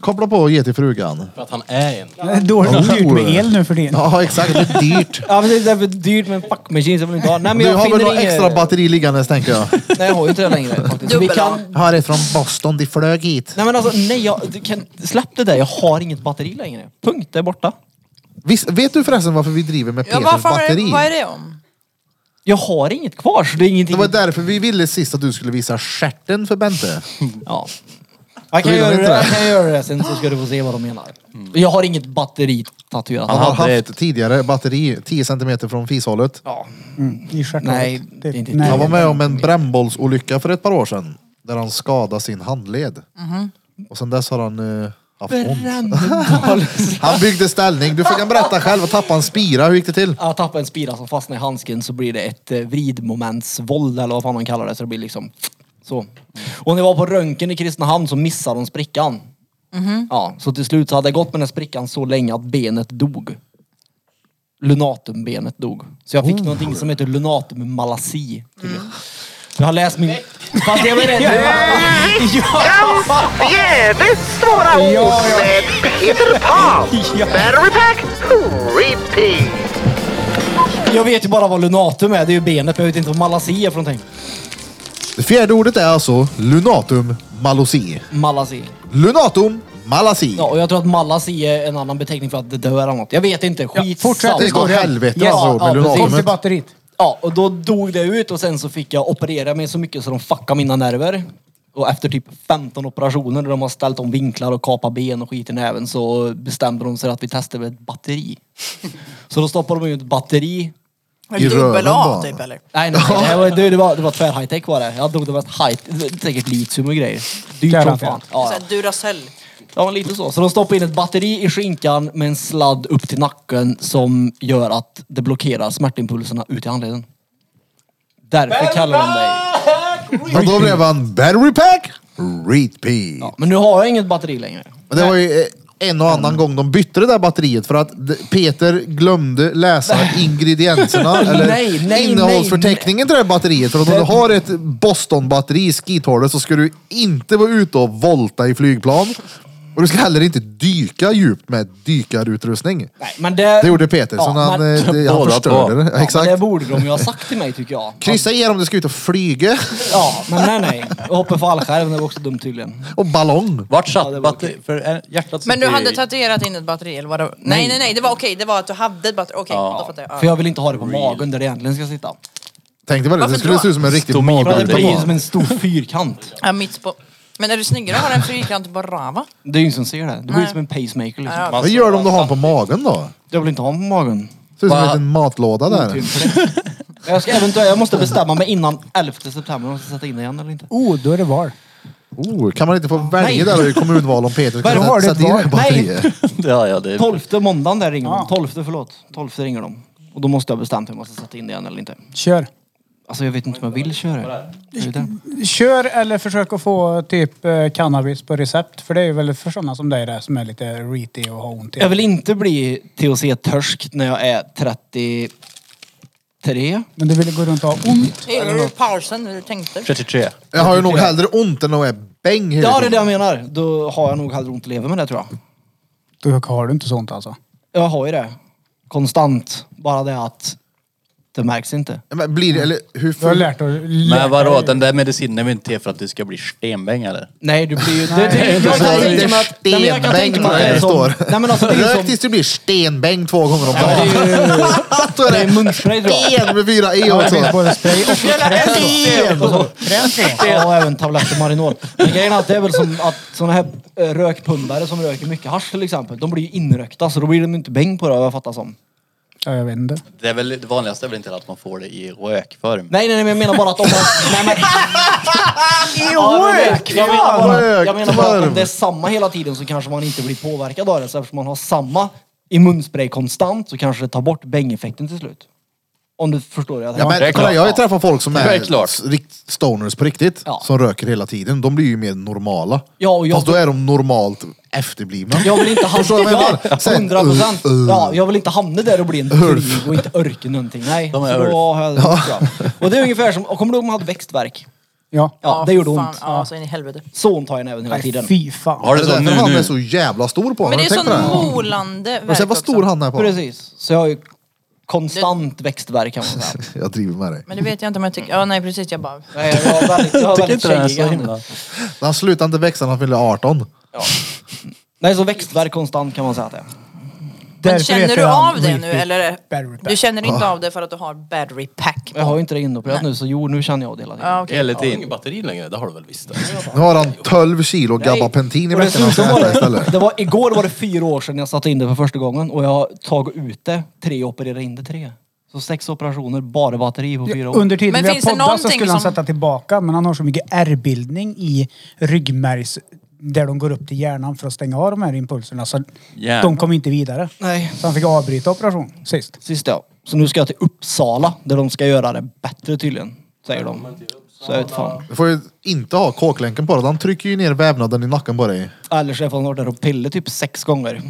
B: Koppla på och ge till frugan.
F: För att han är en.
G: Det är dåligt
B: Ja,
G: att styrt med
B: det.
G: el nu för din.
B: Ja exakt, det är dyrt.
D: Ja, men det är för dyrt med en fuck machine så jag vill inte ha. Nej men
B: Du
D: jag
B: har väl
D: finner
B: några
D: inget.
B: extra batteri liggandes tänker jag.
D: Nej jag har ju inte
B: <laughs>
D: det längre faktiskt. Vi
A: Dubbel
D: kan...
A: A.
B: Jag har ett från Boston, de flög hit.
D: Nej men alltså nej, jag... du kan... släpp det där. Jag har inget batteri längre. Punkt, det är borta.
B: Visst, vet du förresten varför vi driver med
A: Ja,
B: Peters
A: vad, fan var
B: batteri?
A: det, vad är det om?
D: Jag har inget kvar så det är
B: Det
D: ingenting.
B: var därför vi ville sist att du skulle visa stjärten för Bente.
D: Ja. Jag kan,
B: Vill
D: göra
B: de
D: det,
B: inte
D: jag
B: det? Mm.
D: kan göra det sen så ska du få se vad de menar. Jag har inget batteri tatuerat.
B: Han har
E: hade
B: haft tidigare batteri 10 centimeter från fishållet.
D: Ja.
G: I stjärten.
D: Nej, det är inte-
G: nej.
B: Han var med om en brännbollsolycka för ett par år sedan. Där han skadade sin handled.
A: Mhm.
B: Och sen dess har han eh, haft ont. Han byggde ställning. Du får kan berätta själv. Och tappade en spira. Hur gick det till?
D: Att tappa en spira som fastnar i handsken så blir det ett eh, vridmomentsvåld eller vad fan man kallar det. Så det blir liksom så. Och när jag var på röntgen i Kristinehamn så missade de sprickan. Ja, så till slut så hade jag gått med den här sprickan så länge att benet dog. Lunatumbenet dog. Så jag fick någonting som heter lunatummalasi. tydligen. Jag har läst min... Fast jag menar,
H: Dans jävligt svåra ord med Peter Pan. Battery pack, repeat.
D: jag vet ju bara vad lunatum är, det är ju benet, men jag vet inte vad malasi är för någonting.
B: Det fjärde ordet är alltså lunatum malasi.
D: Malasi.
B: Lunatum malasi.
D: Ja, och jag tror att malasi är en annan beteckning för att det dör eller något. Jag vet inte, skit
G: fortsätt.
B: Det går åt helvete alltså, med andra ord med
D: ja, precis.
G: Kom till
B: lunatumet.
G: batteriet.
D: Ja, och då dog det ut och sen så fick jag operera mig så mycket så de fuckade mina nerver. Och efter typ 15 operationer där de har ställt om vinklar och kapat ben och skit i näven så bestämde de sig att vi testar med ett batteri. så då stoppade de ju ett batteri.
B: I
A: Dubbel
B: röven
A: A
B: bara.
A: typ eller?
D: Nej, nej, nej det var, det, det var, det var tvär high tech var det. Jag tog det mest high säkert litium och grejer. Dyrt som fan.
G: Garanterat.
D: Ja,
A: Så här, Duracell.
D: Ja, lite så. Så de stoppar in ett batteri i skinkan med en sladd upp till nacken som gör att det blockerar smärtimpulserna ut i handleden. Därför kallar de dig...
B: Och då blev han battery pack repeat.
D: Ja, men nu har jag inget batteri längre.
B: Men det var ju eh, en och annan gång de bytte det där batteriet för att d- Peter glömde läsa ingredienserna eller
D: Nej, nej,
B: innehållsförteckningen till det här batteriet. För att om du har ett Boston-batteri i skithålet så ska du inte vara ute och volta i flygplan. Och du ska heller inte dyka djupt med dykarutrustning.
D: Nej, men det...
B: Det gjorde Peter, så han,
D: men-
B: eh, det, han
E: Båda
B: förstörde
E: två.
B: det.
D: Ja, men
B: Exakt.
D: det borde de ju ha sagt till mig tycker jag.
B: Kryssa i er om du ska ut och flyga. <laughs>
D: Ja, men nej nej. Och hoppa fallskärm, det var också dumt tydligen.
B: Och ballong.
E: Vart satt
D: Ja, det var
E: batteri... För eh, hjärtat
A: Men du
E: sitter ju
A: hade
E: i-
A: tatuerat in ett batteri eller var det? Nej nej nej, det var okej. Det var att du hade ett batteri. Okej, då fattar jag.
D: För
A: Ja.
D: jag vill inte ha det på magen där det egentligen ska sitta.
B: Tänk dig vad det, det
A: Varför
B: skulle
A: då?
B: se ut som en riktig
E: Stomi-
D: För att det blir ju
B: mardröm.
D: som en stor fyrkant.
A: Ja, mitt på. Men är du snyggare att ha den fyrkantig på rava?
D: Det är ju ingen som ser det. Det blir ju som en pacemaker liksom.
E: Man-
B: Vad gör de om du har den på magen då?
D: Jag vill inte ha den på magen. Typ
B: Ser ut som
E: Va?
B: en liten matlåda där.
D: Jag, ska eventuellt, jag måste bestämma mig innan 11 september om jag ska sätta in det igen eller inte.
G: Oh, då är det VAR.
B: Oh, kan man inte få välja där i kommunval om Peter
D: Vad har
B: ska
D: du
B: sätta
D: kvar?
B: in batterier?
E: <laughs> Ja, ja, det är
D: 12 måndagen där ringer
G: Ja.
D: de. 12 förlåt. 12 ringer de. Och då måste jag bestämma mig om jag ska sätta in det igen eller inte.
G: Kör.
D: Alltså jag vet inte om jag vill köra. Det är det.
G: Kör eller försök att få typ eh, cannabis på recept. För det är ju väl för sådana som dig där som är lite reety och har ont i-
D: Jag vill inte bli THC-törsk när jag är 33.
G: Men du vill gå runt och ha ont.
A: Gillar du pausen du tänkte?
E: 33.
B: Jag har ju
D: <laughs>
B: nog hellre ont än att jag är bäng hela
D: Ja, det är det
B: tiden.
D: jag menar. Då har jag nog hellre ont att leva med det tror jag.
G: Då har du inte sånt alltså.
D: Jag har ju det. Konstant. Bara det att Det märks inte.
B: Men blir det, eller hur...
G: Du har
B: Full...
G: lärt dig att lära
E: Men vadå,
G: dig.
E: den där medicinen är väl inte till för att du ska bli stenbäng eller?
D: Nej, du blir ju... Det,
G: Nej,
D: det, jag kan tänka mig att... Nej, men jag kan tänka mig att det är som...
B: Står.
D: Nej, men alltså det är
B: Rök
D: som...
B: tills du blir stenbäng två gånger om dagen.
D: Det är ju-
B: <laughs> Då är
D: det är
B: det
D: munspray tror jag.
B: sten med fyra e
G: Ja, det finns
B: också.
G: både spray och
B: Sten!
D: Och så- Ja, och även tabletter Marinol. Men grejen är att det är väl som att såna här eh, rökpundare som röker mycket hasch till exempel, de blir ju inrökta så då blir de inte bäng på det vad jag fattar som.
G: Ja, jag vet inte.
E: Det, är väl, det vanligaste är väl inte att man får det i rökform?
D: Nej, nej, nej, men jag menar bara att om man...
B: <laughs>
D: Nej, men... Ja, men det- Jag menar bara, jag menar bara att om det är samma hela tiden så kanske man inte blir påverkad av det. Så eftersom man har samma i munspray konstant så kanske det tar bort bängeffekten till slut. Om du förstår det jag
B: Ja,
D: tänker.
E: Det är
B: men, kolla,
E: klart.
B: jag har ju träffat folk som
E: Det
B: är
E: är klart.
B: s- rikt- stoners på riktigt,
D: Ja.
B: som röker hela tiden. De blir ju mer normala.
D: Ja, och jag-
B: Fast då är de normalt efterblivna.
D: Jag vill inte hamna...
B: Förstår du vad jag menar?
D: Ja,
B: Sen,
D: 100 procent.
B: uh, uh.
D: Ja, jag vill inte hamna där och bli en dryg och inte orka någonting. Nej.
E: De är
D: så då har jag det bra. Och det är ungefär som... och Kommer du ihåg om man hade växtverk?
G: Ja.
D: Ja, det gjorde
A: fan,
D: ont.
A: Ja, så in i helvete.
D: Så ont har jag i näven hela tiden.
G: Nej, fy fan.
E: Har
B: Det är
E: du så
B: därför
E: nu
B: Alltså, han är
E: nu?
B: så jävla stor på
A: Men det är ju
B: honom. Tänk på
A: sån
B: det.
A: molande
B: Har du sett
A: värk
B: vad stor
A: också.
B: han är på?
D: Precis. Så jag har ju konstant växtverk kan man säga.
B: Jag driver med dig.
A: Men det vet jag inte om jag tycker. Ja, nej precis. Jag bara...
D: Nej, jag har väldigt, jag har väldigt käggiga händer.
B: Han slutade inte växa när han fyllde 18.
D: Nej, så växtverk konstant kan man säga att det är.
A: Men
G: Därför
A: känner
G: heter
A: du
G: han
A: av det nu
G: Repeat
A: eller?
G: Battery Pack.
A: Du känner
B: Ah.
A: inte av det för att du har battery pack
D: Jag
A: på?
D: har ju inte det inopererat nu, så jo, nu känner jag det hela tiden.
A: Ja, okej.
E: Hela
F: Ja,
E: tiden.
F: inget batteri längre, det har du väl visst?
B: Nu har han 12 kilo
D: Nej.
B: gabapentin i
D: Och
B: veckan.
D: dessutom var
B: Han
D: det,
B: istället.
D: det var, igår var det fyra år sedan jag satte in det för första gången och jag har tagit ut det tre och opererat in det tre. Så sex operationer, bara batteri på fyra år.
G: Under tiden
A: Men
G: vi har
A: finns det
G: poddat så
A: någonting
G: skulle han
A: som-
G: sätta tillbaka men han har så mycket ärrbildning i ryggmärgs... Där de går upp till hjärnan för att stänga av de här impulserna så
E: Jävlar.
G: de kom inte vidare.
D: Nej.
G: Så han fick avbryta operation sist.
D: Sist ja. Så nu ska jag till Uppsala där de ska göra det bättre tydligen. Säger de. Så jag vet fan.
B: Du får ju inte ha kåklänken på dig. Han trycker ju ner vävnaden i nacken på dig.
D: Eller så har jag fått varit där och pillat typ sex gånger.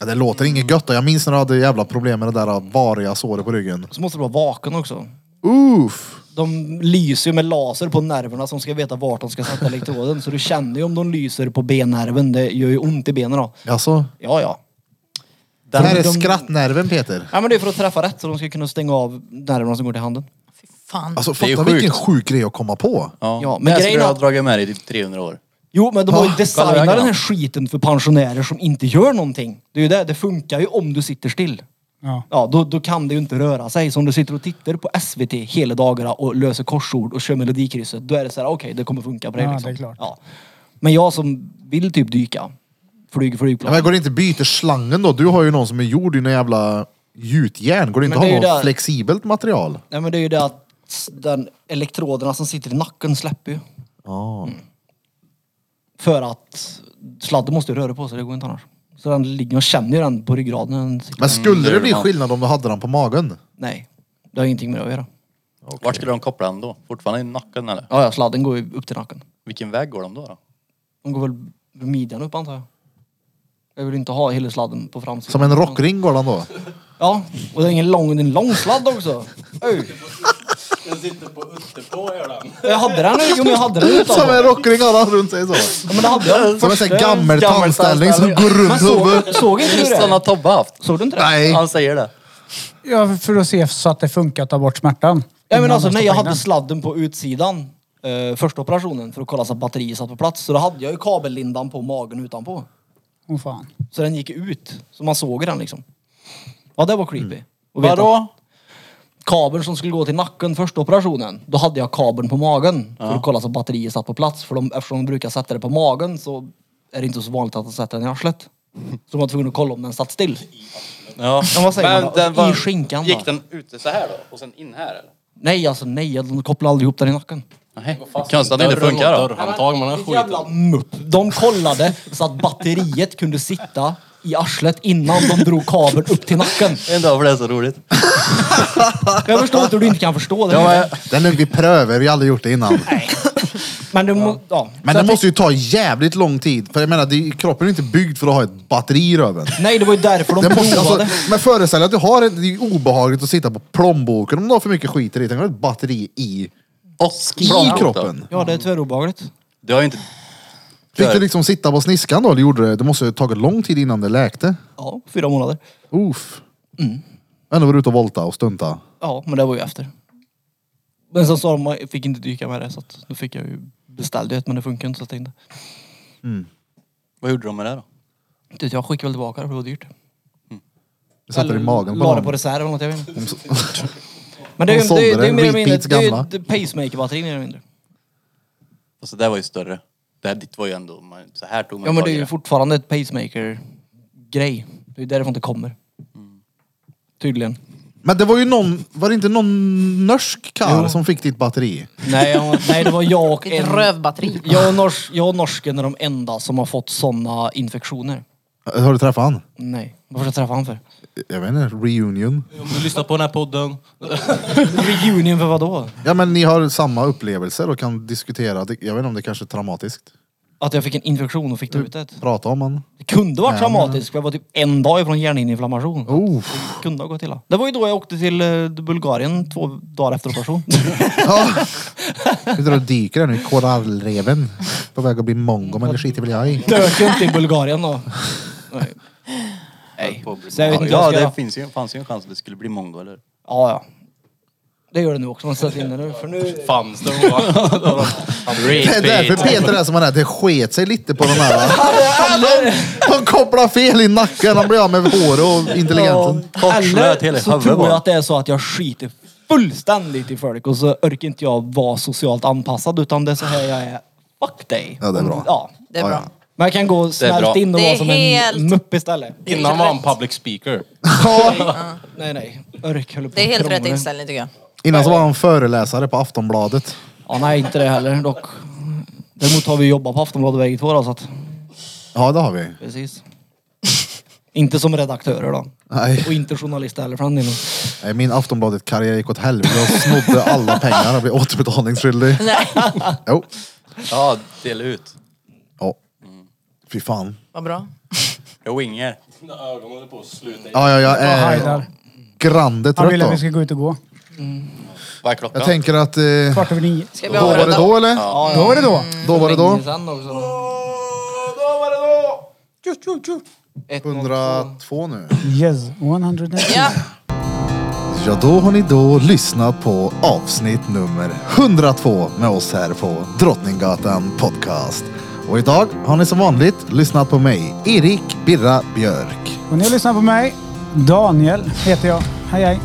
B: Ja, det låter inget gött. då. Jag minns när jag hade jävla problem med det där variga såret på ryggen.
D: Så måste du vara vaken också.
B: Uff!
D: De lyser ju med laser på nerverna som ska veta vart de ska sätta elektroden. Så du känner ju om de lyser på bennerven. Det gör ju ont i benen då.
B: Alltså,
D: Ja, ja.
B: det här är
D: de-
B: skrattnerven Peter.
D: Ja men det är för att träffa rätt så de ska kunna stänga av nerverna som går till handen.
A: Fan.
B: Alltså
E: är ju
B: fatta vilken
E: sjukt.
B: sjuk grej att komma på.
E: Ja,
D: Ja, men
E: men
D: grejen
E: grejen
D: är
E: har
D: att-
E: dragit med dig i typ 300 år.
D: Jo men de har ju
E: kolla
D: designat
E: vägen.
D: den här skiten för pensionärer som inte gör någonting. Det är ju det, det funkar ju om du sitter still.
G: Ja.
D: Ja, då, då kan det ju inte röra sig. Så om du sitter och tittar på SVT hela dagarna och löser korsord och kör melodikrysset, då är det så här, "Ah, okej, det kommer funka på dig
G: Ja,
D: liksom.
G: det är klart.
D: Ja. Men jag som vill typ dyka, flyg
B: Ja,
D: flygplan.
B: men går det inte att byta slangen då? Du har ju någon som är gjord i någon jävla gjutjärn. Går det inte att ha
D: Men det är ju
B: något
D: det-
B: flexibelt material?
D: Nej men det är ju det att den elektroderna som sitter i nacken släpper ju. Mm. För att sladden måste ju röra på sig, det går inte annars. Så den ligger, man känner ju den på ryggraden. när Den sitter.
B: Men skulle
E: det är
B: det bli
E: det.
B: skillnad om du hade den på magen?
D: Nej, det har ingenting med det att göra.
E: Vart skulle de koppla den då? Fortfarande i nacken eller?
D: Ja, ja, sladden går ju upp till nacken.
E: Vilken väg går de då? då?
D: De går väl midjan upp antar jag. Jag vill inte ha hela sladden på framsidan.
B: Som en rockring går den då?
D: Ja, och det är ingen lång, det är en lång sladd också. Oj.
F: Den sitter på uttepå gör den.
D: Jag hade den, jo men jag hade den
B: <laughs>
D: utav.
B: Som en rockring har han runt sig så.
D: Ja, men det hade jag.
B: Som en sån här gammal tandställning som går runt
D: Men såg,
B: huvudet.
D: såg inte du
E: Visst han har
D: det?
E: Tobbe haft?
D: Såg du inte det?
B: Nej.
E: Han säger det.
G: Ja, för att se så att det funkar att ta bort smärtan.
D: Ja, men
G: Innan
D: alltså,
G: man
D: nej, jag
G: stoppar in
D: hade sladden på utsidan eh, första operationen för att kolla så att batteriet satt på plats. Så då hade jag ju kabellindan på magen utanpå.
G: den. Åh, fan.
D: Så den gick ut. Så man såg den liksom. Ja, det var creepy. Och vet att
E: Vadå?
D: Kabeln som skulle gå till nacken första operationen, då hade jag kabeln på magen för att kolla så att batteriet satt på plats. För de, eftersom de brukar sätta det på magen så är det inte så vanligt att de sätter den i arslet. Så de var tvungna att kolla om den satt still.
E: Ja.
D: Ja, vad säger man då?
E: den var-
D: I skinkan
E: Gick
D: va?
E: den ute så här då? Och sen in här eller?
D: Nej, alltså nej, de kopplade aldrig ihop den i nacken.
E: Nej. Konstigt att det inte funkar då.
F: Dörrhandtag med den här
D: Vilken jävla
F: skiten.
D: mupp. De kollade så att batteriet kunde sitta i arslet innan de drog kabeln upp till nacken.
E: En dag för det är så roligt.
D: Jag förstår inte hur du inte kan förstå det.
B: Den är vi prövar, vi har aldrig gjort det innan.
D: Men det må, ja.
B: Men
D: Så
B: det
D: jag
B: måste ju ta jävligt lång tid. För jag menar, det, kroppen är inte byggd för att ha ett batteri i röven.
D: tänkte- Nej, det var ju därför de
B: Det måste,
D: provade.
B: alltså, men föreställ dig att du har en, det är ju obehagligt att sitta på plånboken om du har för mycket skit i dig. Tänk om du har ett batteri i,
E: Och
B: i
E: plånbok då.
B: kroppen.
D: Ja, det är tyvärr obehagligt.
E: Du har ju inte...
B: Fick du liksom sitta på sniskan då? Eller gjorde det? det måste ju ha tagit lång tid innan det läkte.
D: Ja, fyra månader.
B: Uff. Ändå var du ute och volta och stunta.
D: Ja, men det var ju efter. Men sen sa de att jag fick inte dyka med det så att då fick jag ju beställd det men det funkar inte så jag tänkte.
E: Vad gjorde de med det då?
D: Du, jag skickade väl tillbaka det för det var dyrt.
B: Du satte det i magen på
D: la det på
B: honom.
D: reserv eller något, jag vet inte. Men det är ju
B: De sålde
D: det är, det är
B: den,
D: mer eller mindre,
B: repeats
D: det är ju
B: gamla.
D: ett pacemaker-batteri mer eller mindre.
E: Fast det där var ju större. Det här ditt var ju ändå, man, så här tog man
D: Ja men
E: tag
D: det
E: i
D: är ju fortfarande ett pacemaker-grej. Det är ju därifrån det kommer. Tydligen.
B: <laughs> Men det var ju någon, var det inte någon norsk karl som fick ditt batteri?
D: Nej, jag, nej det var jag och
A: Ett
D: en...
A: rövbatteri.
D: Jag och, nors, jag och norsken är de enda som har fått sådana infektioner.
B: Har du träffat han?
D: Nej. Varför ska jag träffa han för?
B: Jag vet inte, reunion.
F: Om du lyssnar på den här podden.
D: Reunion för vadå?
B: Ja men ni har samma upplevelser och kan diskutera. Det- Jag vet inte om det kanske är traumatiskt.
D: Att jag fick en infektion och fick det ut det.
B: Prata om man.
D: Det kunde varit traumatiskt för jag var typ en dag ifrån hjärninflammation.
B: Oh.
D: Det kunde ha gått illa. Det var ju då jag åkte till eh, Bulgarien två dagar efter operation. <laughs>
B: Ja. Vi drar och dyker här nu, korallreven. På väg att bli mongo men det skiter väl jag i.
D: Dök ju inte i Bulgarien då. Nej. Nej. Så jag vet
E: Ja,
D: inte vad jag ska
E: det
D: göra.
E: finns ju, fanns ju en chans att det skulle bli mongo eller?
D: Ja, ja. Det gör det nu också. Man sätter in det nu. För nu...
E: <laughs>
F: Fanns det hon var.
B: Det är därför Peter är som han är. Det sket sig lite på den här. va? Han kopplar fel i nacken. Han blir av med håret och intelligensen.
E: Kortslöt hela
D: Eller så
E: huvudet
D: tror jag
E: bara.
D: att det är så att jag skiter fullständigt i folk och så orkar inte jag vara socialt anpassad utan det är så här jag är. Fuck dig.
B: Ja, det är bra.
D: Ja.
A: Det är bra.
B: Ja, ja.
D: Men jag kan gå och
E: bra.
D: smält in och
A: Det
D: vara
A: är
D: som
A: helt-
D: en mupp istället.
F: Innan var han public speaker.
D: Nej, nej. Örk höll på
A: Det är helt
D: att krångla.
A: rätt inställning tycker jag. <laughs>
B: Innan så var han föreläsare på Aftonbladet.
D: Ja, nej, inte det heller dock. Däremot har vi jobbat på Aftonbladet bägge två då, så att
B: Ja det har vi.
D: precis. inte som redaktörer då.
B: Nej.
D: Och inte journalister heller för den delen.
B: Nej, Min Aftonbladet-karriär gick åt helvete. Jag snodde alla pengar och blev återbetalningsskyldig.
A: Nej,
B: Jo.
E: Ja, dela ut.
B: Ja. Fy fan.
A: vad bra.
E: Jag winger.
F: Ögonen håller på att sluta.
B: Ja, ja, jag
D: Eh,
G: Vad
B: är
G: hajdar.
B: grande
G: Han vill att vi
B: trött då.
G: ska gå ut och gå.
E: Vad är klockan?
B: Jag tänker att... Eh,
G: Kvart över nio.
A: Ska vi
B: då var det
A: avrunda?
B: då eller?
G: Då var det då.
B: Då var det då.
D: Länge sedan också.
B: 102 nu.
G: Yes, 100.
A: Ja,
B: Ja, då har ni då lyssnat på avsnitt nummer 102 med oss här på Drottninggatan Podcast. Och idag har ni som vanligt lyssnat på mig, Erik Birra Björk.
G: Och ni lyssnar på mig. Daniel heter jag. Hej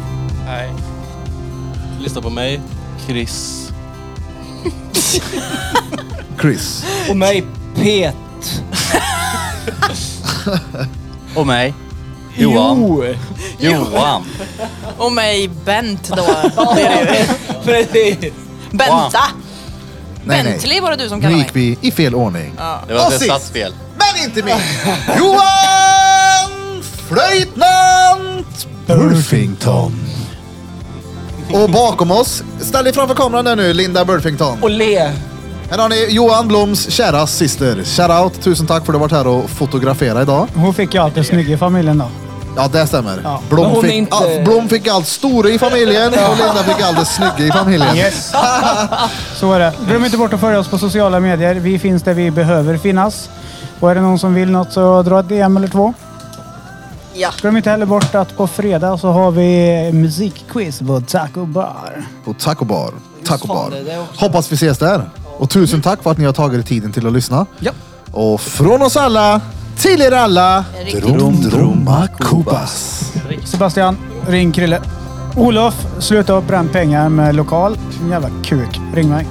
G: hej.
F: Lyssna på mig. Chris.
B: Chris.
D: Och mig Pet.
E: Och mig. Johan.
D: Jo.
E: Johan.
A: och mig Bent
B: <laughs>
A: då. <laughs>
D: Precis.
A: Benta!
B: Nej, nej.
A: Bentley var det du som
B: Nu
A: kallade
B: gick
A: mig.
B: vi i fel ordning.
E: Det var
B: Och
E: det
B: sist.
E: satt fel.
B: Men inte min! Johan Flöjtnant Burfington. Och bakom oss, ställ dig framför kameran där nu, Linda Burfington.
D: Och le.
B: Här har ni Johan Bloms kära syster. Shoutout, tusen tack för att du varit här och fotograferat idag.
G: Hon fick ju allt det snygga i familjen då.
B: Ja, det stämmer.
G: Ja.
B: Blom,
D: Men hon är
B: fick,
D: inte-
B: ah, Blom fick allt stora i familjen och Linda fick allt det snygga i familjen.
G: Yes. Så är det. Glöm inte bort att följa oss på sociala medier. Vi finns där vi behöver finnas. Och är det någon som vill något så dra ett DM eller två.
A: Ja.
G: Glöm inte heller bort att på fredag så har vi musikquiz på Taco Bar.
B: På Taco Bar. Taco
D: Fan,
B: Bar.
D: det- det är också-
B: Hoppas vi ses där. Och tusen tack för att ni har tagit er tiden till att lyssna.
D: Ja.
B: Och från oss alla, till er alla,
A: Riktigt.
B: Drom Droma Kubas.
G: Sebastian, ring Krille. Olof, sluta upp bränna pengar med lokal. Din jävla kuk. Ring mig.